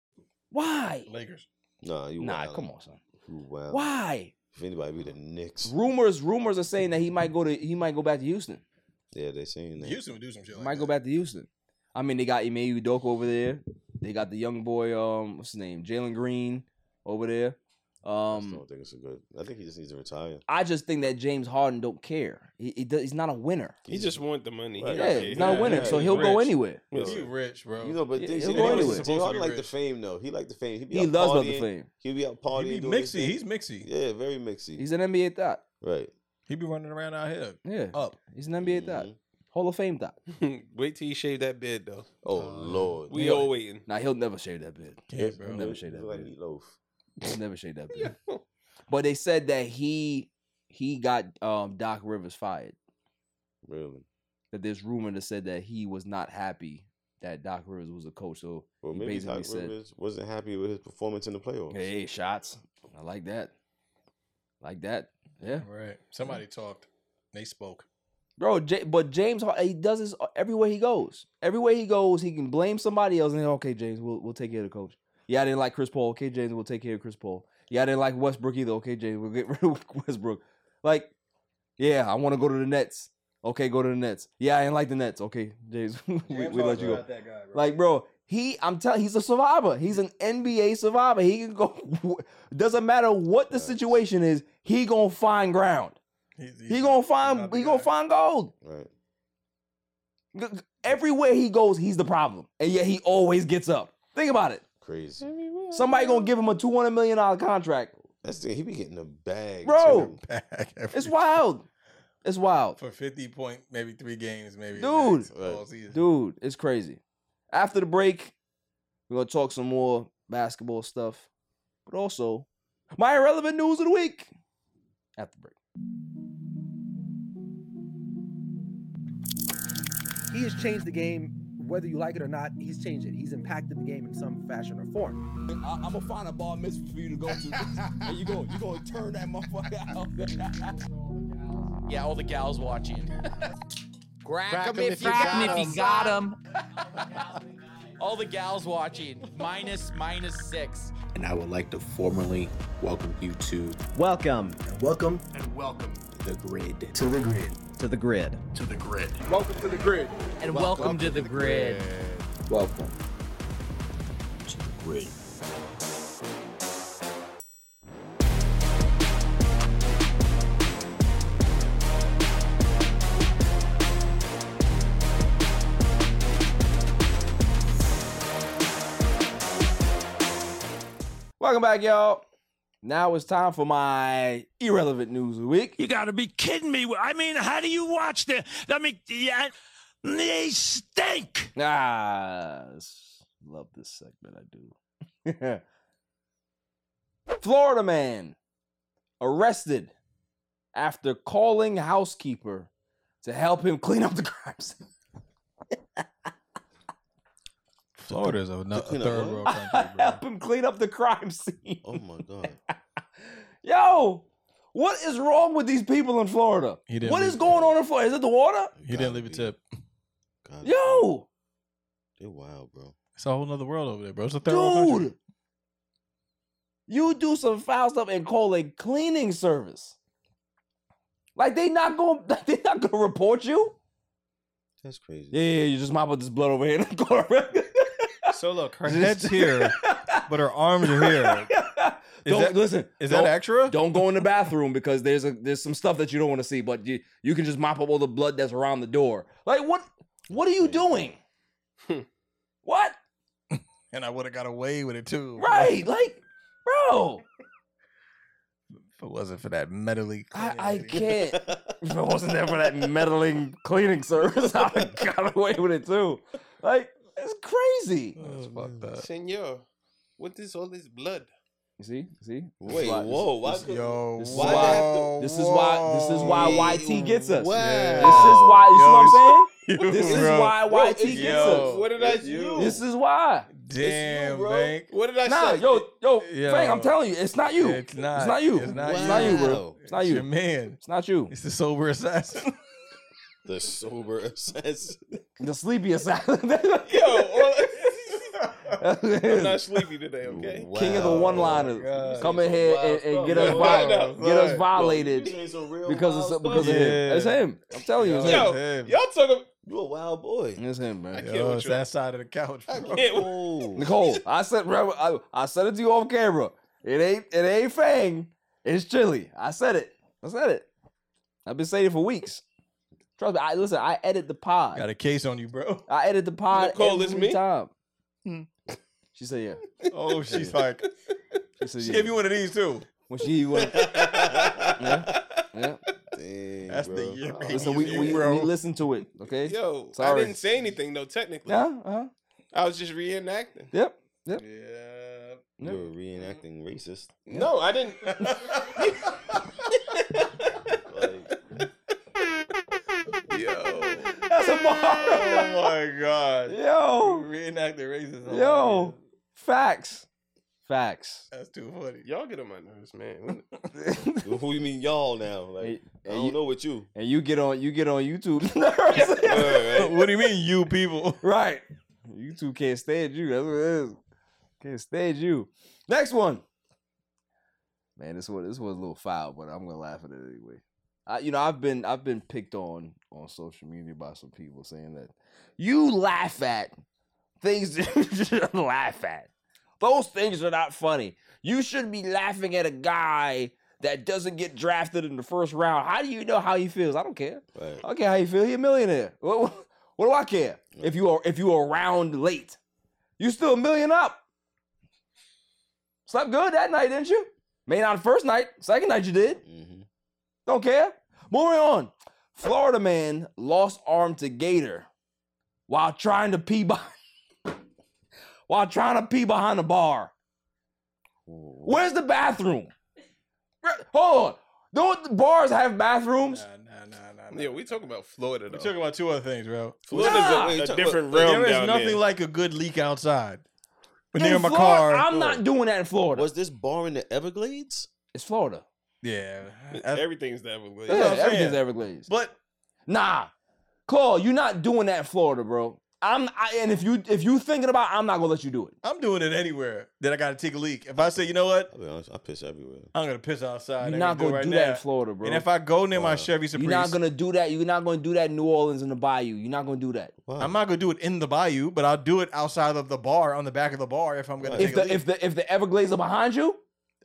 S3: why?
S4: Lakers.
S2: Nah, you
S3: Nah,
S2: wild.
S3: come on, son.
S2: You wild.
S3: Why?
S2: If anybody be the Knicks,
S3: Rumors, rumors are saying that he might go to he might go back to Houston.
S2: yeah, they saying that.
S5: Houston would do some shit.
S3: might go back to Houston. I mean, they got Ime Udoka over there. They got the young boy, um, what's his name, Jalen Green over there.
S2: I
S3: Um,
S2: don't think it's a good. I think he just needs to retire.
S3: I just think that James Harden don't care. He, he does, he's not a winner.
S4: He just want the money. He
S3: Right.
S4: don't
S3: Yeah,
S4: care.
S3: he's not a winner, so he'll go
S4: rich.
S3: anywhere.
S4: Yeah.
S2: He
S5: rich, bro.
S2: You know, but
S3: Yeah,
S2: things
S3: he'll
S2: he
S3: go
S2: like,
S3: anywhere.
S2: he
S3: Supposed to
S2: hardly
S3: be
S2: like the
S3: rich.
S2: fame though. He like the fame. He, be
S3: He
S2: out
S3: does love the
S2: partying.
S3: fame.
S2: He be out partying.
S5: He be
S2: doing his
S5: mixy.
S2: thing.
S5: He's mixy.
S2: Yeah, very mixy.
S3: He's an NBA thought.
S2: right.
S5: He be running around out here.
S3: Yeah,
S5: Up.
S3: he's an NBA thought.
S2: Mm-hmm.
S3: Hall of Fame thought.
S4: [LAUGHS] Wait till you shave that beard though.
S2: Oh lord,
S4: We all waiting.
S3: Nah, he'll never shave that beard.
S5: Yeah,
S3: He'll
S5: bro.
S3: Never shave that
S2: Look like
S3: beard.
S2: Meatloaf.
S3: He'll never shave [LAUGHS] that beard. But they said that he he got um, Doc Rivers fired.
S2: Really?
S3: That there's rumor that said that he was not happy that Doc Rivers was a coach. So
S2: Well,
S3: he
S2: maybe
S3: basically
S2: Doc
S3: said,
S2: Rivers wasn't happy with his performance in the playoffs.
S3: "Hey, shots! I like that, like that." Yeah,
S5: Right.
S4: Mm.
S5: Somebody talked. They spoke.
S3: bro. J- but James, Har- he does this everywhere he goes. Everywhere he goes, he can blame somebody else. And then, okay, James, we'll we'll take care of the coach. Yeah, I didn't like Chris Paul. Okay, James, we'll take care of Chris Paul. Yeah, I didn't like Westbrook either. Okay, James, we'll get [LAUGHS] rid of Westbrook. Like, yeah, I want to go to the Nets. Okay, go to the Nets. Yeah, I didn't like the Nets. Okay, James, [LAUGHS] we, we let you go. Like, bro, he, I'm telling, he's a survivor. He's an NBA survivor. He can go. [LAUGHS] Doesn't matter what the situation is, he gonna find ground. he
S5: [LAUGHS]
S3: gonna find. He gonna find gold.
S2: Right.
S3: G- g- Everywhere he goes, he's the problem, and yet he always gets up. Think about it.
S2: Crazy.
S3: Somebody gonna give him a two hundred million dollar contract,
S2: That's the thing. He be getting a bag,
S3: bro.
S2: too.
S3: It's wild. It's wild.
S5: [LAUGHS] For 50 point, maybe three games, maybe.
S3: dude.
S5: max all season.
S3: Dude, it's crazy. After the break, we're gonna talk some more basketball stuff, but also my irrelevant news of the week. After the break,
S8: He has changed the game, whether you like it or not. He's changed it. He's impacted the game in some fashion or form.
S3: I, am gonna find a bar mitzvah for you to go to, and you go, you gonna turn that motherfucker out.
S14: Yeah, all the gals watching. Crack,
S15: Crack
S14: 'em
S15: 'em if you got 'em.
S14: all the gals watching. Minus, minus six.
S16: And I would like to formally welcome you to
S17: Welcome. Welcome
S16: and welcome
S17: the grid. To the grid. To the grid.
S16: to the grid. Welcome to the grid.
S14: And welcome, to the, grid.
S17: Welcome.
S16: Grid.
S3: Welcome back, y'all. Now it's time for my irrelevant news of the week.
S18: You gotta be kidding me. I mean, how do you watch the? I mean, yeah, they stink.
S3: Ah, s- love this segment. I do. [LAUGHS] Florida man arrested after calling housekeeper to help him clean up the crime scene. [LAUGHS]
S5: Florida's a, no-
S3: To
S5: a
S3: clean up
S5: third
S3: what?
S5: world country,
S4: [LAUGHS]
S5: bro.
S3: help him clean up the crime scene.
S2: Oh my
S6: [LAUGHS]
S2: god.
S3: Yo, what is wrong with these people in Florida?
S5: He didn't
S3: What is
S5: leave-
S3: going on in Florida? Is it the water?
S5: He didn't leave a tip.
S3: Yo,
S2: They're wild, bro.
S5: It's a whole nother world over there, bro. It's a third world country.
S3: dude. You do some foul stuff and call a cleaning service. Like they not going they not gonna [LAUGHS] report you.
S2: That's crazy.
S3: Yeah, yeah, you just mop up this blood over here. And go
S6: so
S3: [LAUGHS]
S6: look, her head's here, but her arms are here.
S3: Is [LAUGHS] don't
S6: that-
S3: listen.
S6: [LAUGHS] is that
S3: don't-
S6: extra?
S3: Don't go in the bathroom because there's a there's some stuff that you don't want to see, but you you can just mop up all the blood that's around the door. Like what what are you doing? [LAUGHS] what?
S5: And I would have got away with it too.
S3: Right, like, bro.
S5: If it wasn't for that medley,
S3: I, I can't. if it wasn't there for that meddling cleaning service, [LAUGHS] I would have got away with it too. Like, it's crazy.
S4: That's fucked up. Senor, what is all this blood?
S3: You see? See?
S2: Wait, whoa, why
S3: This,
S2: couldn't-
S3: yo, this,
S2: why
S3: is
S2: they
S3: why,
S2: have to-
S3: this is why this is why YT gets us.
S2: Wow.
S3: This is why you see what
S2: Yo,
S3: I'm saying? This is
S2: bro.
S3: why
S2: Yo,
S3: YT
S2: it's
S3: gets
S2: you.
S3: us.
S2: What did I It's you. do?
S3: This is why.
S5: Damn, Bank.
S4: What did I
S3: Nah,
S4: say?
S3: yo, yo,
S5: Yo.
S3: Frank, I'm telling you, it's not you.
S5: It's not.
S3: It's not you.
S5: It's not,
S3: you, bro. It's not you.
S5: your man.
S3: It's not
S5: [LAUGHS]
S3: you.
S5: It's the sober assassin.
S2: The sober assassin.
S4: [LAUGHS]
S3: The sleepy [LAUGHS] assassin. [LAUGHS]
S4: I'm not sleepy today, okay?
S3: King of the one liners. Come in here and, and get us
S4: No,
S3: viol-
S4: no, no.
S3: get us
S4: Right.
S3: violated
S2: You saying some real wild
S3: because of
S2: stuff?
S3: because of him. It's him. I'm telling you, it's
S4: Yo,
S3: him.
S4: y'all talking.
S2: You a wild boy.
S3: It's him,
S4: [LAUGHS]
S3: man.
S5: Yo, it's that side of the couch. bro.
S6: [LAUGHS]
S3: Nicole, I said remember, I, I said it to you off camera. It ain't it ain't Fang. It's Chili. I said it. I said it. I've been saying it for weeks. Trust me. I listen. I edit the pod.
S5: Got a case on you, bro.
S3: I edit the pod
S4: Nicole,
S3: every
S4: it's me?
S3: time. She said yeah.
S4: [LAUGHS]
S5: Oh, she's like,
S3: She said
S6: She
S3: yeah.
S6: gave you one of these too.
S3: when she
S4: [LAUGHS]
S3: went. yeah. Yeah.
S2: Dang,
S6: That's the
S2: bro. Oh,
S6: year.
S3: Listen, we, we, we listen to it. Okay.
S4: Yo,
S3: Sorry.
S4: I didn't say anything though. Technically,
S3: Yeah. Uh-huh.
S4: I was just reenacting.
S3: Yep. Yep.
S4: Yeah.
S2: You're reenacting racist.
S4: No, I [LAUGHS] didn't. Oh
S3: That's a bar.
S6: my god.
S3: Yo.
S6: Reenact the racism.
S3: Yo. Facts. Facts.
S6: That's too funny.
S4: Y'all get on my nerves, man.
S3: [LAUGHS]
S2: Who you mean y'all now? Like I don't
S3: you-
S2: know what you.
S3: And you get on you get on YouTube. [LAUGHS]
S4: [LAUGHS]
S6: what do you mean, you people?
S3: right. YouTube can't stand you. That's what it is. Can't stand you. Next one. Man, this one this was a little foul, but I'm gonna laugh at it anyway. I, you know, I've been I've been picked on on social media by some people saying that you laugh at things [LAUGHS] that you shouldn't laugh at. Those things are not funny. You shouldn't be laughing at a guy that doesn't get drafted in the first round. How do you know how he feels? I don't care.
S2: Right.
S3: I don't care how you feel. He a millionaire. What, what, what do I care if you are if you are around late? You still a million up. Slept good that night, didn't you? May not the first night. Second night you did.
S2: mm-hmm.
S3: Don't care. Moving on. Florida man lost arm to gator while trying to pee behind [LAUGHS] while trying to pee behind the bar. Where's the bathroom? Re- Hold on. Don't the bars have bathrooms?
S4: yeah, we talking about Florida though.
S6: We're talking about two other things, bro.
S4: Florida's a-
S3: Nah.
S4: a,
S2: Wait, talk-
S4: different
S2: wait,
S4: realm
S6: There is
S4: down
S6: nothing
S4: there.
S6: like a good leak outside. When
S3: In
S6: they're in my
S3: Florida,
S6: car.
S3: I'm not doing that in Florida.
S2: Was this bar in the Everglades?
S3: It's Florida.
S6: Yeah.
S4: Everything's that
S3: Yeah,
S4: way.
S3: everything's Everglades.
S6: But
S3: Nah, Claude, you're not doing that in Florida, bro. I'm I, and if you if you thinking about, it, I'm not gonna let you do it.
S6: I'm doing it anywhere that I gotta take a leak. If I say, you know what?
S2: I'll be honest, I piss everywhere.
S6: I'm gonna piss outside.
S3: You're
S6: I can
S3: not
S6: do it
S3: gonna
S6: right
S3: do
S6: now.
S3: that in Florida, bro.
S6: And if I go near my
S2: Wow.
S6: Chevy Caprice,
S3: you're not gonna do that. You're not gonna do that in New Orleans in the Bayou. You're not gonna do that.
S2: Wow.
S6: I'm not gonna do it in the bayou, but I'll do it outside of the bar on the back of the bar if I'm gonna. Take
S3: If
S6: a
S3: the
S6: leak.
S3: if the if the Everglades are behind you,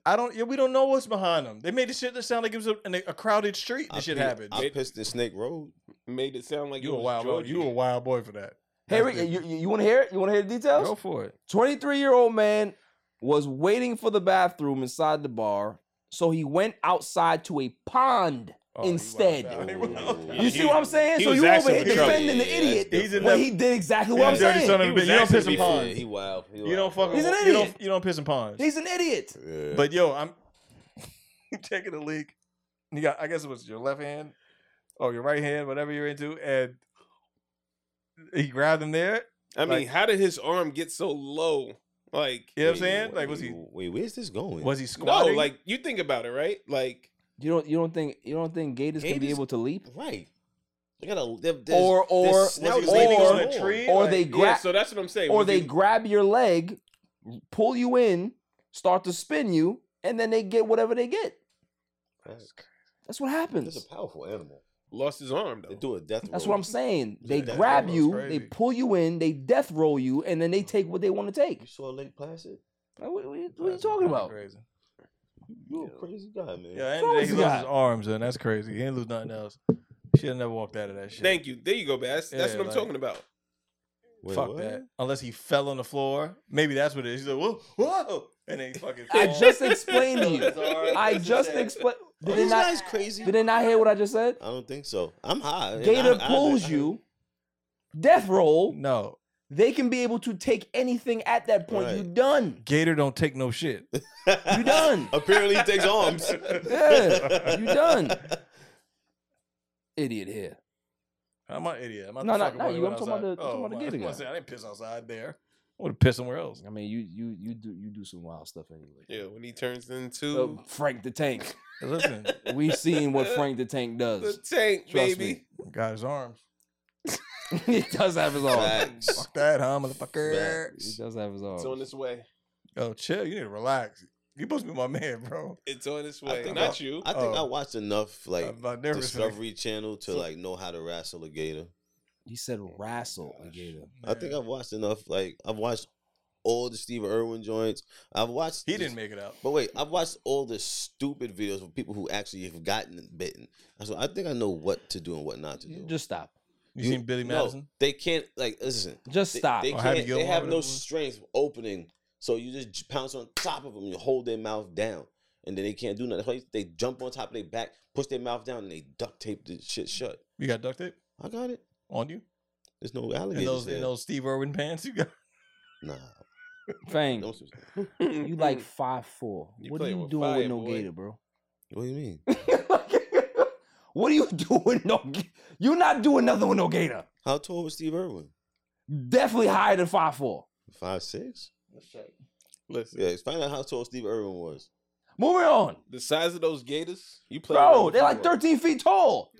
S6: I don't, yeah, we don't know what's behind them. They made the shit that sound like it was a, an- a crowded street.
S2: I
S6: This shit
S2: pee-
S6: happened.
S2: I pissed in Snake Road.
S4: Made it sound like
S6: you
S4: it
S6: a
S4: was
S6: wild boy.
S4: Georgia.
S6: You a wild boy for that.
S3: Harry, [LAUGHS] you, you, you want to hear it? You want to hear the details?
S6: Go for it.
S3: 23 year old man was waiting for the bathroom inside the bar, so he went outside to a pond
S6: Oh,
S3: instead.
S6: [LAUGHS]
S4: Yeah,
S3: You see
S4: he-
S3: what I'm saying?
S4: he
S3: So
S4: was
S3: you over
S4: asking
S3: here
S4: for trouble.
S3: defending
S2: Yeah,
S3: the idiot.
S2: that's
S6: He's in
S3: Well,
S6: that-
S3: he did exactly
S6: Yeah,
S3: what I'm
S6: dirty son
S3: saying.
S6: of a bitch. You don't piss in
S2: Yeah,
S6: ponds.
S2: he wild. He
S6: You don't
S2: wild,
S6: fuck.
S3: He's an
S6: You
S3: idiot.
S6: don't, you don't piss in ponds.
S3: He's an idiot.
S2: Yeah.
S6: But yo,
S3: [LAUGHS]
S6: I'm taking a leak. You got, I guess it was your left hand or your right hand, whatever you're into, and he grabbed him there.
S4: I mean,
S6: Like-
S4: how did his arm get so low? Like,
S6: You know what I'm
S2: Wait,
S6: saying?
S2: wait,
S6: Like, was he
S2: Wait, where's this going?
S6: was he
S4: no,
S6: squatting?
S4: like you think about it, right? Like,
S3: You don't you don't think you don't think Gators, can be
S2: Gators-
S3: able to leap?
S2: right. They got a they're,
S3: Or- or- was he leaning on a
S6: tree?
S3: Or
S6: Like,
S3: they
S4: yeah.
S3: grab
S4: So that's what I'm saying.
S3: or
S4: Was
S3: they
S4: he-
S3: grab your leg, pull you in, start to spin you, and then they get whatever they get.
S2: That's crazy.
S3: That's what happens.
S2: It's a powerful animal.
S4: Lost his arm though.
S2: They do a death.
S3: That's
S2: roll.
S3: what I'm saying. They
S2: death
S3: grab
S2: row is
S3: you,
S2: crazy.
S3: they pull you in, they death roll you, and then they take what they want to take.
S2: You saw Lake Placid?
S3: Like, What, what- what are you talking about?
S5: Crazy.
S2: You a crazy guy, man.
S5: Yeah,
S3: Fuck
S5: and he
S3: this
S5: lost
S3: guy.
S5: his arms, and that's crazy. He didn't lose nothing else. Should have never walked out of that shit.
S4: Thank you. There you go, Bass. That's
S5: Yeah,
S4: what I'm
S5: like-
S4: talking about.
S5: Fuck
S4: what?
S5: that. Unless he fell on the floor. Maybe that's what it is. He's like, whoa, whoa. And then he fucking
S3: I
S5: fall.
S3: just explained
S6: [LAUGHS]
S3: to
S5: His arm,
S3: you. I
S5: his
S3: just
S5: neck.
S3: explained.
S2: Oh,
S3: Did they
S2: this
S3: not-
S2: guy's crazy.
S3: did they not hear what I just said?
S2: I don't think so. I'm high. and
S3: Gator
S2: Uh, I- I-
S3: pulls
S2: I- [LAUGHS]
S3: you, death roll.
S5: No.
S3: They can be able to take anything at that point. You done.
S5: Gator don't take no shit.
S3: You
S2: [LAUGHS]
S3: done.
S2: Apparently, he
S5: [LAUGHS]
S2: takes arms.
S3: yeah, you done. Idiot here.
S5: I'm an idiot. I'm
S3: No,
S5: the
S3: no,
S5: fucking
S3: no,
S5: one who
S3: you-
S5: went
S3: I'm talking about
S5: outside.
S3: the- I'm talking
S5: Oh,
S3: about the
S5: my- [LAUGHS]
S3: Gator
S5: I
S3: guy.
S5: said I didn't piss outside there. I would have pissed somewhere else.
S3: I mean, you you you do you do some wild stuff anyway.
S4: Yeah, when he turns into
S3: So, Frank the Tank. [LAUGHS]
S5: Listen,
S3: We seen what Frank the Tank
S4: the
S2: [LAUGHS]
S3: does. [LAUGHS]
S4: tank,
S3: Trust
S4: baby.
S5: got his arms.
S3: he does have his arm.
S2: Facts.
S5: Fuck that, huh, motherfucker?
S3: He does have his
S4: It's
S3: arm.
S4: on its way.
S5: Oh, chill. You need to relax. You supposed to be my man, bro.
S4: It's on its
S2: I
S4: way.
S2: think
S4: Not
S2: I,
S4: you.
S2: I think
S5: Oh.
S2: I watched enough like
S5: I'm not nervous.
S2: Discovery Channel to like know how to wrestle a gator.
S3: He said wrestle a gator.
S2: I think I've watched enough. Like I've watched all the Steve Irwin joints. I've watched.
S5: He
S2: this-
S5: didn't make it out.
S2: But wait, I've watched all the stupid videos of people who actually have gotten bitten. So I think I know what to do and what not to do.
S3: Just stop.
S5: You seen Billy
S2: No,
S5: Madison?
S2: they can't like listen.
S3: Just
S2: They,
S3: stop.
S2: they,
S5: Or Happy
S2: can't, they
S5: Gilmore,
S2: have
S5: whatever it
S2: no
S5: was.
S2: strength opening, so you just j- pounce on top of them. You hold their mouth down, and then they can't do nothing. That's why they jump on top of their back, push their mouth down, and they duct tape the shit shut.
S5: You got duct tape
S2: I got it.
S5: on you?
S2: There's no
S5: In
S2: alligators.
S5: those
S2: there.
S5: in those Steve Irwin pants you got?
S2: Nah,
S3: Fang,
S2: those was-
S3: you like five four.
S4: You
S3: what are
S4: playing
S3: you
S4: with
S3: doing
S4: fire,
S3: with no
S4: boy.
S3: gator, bro? [LAUGHS]
S2: What do you mean?
S3: what are you doing? No, ga- you're not doing nothing with no gator.
S2: How tall was Steve Irwin?
S3: Definitely higher than five four.
S2: Five six.
S4: Listen,
S2: Yeah, find out how tall Steve Irwin was.
S3: Moving on,
S4: the size of those gators, you play.
S3: bro.
S4: around
S3: They're like
S4: with them.
S3: thirteen feet tall.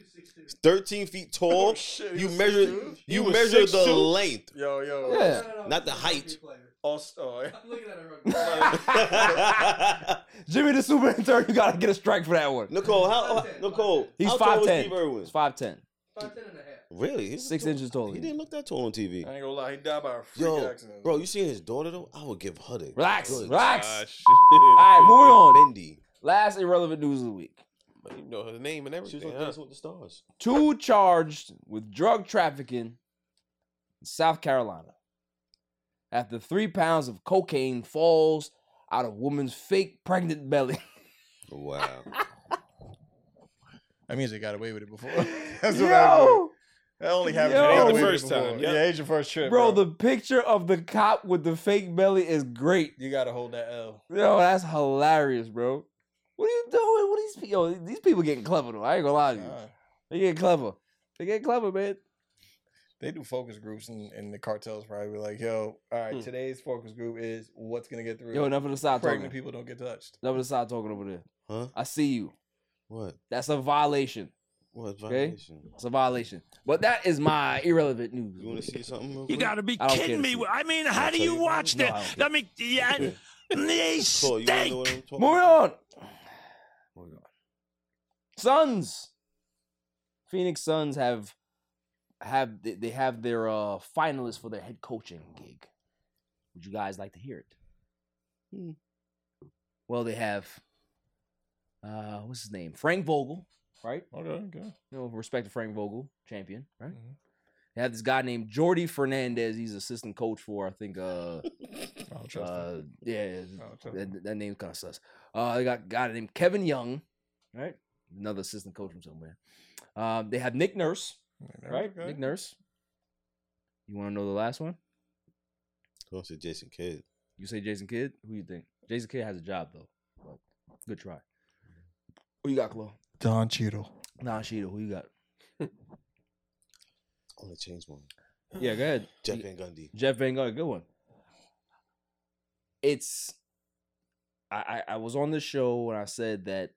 S2: Thirteen feet
S5: [LAUGHS] Oh,
S2: tall. you measured. You measure the length,
S5: Yo, yo.
S3: Yeah.
S2: not the height.
S4: Oh,
S3: [LAUGHS]
S5: All star.
S2: [LAUGHS]
S3: Jimmy the Super Intern, you gotta get a strike for that one.
S2: Nicole, how Nicole?
S3: He's
S2: how
S3: five
S2: tall was
S3: ten.
S2: Steve Irwin?
S3: He's five ten.
S2: Really? He's
S3: Six inches taller.
S2: He
S3: than you.
S2: didn't look that tall on TV.
S5: I ain't gonna lie, he died by a freak
S2: Yo,
S5: accident.
S2: bro, you seen his daughter though? I would give her the
S3: Relax,
S2: goods.
S3: relax.
S4: Ah, shit.
S3: All right, moving on.
S2: Bendy.
S3: Last irrelevant news of the week.
S4: You know her name and
S2: She was
S4: everything.
S2: on
S4: Huh?
S2: Dancing with the Stars.
S3: Two charged with drug trafficking in South Carolina after three pounds of cocaine falls out of woman's fake pregnant belly.
S2: Wow.
S5: That means they got away with it before. [LAUGHS] [LAUGHS] That's what I was
S3: Yo,
S5: That only happened
S3: Yo.
S5: to me
S3: Ain't the
S5: with it
S4: first
S5: before.
S4: time, yeah.
S5: Yeah, it's your first trip.
S3: bro, the picture of the cop with the fake belly is great.
S5: you gotta hold that L.
S3: Yo, that's hilarious, bro. What are you doing? What are these people? Yo, these people getting clever though. I ain't gonna lie to you.
S5: Nah,
S3: They getting clever. They getting clever, man.
S5: they do focus groups and, and the cartels probably be like, yo, all right,
S4: Hmm.
S5: today's focus group is what's gonna get through.
S3: Yo, enough of the side
S5: Pregnant
S3: talking.
S5: people don't get touched.
S3: Enough of the side talking over there.
S2: Huh?
S3: I see you.
S2: What?
S3: That's a violation.
S2: What
S3: Okay.
S2: violation?
S3: It's a violation. But that is my irrelevant news.
S2: You want to see something? real
S19: You
S2: quick?
S19: gotta [LAUGHS] be
S3: I don't care to
S19: kidding me.
S3: see it.
S19: I mean, how do
S2: tell
S19: you
S2: you
S19: watch
S2: [LAUGHS]
S3: No, I
S19: that?
S3: don't
S19: Let me. Yeah, they
S2: Cole, you wanna know
S19: stink.
S2: what I'm talking
S3: Moving
S2: about?
S3: on. Moving on. Suns. Phoenix Suns have have they- they have their uh finalists for their head coaching gig. Would you guys like to hear it?
S2: Hmm.
S3: Well, they have uh what's his name? Frank Vogel, right?
S5: Okay, okay.
S3: you know, respect to Frank Vogel, champion, right?
S5: Mhm.
S3: They have this guy named Jordy Fernandez. He's assistant coach for, I think, uh,
S5: I don't trust them.
S3: uh yeah,
S5: I don't trust them.
S3: that, that name kind of sus. Uh, they got a guy named Kevin Young, right? Another assistant coach from somewhere. Um, they have Nick Nurse,
S5: Okay,
S3: right?
S5: okay.
S3: Nick Nurse. You want to know the last one?
S2: Go to Jason Kidd.
S3: You say Jason Kidd? Who you think? Jason Kidd has a job though. But good try. Who you got, Chloe?
S5: Don Cheadle.
S3: Nah, Sheeta. Who you got?
S2: I'm gonna change one.
S3: Yeah, go ahead.
S2: Uh, Jeff
S3: You-
S2: Van Gundy.
S3: Jeff Van Gundy, good one. It's I, I I was on this show and I said that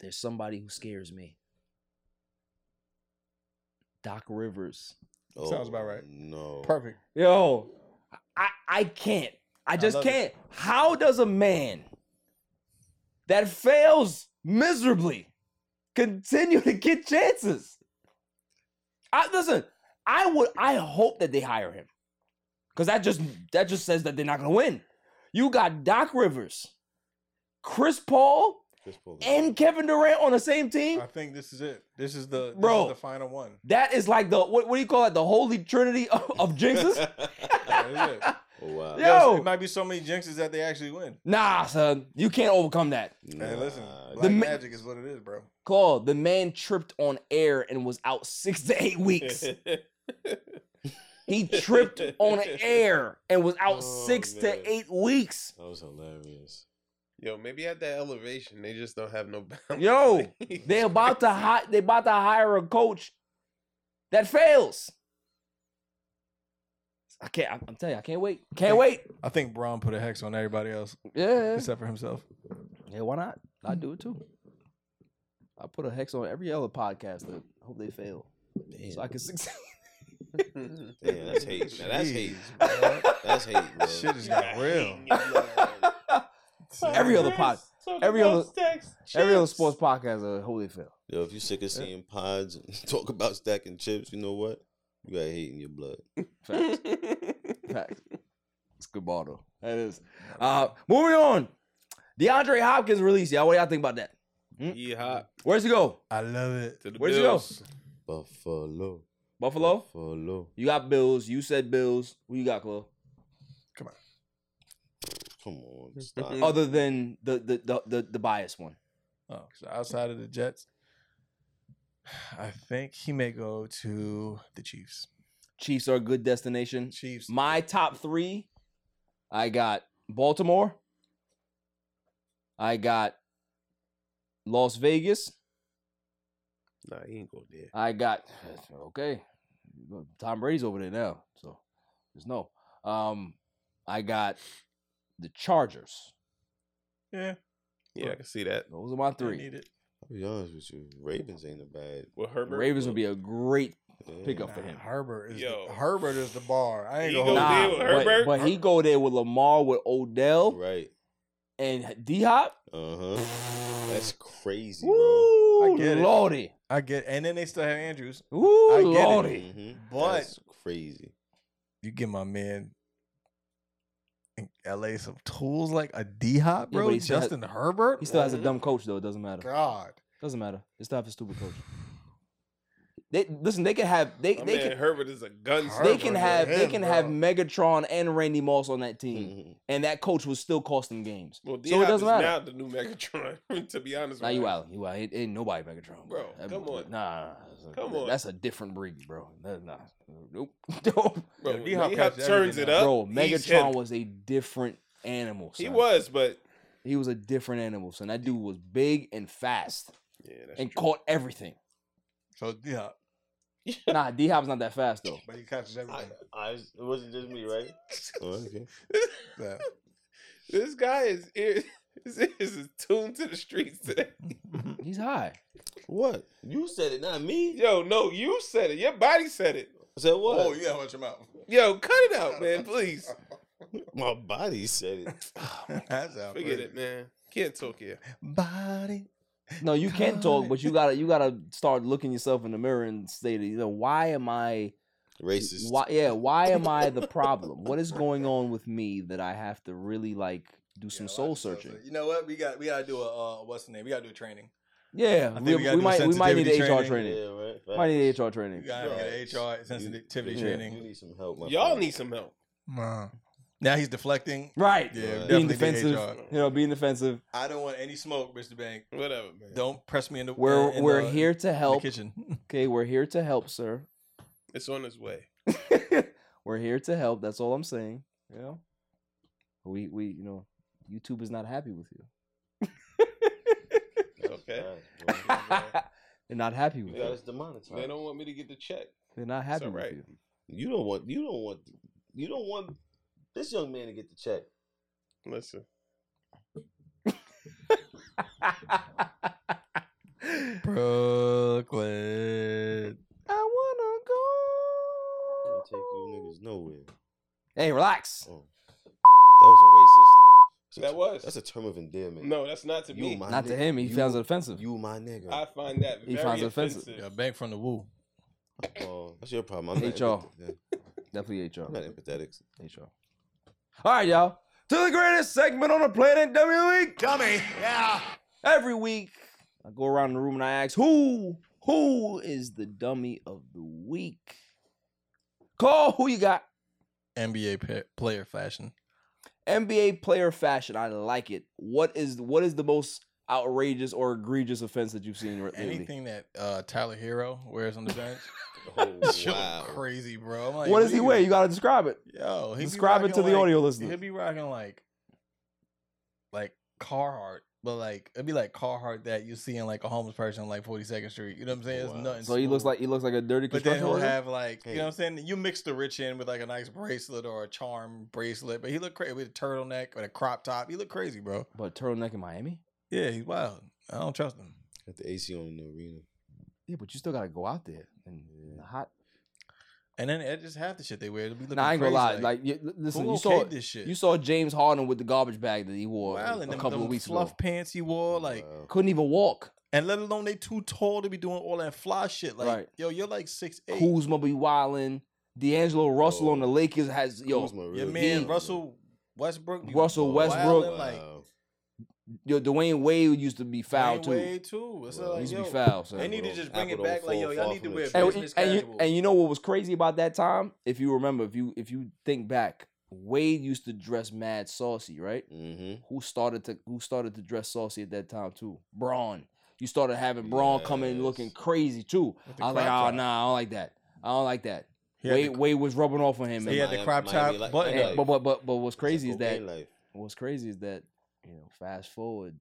S3: there's somebody who scares me. Doc Rivers.
S2: Oh,
S5: Sounds about right.
S2: No.
S5: Perfect.
S3: Yo, I I can't. I just
S5: love it.
S3: can't. How does a man that fails miserably continue to get chances. I listen, I would I hope that they hire him. Cause that just that just says that they're not gonna win. You got Doc Rivers, Chris Paul, and Kevin Durant on the same team.
S20: I think this is it. This is the this
S3: Bro.
S20: is the final one.
S3: That is like the what, what do you call it? The holy trinity of, of
S2: [LAUGHS]
S3: jinxes? [LAUGHS]
S2: Oh,
S20: Wow.
S3: Yo.
S20: it might be so many jinxes that they actually win.
S3: nah, son, you can't overcome that.
S20: Hey, listen, black
S3: The ma-
S20: magic is what it is,
S3: [LAUGHS]
S20: bro.
S3: Call the man tripped on air and was out six to eight weeks. he tripped on air and was out six to eight weeks.
S2: That
S19: [LAUGHS]
S2: was hilarious.
S4: Yo, maybe at that elevation, they just don't have no [LAUGHS] balance.
S3: Yo, they about to hi- they about to hire a coach that fails. I can't. I'm- I'm telling you, I can't wait. Can't wait.
S5: I think Braun put a hex on everybody else.
S3: Yeah.
S5: Except
S3: [LAUGHS]
S5: for himself.
S3: Yeah, why not? I do it too. I put a hex on every other podcast. That I hope they fail, so I can succeed. [LAUGHS] Damn,
S2: Damn, that's hate. Now, that's hate.
S3: Jeez, bro.
S2: That's
S4: [LAUGHS]
S2: hate, bro.
S3: Shit has
S2: got real.
S3: every other pod,
S2: talk
S3: every
S2: about
S3: other,
S2: stacks,
S3: every other
S2: chips.
S3: sports podcast, uh, holy fail.
S2: Yo, if you sick of seeing pods and [LAUGHS] talk about stacking chips, you know what? You got hate in your blood.
S3: Facts. Facts. It's good ball though. That is. Uh, moving on. DeAndre Hopkins release. Y'all, what do y'all think about that?
S4: Yeah.
S3: Where's he go?
S5: I love it.
S4: To the
S3: Where'd you go?
S2: Buffalo.
S3: Buffalo.
S2: Buffalo.
S3: You got Bills. You said Bills. Who you got, Chloe?
S2: Come
S4: [LAUGHS]
S2: on. Stop.
S4: Oh,
S3: Other than the the the the, the biased one.
S5: Oh, so outside of the Jets, I think he may go to the Chiefs.
S3: Chiefs are a good destination.
S5: Chiefs.
S3: My top three, I got Baltimore. I got Las Vegas.
S4: Nah, he ain't going there.
S3: I got okay. Tom Brady's over there now, so there's no. Um, I got the Chargers.
S5: Yeah.
S4: Yeah, I can see that.
S3: Those are my three.
S5: Need it.
S2: I'll be honest with you. Ravens ain't a bad.
S4: Well, Herbert.
S3: Ravens would be a great
S2: Yeah.
S3: pickup for him.
S5: Herbert is
S4: Yo.
S5: the, Herbert is the bar. I ain't
S4: He
S5: gonna
S4: go
S5: hold
S4: there
S5: you.
S4: with
S3: but-
S4: Herbert.
S3: But, he go there with Lamar, with Odell,
S2: Right.
S3: and D Hop.
S2: Uh huh. That's crazy,
S3: Ooh,
S5: I get it.
S3: lordy.
S5: I get, and then they still have Andrews.
S3: Ooh,
S5: I get it.
S2: bro.
S3: lordy.
S2: Mhm.
S5: But-
S2: That's crazy.
S5: You give my man in LA some tools like a D Hop,
S3: Yeah,
S5: bro.
S3: but he still has-
S5: Justin Herbert.
S3: He still has a dumb coach though. It doesn't matter.
S5: God.
S3: Doesn't matter. They still have a stupid coach. [SIGHS] They listen. They can have. They
S4: My
S3: they
S4: man
S3: can.
S4: Herbert is a gunslinger.
S3: They can
S5: Herbert,
S3: have they
S5: him,
S3: can have
S5: bro.
S3: Megatron and Randy Moss on that
S4: Mm.
S3: team,
S2: Mhm.
S3: and that coach would still cost them games.
S4: Mm-hmm. Well, D-Hop
S3: so it doesn't matter.
S4: Now the new Megatron. [LAUGHS] to be honest,
S3: Now
S4: with
S3: you out, you out. Ain't, ain't nobody Megatron,
S4: Bro,
S3: That-
S4: come
S3: nah,
S4: on.
S3: nah, nah.
S4: Come
S3: That-
S4: on.
S3: That's a different breed, bro. That, nah, nope, [LAUGHS] nope.
S4: bro.
S5: Yeah,
S4: when
S5: D-Hop
S4: D-Hop
S5: catches
S4: turns
S5: everything
S4: it
S5: now.
S4: up.
S3: bro.
S4: he's him.
S3: Megatron was a different animal.
S4: He
S3: son.
S4: was, but [LAUGHS]
S3: He was a different animal, son. That dude was big and fast
S4: yeah, that's
S3: and caught everything.
S5: So D Hop,
S3: nah, D Hop's not that fast
S4: [LAUGHS]
S3: though.
S20: But he catches
S2: I,
S20: everything.
S2: I, it wasn't just me, right? Oh, okay.
S20: Yeah.
S4: This guy is [LAUGHS] is, is tuned to the streets today.
S3: He's high.
S2: What? You said it, not me.
S4: Yo, no, you said it. Your body said it.
S2: I said what?
S20: [LAUGHS] Oh, you gotta watch your
S5: [LAUGHS]
S20: mouth.
S4: Yo, cut it out, man, please.
S2: My body said it.
S4: [LAUGHS]
S20: That's out.
S4: Forget it, man. Can't talk here.
S5: body.
S3: No, you can talk, but you gotta you gotta start looking yourself in the mirror and say, to, you know, why am I?
S2: Racist.
S3: Why? Yeah, why am I the problem? What is going on with me that I have to really like do some soul searching?
S20: You know what? We got we gotta do a uh, what's the name? We gotta do a training.
S3: Yeah,
S20: I think
S3: we,
S20: we gotta
S3: we
S20: do
S3: might we might need
S20: sensitivity
S3: HR
S20: training.
S3: training.
S2: Yeah, right.
S3: Might
S2: facts.
S3: need HR
S20: We
S3: training.
S20: gotta get
S2: Yo,
S20: an HR sensitivity
S2: you-
S3: yeah.
S20: training.
S2: You need some help, my
S4: Y'all
S2: friend.
S4: need some help.
S5: Now he's deflecting.
S20: [LAUGHS]
S3: Right.
S5: Yeah,
S2: Right.
S5: definitely
S3: Being
S5: need
S3: defensive.
S5: HR.
S3: You know, being defensive.
S20: I don't want any smoke, Mr. Bank.
S4: Whatever, man.
S20: Don't press me in the.
S3: We're
S20: in
S3: we're
S20: the-
S3: here to
S20: uh, in the
S3: help.
S5: [LAUGHS]
S20: kitchen.
S3: Okay, we're here to help, sir.
S4: It's on its way.
S3: [LAUGHS] we're here to help. That's all I'm saying. You know, we we you know, YouTube is not happy with
S2: [LAUGHS]
S3: you.
S4: Okay. [LAUGHS]
S2: Facts, bro.
S3: They're not happy with
S2: You
S3: you.
S2: got us demonetized.
S4: They don't want me to get the check.
S3: They're not happy
S4: all
S3: with
S4: right.
S3: you.
S2: You don't want. You don't want. You don't want this young man to get the check.
S4: Listen,
S2: [LAUGHS]
S5: Brooklyn.
S3: I wanna
S2: I
S3: go.
S2: didn't take you niggas nowhere.
S3: Hey, relax.
S2: Oh, that was a racist.
S4: That was.
S2: That's a term of endearment.
S4: No, that's not to me.
S3: Not to him. He sounds offensive.
S2: Oh, You my nigga.
S4: I find that
S3: He
S4: very
S3: finds it
S4: offensive.
S3: offensive.
S5: Yeah, back from the woo.
S2: Well, that's your problem. I'm not
S3: HR.
S2: empathetic.
S3: Definitely HR.
S2: I'm not empathetic.
S4: [LAUGHS]
S3: HR. All right, y'all. To the greatest segment on the planet, Dummy of the Week.
S21: Dummy, yeah.
S3: Every week, I go around the room and I ask, who, who is the dummy of the week? Call who you got.
S5: NBA pa- player fashion.
S3: NBA player fashion. I like it. What is what is the most outrageous or egregious offense that you've seen re- lately?
S5: Anything that uh, Tyler Hero wears on the
S3: [LAUGHS]
S5: bench. Yo, crazy, bro. I'm like,
S3: what does he
S5: nigga,
S3: wear? You gotta describe it.
S5: Yo, he be
S3: describe it to
S5: rocking,
S3: the
S5: like-
S3: audio listener.
S5: He'll be rocking like, like Carhartt, but like it'd be like Carhartt that you see in like a homeless person on like 42nd Street. You know what I'm saying? It's nothing.
S3: So he looks like he looks like a dirty.
S5: But then
S3: construction
S5: he'll
S3: worker?
S5: have like, you know what I'm saying? You mix the rich in with like a nice bracelet or a charm bracelet, but he looked crazy with a turtleneck or a crop top. He looked crazy, bro.
S3: But turtleneck in Miami?
S5: Yeah, he's wild. I don't trust him.
S2: Got the AC on in the arena.
S3: Yeah, but you still gotta go out there and in the hot.
S5: And then it just half the shit they wear. It'll be looking
S3: Nah, I ain't gonna
S5: crazy,
S3: lie. Like, you,
S5: who
S3: listen, you
S5: gonna
S3: saw
S5: cape this shit.
S3: you saw James Harden with the garbage bag that he wore
S5: Wow,
S3: a
S5: and them,
S3: couple
S5: them
S3: of weeks
S5: fluff
S3: ago.
S5: pants he wore, like
S3: Couldn't even walk.
S5: and let alone they too tall to be doing all that fly shit. Like
S3: Right.
S5: yo, you're like six eight.
S3: Kuzma be wildin'. D'Angelo Russell on the
S5: Oh.
S3: Lakers has yo.
S2: Kuzma
S5: Your
S2: really
S5: man
S3: he-
S5: Russell Westbrook. be
S3: Russell
S5: wildin',
S3: Westbrook.
S5: like
S3: Yo, Dwayne Wade used to be fouled
S5: Dwayne
S3: too.
S5: Wade too. It's like,
S3: He used to
S5: yo,
S3: be fouled. So.
S5: They need to just bring it back. Like yo, y'all need to wear
S3: and,
S5: business
S3: and you,
S5: casual.
S3: and you know what was crazy about that time? If you remember, if you if you think back, Wade used to dress mad saucy, right?
S2: Mm-hmm.
S3: Who started to who started to dress saucy at that time too? Braun. You started having Braun come in looking crazy too.
S5: With the
S3: I was like,
S5: crop
S3: oh
S5: top.
S3: nah, I don't like that. I don't like that.
S5: He had the
S3: Wade, Wade was rubbing off on him.
S5: So
S3: man.
S5: he had the Miami- crop Miami top like- button
S3: And-
S5: up.
S3: But, but but but what's crazy is that
S2: cocaine life.
S3: what's crazy is that you know fast forward.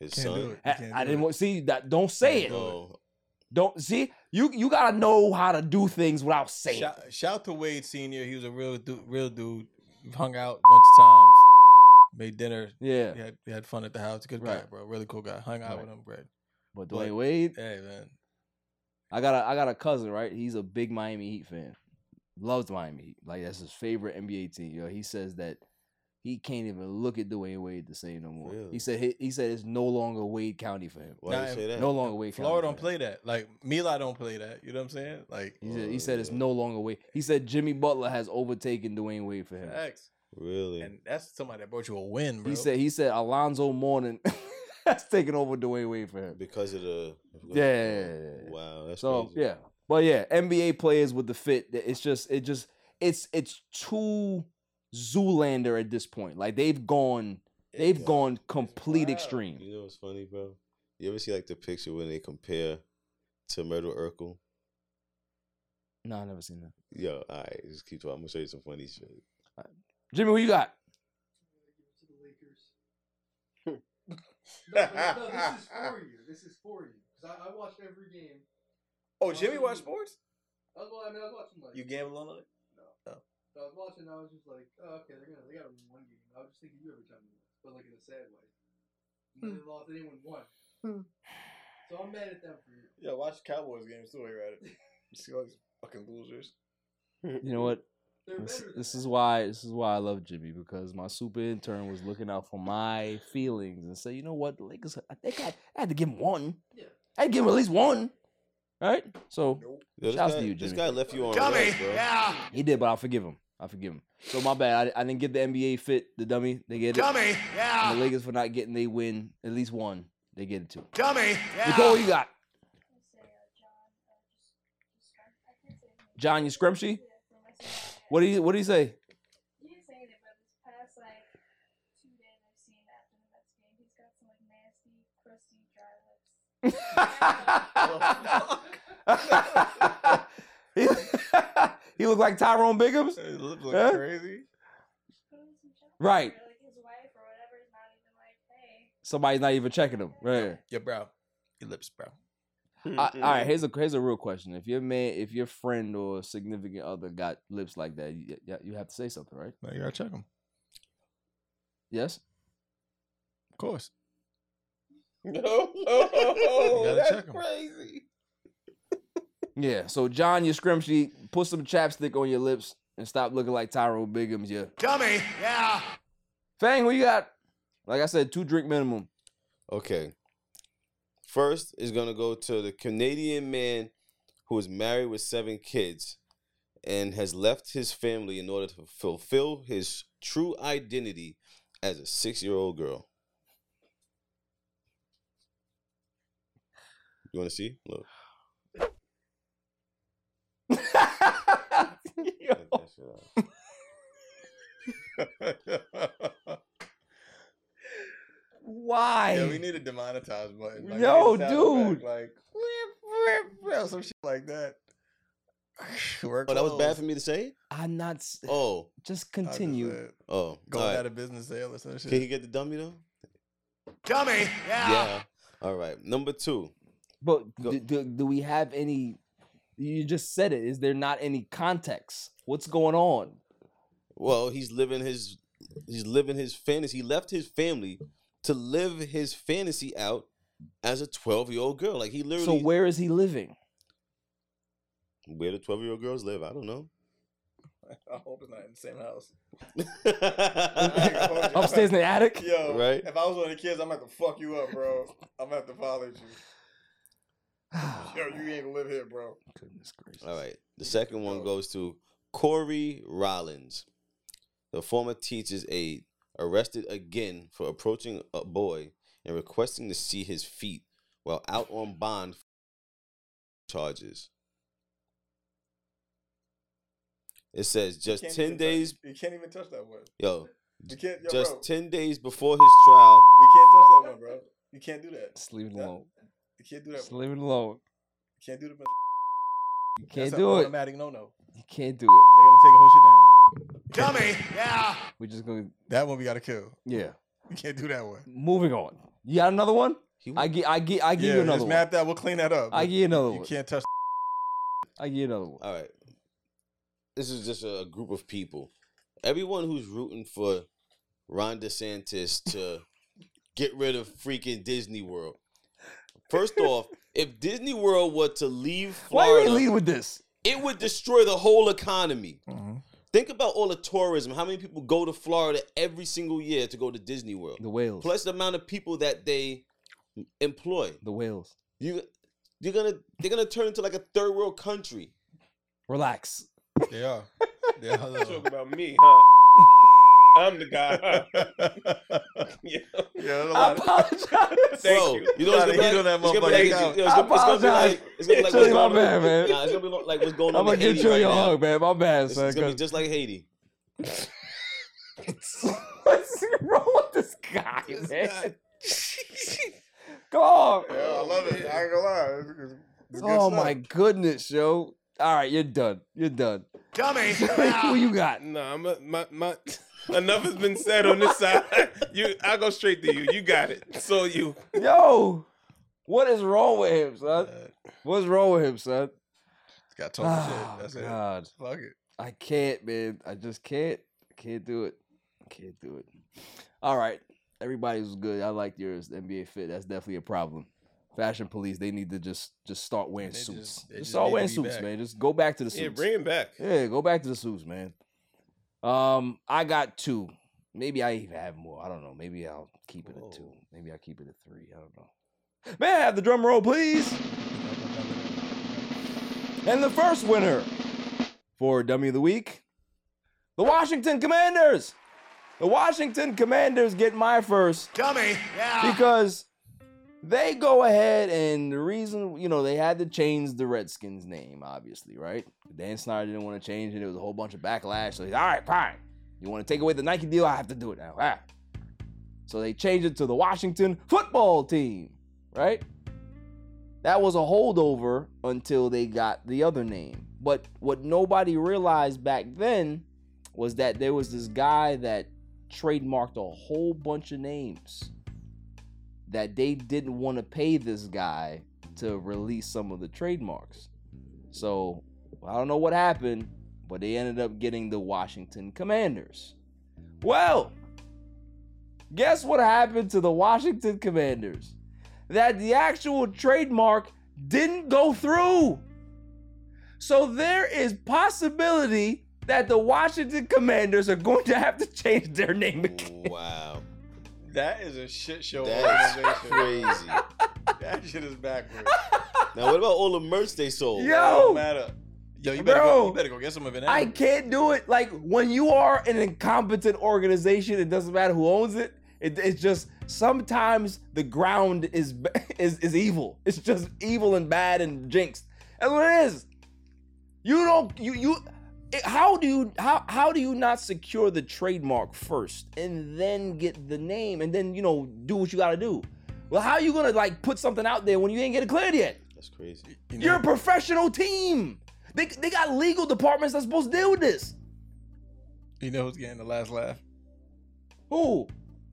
S2: His
S3: Can't
S2: son.
S3: do it. I, I didn't want see that. Don't say it. Don't see you. You gotta know how to do things without saying. it.
S5: Shout, shout to Wade Senior. He was a real dude. Real dude. We've hung out a bunch of times. Made dinner.
S3: Yeah.
S5: we had, we had fun at the house. Good guy,
S3: Right.
S5: bro. Really cool guy. Hung out
S3: Right.
S5: with him. Great.
S3: But
S5: But-
S3: Dwayne Wade,
S5: Hey man.
S3: I got a I got a cousin right. He's a big Miami Heat fan. Loves Miami Heat. Like that's his favorite NBA team. Yo, he says that he can't even look at Dwayne Wade the same no more. He said he, he said it's no longer Wade County for him.
S2: Why
S5: Nah,
S2: you say that?
S3: No longer Wade
S5: Florida
S3: County.
S5: don't play Oh, that. Like Mila don't play that. You know what I'm saying? Like
S3: He said, he said it's no longer Wade. He said Jimmy Butler has overtaken Dwayne Wade for him.
S5: facts.
S2: Really?
S5: And that's somebody that brought you a win, bro.
S3: He said he said Alonzo Mourning [LAUGHS] has taken over Dwayne Wade for him.
S2: because of the
S3: Yeah, yeah, yeah, yeah.
S2: Wow, that's
S3: So
S2: crazy.
S3: yeah, but yeah, NBA players with the fit. th- It's just it just it's it's too Zoolander at this point. Like they've gone they've gone complete extreme.
S2: You know what's funny, bro? You ever see like the picture when they compare to Myrtle Urkel?
S3: No, I never seen that.
S2: Yo, all right, just keep talking. I'm gonna show you some funny shit.
S3: Jimmy, who you got?
S8: No, no, this
S5: [LAUGHS]
S8: is for you. This is for you. Because I, I watched every game.
S5: Oh, Jimmy watch sports?
S8: I was, wa- I mean, I was watching like.
S5: You gamble on it?
S8: I was watching. I was just like, oh, okay, they're gonna they gotta win one game. I was just thinking you every time, they lost, but like in a sad way. And
S3: Hmm.
S8: then they lost. They didn't win one. So I'm mad at them for you.
S5: Yeah, watch Cowboys games too. You're at it.
S8: [LAUGHS]
S5: See all these fucking losers.
S3: You know what? This, this is why this is why I love Jimmy because my super intern was looking out for my feelings and say, you know what, the Lakers. I think I, I had to give him one. I had to give him at least one. All right, so
S2: Yo, this,
S3: shouts
S2: guy,
S3: to you, Jimmy.
S2: this guy left you on
S3: Dummy,
S2: red, bro.
S3: yeah. He did, but I forgive him. I forgive him. So my bad. I, I didn't get the NBA fit, the dummy. They get it.
S21: Dummy, yeah.
S3: And the Lakers for not getting they win at least one. They get it too.
S21: Dummy, yeah.
S3: Nicole, what you got? John, you scrumpsy? What do you What do you say? he [LAUGHS] he looked like Tyrone Biggums.
S5: [LAUGHS] like
S3: Huh?
S5: crazy.
S3: Right. Somebody's not even checking him. Right.
S5: Yeah, bro. Your lips, bro.
S3: I, all right, here's a here's a real question. If your man, if your friend or significant other got lips like that, you, you- you have to say something, right?
S5: No, you gotta check them.
S21: [LAUGHS]
S3: Yes.
S5: Of course.
S4: No,
S21: Oh,
S5: gotta
S4: that's
S5: check 'em.
S4: crazy.
S3: Yeah. So John, your scrumptious, put some chapstick on your lips and stop looking like Tyrone Biggums. Yeah.
S21: Dummy, yeah.
S3: Fang, what you got? Like I said, two drink minimum. [LAUGHS]
S2: Okay. First is gonna go to the Canadian man who is married with seven kids and has left his family in order to fulfill his true identity as a six-year-old girl. You want to see? Look.
S3: Why?
S5: Yeah, we need a demonetize button. Like,
S3: Yo,
S5: we need a
S3: dude.
S5: sound effect, like, some shit like that. [SIGHS]
S2: Oh, that was bad for me to say.
S3: I'm not. s-
S2: Oh,
S3: Just continue.
S2: Oh,
S22: Going
S2: all right.
S22: out of business sale or some shit.
S2: Can he get the dummy though?
S3: Dummy.
S2: Yeah. All right. Number two.
S3: But do, do, do we have any? You just said it. Is there not any context? What's going on?
S2: Well, he's living his he's living his fantasy. He left his family to live his fantasy out as a twelve year old girl. Like he literally.
S3: So where is he living?
S2: where do twelve year old girls live? I don't know.
S5: I hope it's not in the same house.
S3: [LAUGHS]
S2: [LAUGHS]
S3: Upstairs in the attic?
S5: Yo,
S2: Right.
S5: If I was one of the kids, I'm gonna have to fuck you up, bro. I'm gonna have to violate you. Yo, you ain't gonna live here, bro.
S2: All right. The second one goes to Corey Rollins, the former teacher's aide, arrested again for approaching a boy and requesting to see his feet while out on bond charges. It says
S5: You
S2: just
S5: can't
S2: 10
S5: even touch-
S2: days,
S5: you can't even touch that one.
S2: yo,
S5: You can't, yo,
S2: just
S5: bro,
S2: 10 days before his trial.
S5: We can't touch that one, bro. You can't do that.
S3: [SIGHS] Just leave it alone.
S5: You can't do that.
S3: Just
S5: One.
S3: leave it alone.
S5: You can't do the.
S3: You can't
S22: That's an
S3: do it.
S22: Automatic no no.
S3: You can't do it.
S22: They're gonna take a whole shit down.
S3: Dummy. Yeah. We're just gonna.
S22: That one we gotta kill.
S3: Yeah.
S22: We can't do that one.
S3: Moving on. You got another one? I get. I get. I give
S22: yeah,
S3: you another
S22: just
S3: one.
S22: map that. We'll clean that up.
S3: I
S22: but
S3: get another
S22: You
S3: one.
S22: can't touch.
S3: I get another one.
S2: All right. This is just a group of people. Everyone who's rooting for Ron DeSantis to get rid of freaking Disney World. First off, if Disney World were to leave
S3: Why are we
S2: Florida,
S3: lead with Mm-hmm. this?
S2: it would destroy the whole economy. Think about all the tourism. How many people go to Florida every single year to go to Disney World?
S3: The whales.
S2: Plus the amount of people that they employ.
S3: The whales.
S2: You, you're gonna, they're gonna turn into like a third world country.
S3: Relax.
S22: They are. They
S3: [LAUGHS]
S4: Talk about me,
S5: [LAUGHS]
S4: huh? I'm the guy. [LAUGHS] yeah.
S22: yeah
S4: I apologize. Thank
S2: Bro,
S4: you.
S2: you know what's gonna be like?
S22: that
S2: It's gonna be
S22: motherfucker
S2: like-
S22: down.
S2: it's gonna- it's gonna be like- it's gonna be like
S3: Chili,
S2: what's
S3: my
S2: going on-
S3: bad, man.
S2: Nah, it's gonna be lo- like what's going on.
S3: I'm gonna
S2: in
S3: give
S2: Haiti
S3: you
S2: right
S3: your
S2: now.
S3: hug, man. My bad,
S2: It's,
S3: son.
S2: it's gonna be
S3: 'cause-
S2: just like Haiti.
S3: [LAUGHS] What's wrong with this guy, man? Go on.
S5: Yeah, I love it. I ain't gonna lie. It's- it's- it's good
S3: Oh
S5: stuff.
S3: my goodness, yo. All right, you're done. You're done. [LAUGHS]
S4: Dummy.
S3: Who you
S4: [LAUGHS]
S3: got?
S4: No, I'm a, my my [LAUGHS] enough has been said on this side. [LAUGHS] You I go straight to you. You got it. So you
S3: Yo, what is wrong with him, son?
S4: Uh,
S3: What's wrong with him, son? He's
S22: got
S4: total shit.
S3: [SIGHS]
S4: That's it.
S3: God.
S22: Fuck it.
S3: I can't, man. I just can't. I can't do it. I can't do it. All right. Everybody was good. I liked yours. NBA fit. That's definitely a problem. Fashion police. They need to just just start wearing
S4: They
S3: suits.
S4: just-
S3: Just,
S4: they just
S3: start
S4: need to
S3: wearing
S4: be
S3: suits,
S4: back.
S3: man. Just go back to the suits.
S4: Yeah, bring it back.
S3: Yeah, go back to the suits, man. Um, I got two. Maybe I even have more. I don't know. Maybe I'll keep it at two. Maybe I'll keep it at three. I don't know. May I have the drum roll, please? And the first winner for Dummy of the Week, the Washington Commanders. The Washington Commanders get my first. [LAUGHS] Dummy, yeah. Because they go ahead and the reason you know they had to change the Redskins name, obviously, right? Dan Snyder didn't want to change it. There was a whole bunch of backlash. So he's all right, fine. You want to take away the Nike deal? I have to do it now. Ah. So they changed it to the Washington Football Team, right? That was a holdover until they got the other name. But what nobody realized back then was that there was this guy that trademarked a whole bunch of names that they didn't want to pay this guy to release some of the trademarks. So I don't know what happened, but they ended up getting the Washington Commanders. Well, guess what happened to the Washington Commanders? That the actual trademark didn't go through. So there is possibility that the Washington Commanders are going to have to change their name again.
S2: Wow.
S4: That is a shit show
S2: That is
S4: organization.
S2: crazy.
S4: [LAUGHS] that shit is backwards.
S2: Now, what about all the merch they sold?
S3: Yo!
S2: [LAUGHS]
S4: Don't matter.
S6: Yo, you
S3: better go- Bro. you
S6: better go get some of it.
S3: I can't do it. Like when you are an incompetent organization, it doesn't matter who owns it. it it's just sometimes the ground is [LAUGHS] b- is is evil. It's just evil and bad and jinxed. That's what it is. You don't you you. it- how do you how how do you not secure the trademark first and then get the name and then you know do what you got to do? Well, how you gonna like put something out there when you ain't get it cleared yet?
S2: That's crazy.
S3: You are a professional team. They, they got legal departments that's supposed to deal with this.
S5: You know who's getting the last laugh?
S3: Who?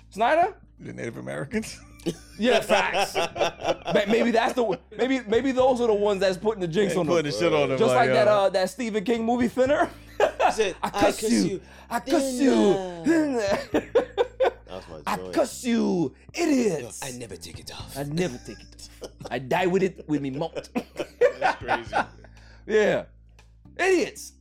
S3: Snyder?
S5: The Native Americans. [LAUGHS]
S3: Yeah, facts. Ma- maybe that's the maybe maybe those are the ones that's putting the jinx
S5: They
S3: on them.
S5: putting the shit on them,
S3: Just
S5: like,
S3: like, that
S5: uh,
S3: uh, that Stephen King movie Thinner. I cuss you. I cuss you. [LAUGHS]
S2: That's my
S3: I
S2: joint.
S3: cuss you, idiots.
S2: I never take it off.
S3: I never take it. I die with it with me mouth.
S4: [LAUGHS] That's crazy.
S3: Yeah. Idiots.